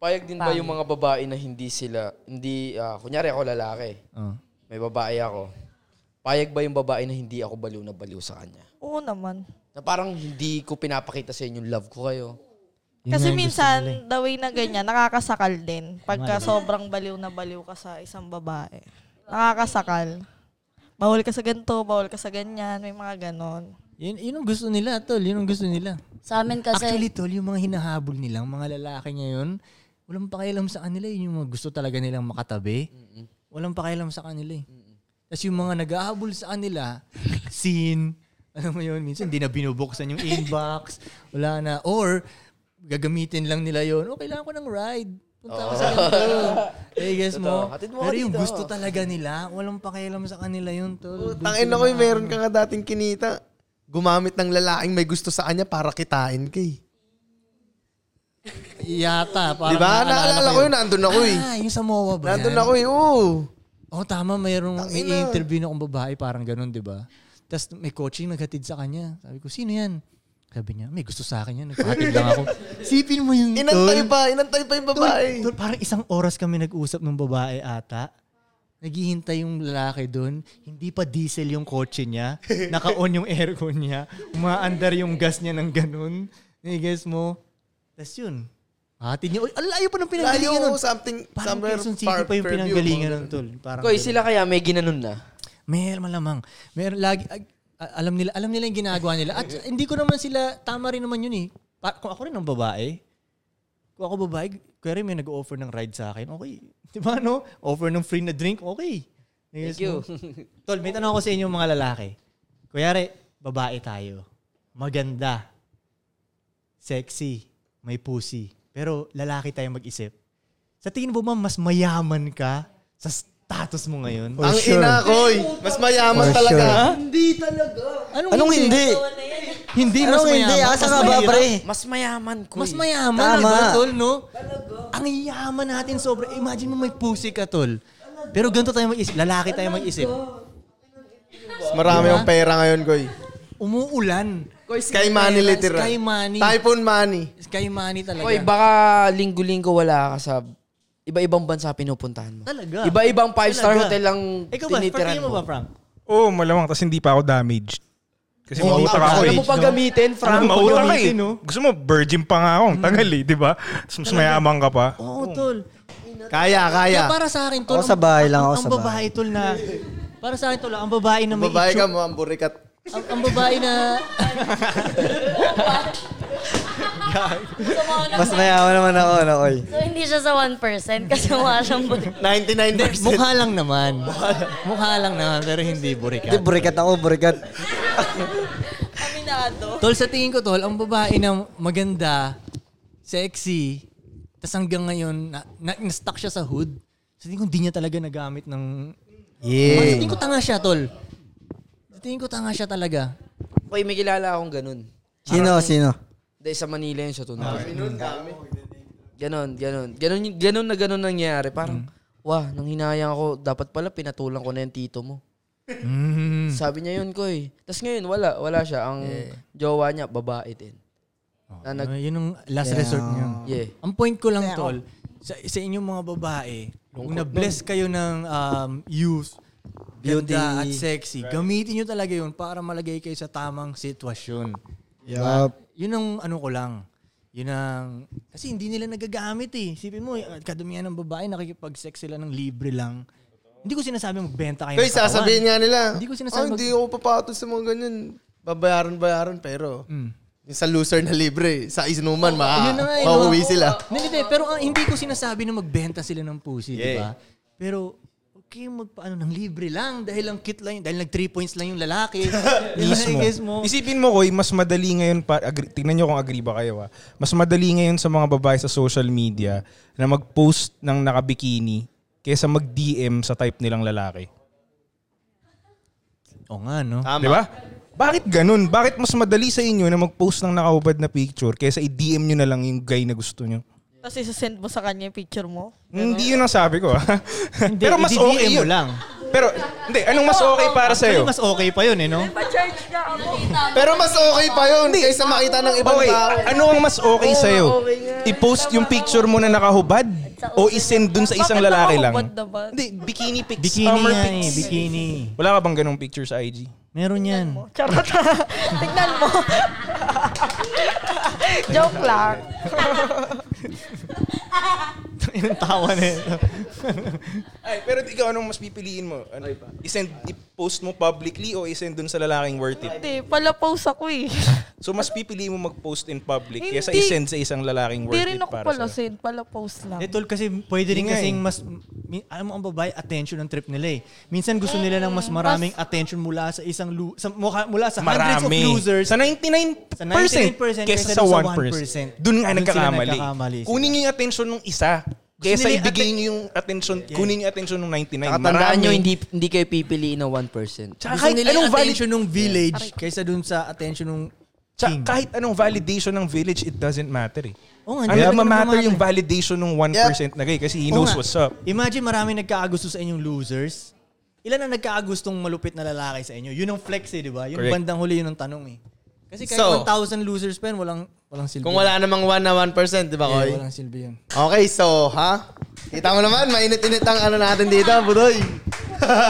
[SPEAKER 3] Payag din ba
[SPEAKER 8] Pangit.
[SPEAKER 3] yung mga babae na hindi sila, hindi, ah, kunyari ako lalaki,
[SPEAKER 4] Oh.
[SPEAKER 3] may babae ako. Payag ba yung babae na hindi ako baliw na baliw sa kanya?
[SPEAKER 9] Oo naman.
[SPEAKER 3] Na parang hindi ko pinapakita sa inyo yung love ko kayo.
[SPEAKER 9] Kasi
[SPEAKER 4] eh.
[SPEAKER 3] eh.
[SPEAKER 9] minsan, the way na ganyan, nakakasakal din.
[SPEAKER 3] Tama,
[SPEAKER 9] Pagka
[SPEAKER 3] diba?
[SPEAKER 9] sobrang baliw na baliw ka sa isang babae. Nakakasakal. Bawal ka sa ganito, bawal ka sa ganyan, may mga ganon.
[SPEAKER 4] Yun, yun ang gusto nila, tol. Yun ang gusto nila.
[SPEAKER 8] Sa amin kasi-
[SPEAKER 4] Actually, tol, yung mga hinahabol nilang, mga lalaki ngayon, walang pakialam sa kanila. Yun yung mga gusto talaga nilang makatabi. Walang pakialam sa kanila eh. Tapos yung mga naghahabol sa kanila, scene, alam mo yun, minsan hindi na binubuksan yung inbox, wala na. Or, gagamitin lang nila yun. Oh, kailangan ko ng ride. Punta ako sa
[SPEAKER 11] Oo.
[SPEAKER 4] ganito. Eh, guess mo?
[SPEAKER 11] Oh." Totoo. Hatid mo ako
[SPEAKER 4] Pero yung
[SPEAKER 11] dito.
[SPEAKER 4] gusto talaga nila, walang pakialam sa kanila yun, tol.
[SPEAKER 1] Tangin na
[SPEAKER 11] eh,
[SPEAKER 1] ko'y meron ka nga dating kinita. Gumamit ng lalaking may gusto sa kanya para kitain eh. kay.
[SPEAKER 4] Yata. Parang
[SPEAKER 1] Diba? Naalala ko yun, nandun ako eh.
[SPEAKER 4] Ah, yung sa MOA ba
[SPEAKER 1] Nandun
[SPEAKER 4] yan?
[SPEAKER 1] ako eh, oo.
[SPEAKER 4] Oh, tama, mayroong may
[SPEAKER 1] Tangina.
[SPEAKER 4] interview na akong babae, parang ganun, di ba? Tapos may coaching naghatid sa kanya. Sabi ko, sino yan? Sabi niya, may gusto sa akin yan. Nagpahatid lang ako. Sipin mo yung
[SPEAKER 1] Inantay
[SPEAKER 4] tol.
[SPEAKER 1] pa, inantay pa yung babae.
[SPEAKER 4] Tol, tol, parang isang oras kami nag-usap ng babae ata. Naghihintay yung lalaki doon. Hindi pa diesel yung kotse niya. Naka-on yung aircon niya. Umaandar yung gas niya ng ganun. I-guess mo. Tapos yun. Hatid niya. Uy, ang layo pa ng pinanggalingan
[SPEAKER 1] Layo,
[SPEAKER 4] nun.
[SPEAKER 1] something-
[SPEAKER 4] Parang
[SPEAKER 1] somewhere
[SPEAKER 4] Quezon City
[SPEAKER 1] far-
[SPEAKER 4] pa yung
[SPEAKER 1] Fairview,
[SPEAKER 4] pinanggalingan
[SPEAKER 1] mga
[SPEAKER 4] nun, tol. Parang
[SPEAKER 3] Koy,
[SPEAKER 4] ganun.
[SPEAKER 3] sila kaya may ginanon na?
[SPEAKER 4] May malamang. Meron lagi ag- a- alam nila, alam nila yung ginagawa nila. At hindi ko naman sila tama rin naman yun eh. Pa- kung ako rin ang babae, kung ako babae, kuwari may nag-offer ng ride sa akin, okay. Di ba no? Offer ng free na drink, okay. Yes,
[SPEAKER 11] Thank you.
[SPEAKER 4] no? Tol, may tanong ako sa inyo mga lalaki. Kuwari, babae tayo. Maganda. Sexy. May pussy. Pero lalaki tayo mag-isip. Sa tingin mo ba mas mayaman ka sa status mo ngayon?
[SPEAKER 1] Ang ina, koy.
[SPEAKER 3] eh.
[SPEAKER 1] Mas mayaman
[SPEAKER 4] For
[SPEAKER 1] talaga.
[SPEAKER 4] sure.
[SPEAKER 3] Ah?
[SPEAKER 1] Hindi talaga.
[SPEAKER 4] Anong, hindi? Hindi, mas
[SPEAKER 1] Anong hindi?
[SPEAKER 4] mayaman.
[SPEAKER 1] Asa
[SPEAKER 4] Mas
[SPEAKER 1] nga ba,
[SPEAKER 4] mahirap.
[SPEAKER 1] pre?
[SPEAKER 3] Mas mayaman ko.
[SPEAKER 4] Mas mayaman,
[SPEAKER 3] Tama.
[SPEAKER 4] Tama. tol, no? Ang yaman natin sobra. Imagine mo may pussy ka, tol. Pero ganito tayo mag-isip. Lalaki tayo mag-isip.
[SPEAKER 1] Mas marami
[SPEAKER 4] Diba?
[SPEAKER 1] ang pera ngayon, koy.
[SPEAKER 4] Umuulan.
[SPEAKER 1] Sky money, literal.
[SPEAKER 4] Sky money.
[SPEAKER 1] Typhoon money.
[SPEAKER 4] Sky money talaga.
[SPEAKER 3] Oy, baka linggo-linggo wala ka sa iba-ibang bansa pinupuntahan mo.
[SPEAKER 4] Talaga.
[SPEAKER 3] Iba-ibang five-star
[SPEAKER 4] Talaga.
[SPEAKER 3] hotel ang
[SPEAKER 4] Ikaw ba?
[SPEAKER 3] tinitiran
[SPEAKER 4] Partiyan mo ba, Frank?
[SPEAKER 2] Oo, oh, malamang. Tapos hindi pa ako damaged. Kasi
[SPEAKER 3] Oo,
[SPEAKER 2] hindi pa
[SPEAKER 3] ang
[SPEAKER 2] ako eh.
[SPEAKER 3] alam mo
[SPEAKER 2] aged,
[SPEAKER 3] pa
[SPEAKER 2] no?
[SPEAKER 3] gamitin, Frank.
[SPEAKER 2] Ano, mautang ka eh.
[SPEAKER 3] Gamitin, no?
[SPEAKER 2] Gusto mo, virgin pa nga ako. Ang tagal eh, di ba? Tapos mas mayaman ka pa.
[SPEAKER 4] Oo, tol.
[SPEAKER 1] Kaya,
[SPEAKER 4] Kaya para sa akin, tol.
[SPEAKER 2] Ako sa bahay lang, ako
[SPEAKER 4] ang,
[SPEAKER 2] sa
[SPEAKER 4] ang babae, tol, na... Para sa akin, tol, ang babae na may
[SPEAKER 1] Babae ka
[SPEAKER 4] itsura-
[SPEAKER 1] mo, ang burikat.
[SPEAKER 4] Ang, ang babae na...
[SPEAKER 15] Mas mayaman naman ako, no, oy.
[SPEAKER 8] So, hindi siya sa 1% kasi mukha siyang buti.
[SPEAKER 1] 99%.
[SPEAKER 4] Mukha lang naman. Mukha lang naman, pero hindi burikat.
[SPEAKER 15] Hindi, burikat ako, burikat.
[SPEAKER 4] Tol, sa tingin ko, Tol, ang babae na maganda, sexy, tas hanggang ngayon, na, na, na-stuck siya sa hood. Sa tingin ko, hindi niya talaga nagamit ng...
[SPEAKER 1] Yeah.
[SPEAKER 4] Sa tingin ko, tanga siya, Tol. Sa tingin ko, tanga siya talaga.
[SPEAKER 3] Oy, may kilala akong ganun.
[SPEAKER 15] Sino, sino?
[SPEAKER 3] Dahil sa Manila yun sa
[SPEAKER 4] Ah,
[SPEAKER 3] tunay. Ganon, ganon. Ganon, yung- ganon na ganon nangyari. Parang,
[SPEAKER 4] Mm.
[SPEAKER 3] wah, nang hinayang ako, dapat pala pinatulang ko na yung tito mo.
[SPEAKER 4] Mm.
[SPEAKER 3] Sabi niya yun, Koy. Tapos ngayon, wala. Wala siya. Ang jowa niya, babae din. Na nag-
[SPEAKER 4] Oh, yun ang last resort niya.
[SPEAKER 3] Yeah.
[SPEAKER 4] Ang point ko lang,
[SPEAKER 3] Kaya ako-
[SPEAKER 4] Tol, sa, sa inyong mga babae, kung
[SPEAKER 3] Lungkot
[SPEAKER 4] na-bless kayo ng um, youth,
[SPEAKER 15] Beauty.
[SPEAKER 4] beauty at sexy, gamitin nyo talaga yun para malagay kayo sa tamang sitwasyon.
[SPEAKER 15] Yup.
[SPEAKER 4] Yun ang ano ko lang. Yun ang... Kasi hindi nila nagagamit eh. Isipin mo, eh, kadumihan ng babae, nakikipag-sex sila ng libre lang. Hindi ko sinasabi magbenta kayo ng
[SPEAKER 1] Koy,
[SPEAKER 4] katawan.
[SPEAKER 1] sasabihin nga nila.
[SPEAKER 4] Hindi ko sinasabi
[SPEAKER 1] "Ah,
[SPEAKER 4] mag-
[SPEAKER 1] hindi ako papatol sa mga ganyan. Babayaran-bayaran, pero... Yung sa loser na libre, sa isinuman, ma-
[SPEAKER 4] Hmm. Yun na nga, eh,
[SPEAKER 1] Ah, mauwi
[SPEAKER 4] no?
[SPEAKER 1] sila.
[SPEAKER 4] Hindi, hindi. Pero ang hindi ko sinasabi na magbenta sila ng pussy, di
[SPEAKER 1] Yeah.
[SPEAKER 4] ba? Pero okay magpaano ng libre lang dahil ang cute lang yun, dahil nag 3 points lang yung lalaki.
[SPEAKER 2] Mismo.
[SPEAKER 4] Mismo. Guess mo.
[SPEAKER 2] Isipin mo, Koy, mas madali ngayon, pa, agree, tingnan nyo kung agree ba kayo, ha? mas madali ngayon sa mga babae sa social media na mag-post ng nakabikini kaysa mag-DM sa type nilang lalaki.
[SPEAKER 4] O nga, no?
[SPEAKER 2] Di ba? Bakit ganun? Bakit mas madali sa inyo na mag-post ng nakahubad na picture kaysa i-DM nyo na lang yung guy na gusto nyo?
[SPEAKER 9] Tapos isasend mo sa kanya yung picture mo.
[SPEAKER 2] Hindi yun ang sabi ko. ha? Pero mas
[SPEAKER 4] i-DM
[SPEAKER 2] okay
[SPEAKER 4] mo
[SPEAKER 2] yun.
[SPEAKER 4] lang.
[SPEAKER 2] Pero, hindi. Anong mas okay para sa'yo?
[SPEAKER 4] Actually, mas okay pa yun, eh, no?
[SPEAKER 9] Pa-charge ka ako.
[SPEAKER 4] oh.
[SPEAKER 1] Pero mas okay pa yun kaysa makita ng ibang
[SPEAKER 2] Okay,
[SPEAKER 1] tao.
[SPEAKER 2] ano ang mas okay sa'yo? I-post yung picture mo na nakahubad? O i-send dun sa isang lalaki lang?
[SPEAKER 9] Hindi,
[SPEAKER 2] bikini pics.
[SPEAKER 4] Bikini
[SPEAKER 2] Summer
[SPEAKER 4] nga
[SPEAKER 2] pics.
[SPEAKER 4] eh, bikini.
[SPEAKER 2] Wala ka bang ganong picture sa IG?
[SPEAKER 4] Meron yan.
[SPEAKER 9] Charot. Tignan mo. Joke lang.
[SPEAKER 4] Yung tawa na yun.
[SPEAKER 2] Ay, pero ikaw anong mas pipiliin mo? Ano, isend, i-post mo publicly o isend dun sa lalaking worth it?
[SPEAKER 9] Hindi, pala pose ako eh.
[SPEAKER 2] So mas pipiliin mo mag-post in public
[SPEAKER 9] Hindi.
[SPEAKER 2] kaysa isend sa isang lalaking
[SPEAKER 9] Hindi
[SPEAKER 2] worth
[SPEAKER 9] rin
[SPEAKER 2] it
[SPEAKER 9] ako
[SPEAKER 2] para
[SPEAKER 9] pala
[SPEAKER 2] sa'yo.
[SPEAKER 9] send, pala pose lang.
[SPEAKER 4] Eh, tol, kasi pwede rin
[SPEAKER 2] Yun nga
[SPEAKER 4] kasing
[SPEAKER 2] eh.
[SPEAKER 4] mas... mi- Alam mo, ang babae, attention ang trip nila eh. Minsan gusto nila ng mas maraming attention mula sa isang... Lu- sa, mukha- mula sa hundreds of
[SPEAKER 2] Marami.
[SPEAKER 4] losers.
[SPEAKER 2] Sa 99%,
[SPEAKER 4] Sa 99%
[SPEAKER 2] kaysa sa 1%. Doon nga nagkakamali. Kunin niyo yung attention ng isa kaysa
[SPEAKER 4] nila yung
[SPEAKER 2] ibigay niyo yung attention, kunin niyo yung attention ng 99.
[SPEAKER 3] Saka tandaan
[SPEAKER 2] Marami.
[SPEAKER 3] nyo, hindi, hindi kayo pipiliin ng 1%.
[SPEAKER 2] Tsaka
[SPEAKER 4] Gusto
[SPEAKER 2] kahit
[SPEAKER 4] nila
[SPEAKER 2] anong
[SPEAKER 4] yung
[SPEAKER 2] valid-
[SPEAKER 4] attention ng village kaysa dun sa attention ng
[SPEAKER 2] Tsaka kahit anong validation ng village, it doesn't matter eh.
[SPEAKER 4] Oo nga,
[SPEAKER 2] Ano
[SPEAKER 4] hindi
[SPEAKER 2] na
[SPEAKER 4] naman
[SPEAKER 2] matter
[SPEAKER 4] nagmamatter.
[SPEAKER 2] yung validation ng 1% na gay kasi he
[SPEAKER 4] Oo
[SPEAKER 2] knows
[SPEAKER 4] nga.
[SPEAKER 2] what's up.
[SPEAKER 4] Imagine maraming nagkakagusto sa inyong losers. Ilan ang nagkakagustong malupit na lalaki sa inyo? Yun ang flex eh, di ba? Yung
[SPEAKER 1] Correct.
[SPEAKER 4] bandang huli yun ang tanong eh. Kasi kahit
[SPEAKER 1] So,
[SPEAKER 4] 1,000 losers pa yun, walang, walang silbi.
[SPEAKER 1] Kung wala namang 1 na 1%, di ba,
[SPEAKER 4] Yeah,
[SPEAKER 1] Koy?
[SPEAKER 4] walang silbi yun.
[SPEAKER 1] Okay, so, ha? Kita mo naman, mainit-init ang ano natin dito, budoy.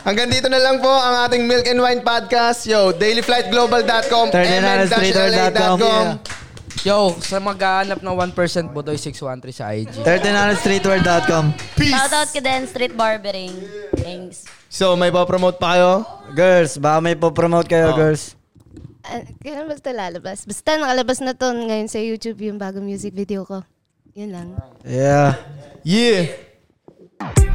[SPEAKER 1] Hanggang dito na lang po ang ating Milk and Wine Podcast. Yo, dailyflightglobal.com,
[SPEAKER 15] Turn it on,
[SPEAKER 1] mn-la.com,
[SPEAKER 15] streeter.com, yeah.
[SPEAKER 3] Yo, sa maghahanap ng 1% Botoy 613 sa IG.
[SPEAKER 15] 1300streetwear.com.
[SPEAKER 8] Shoutout ka din, Street Barbering. Thanks.
[SPEAKER 1] So, may pa-promote pa kayo? Oh.
[SPEAKER 15] Girls, baka may po-promote kayo, girls.
[SPEAKER 6] Ah, kailan ba ito lalabas? Basta nakalabas na to ngayon sa YouTube yung bagong music video ko. Yun lang.
[SPEAKER 15] Yeah.
[SPEAKER 1] Yeah.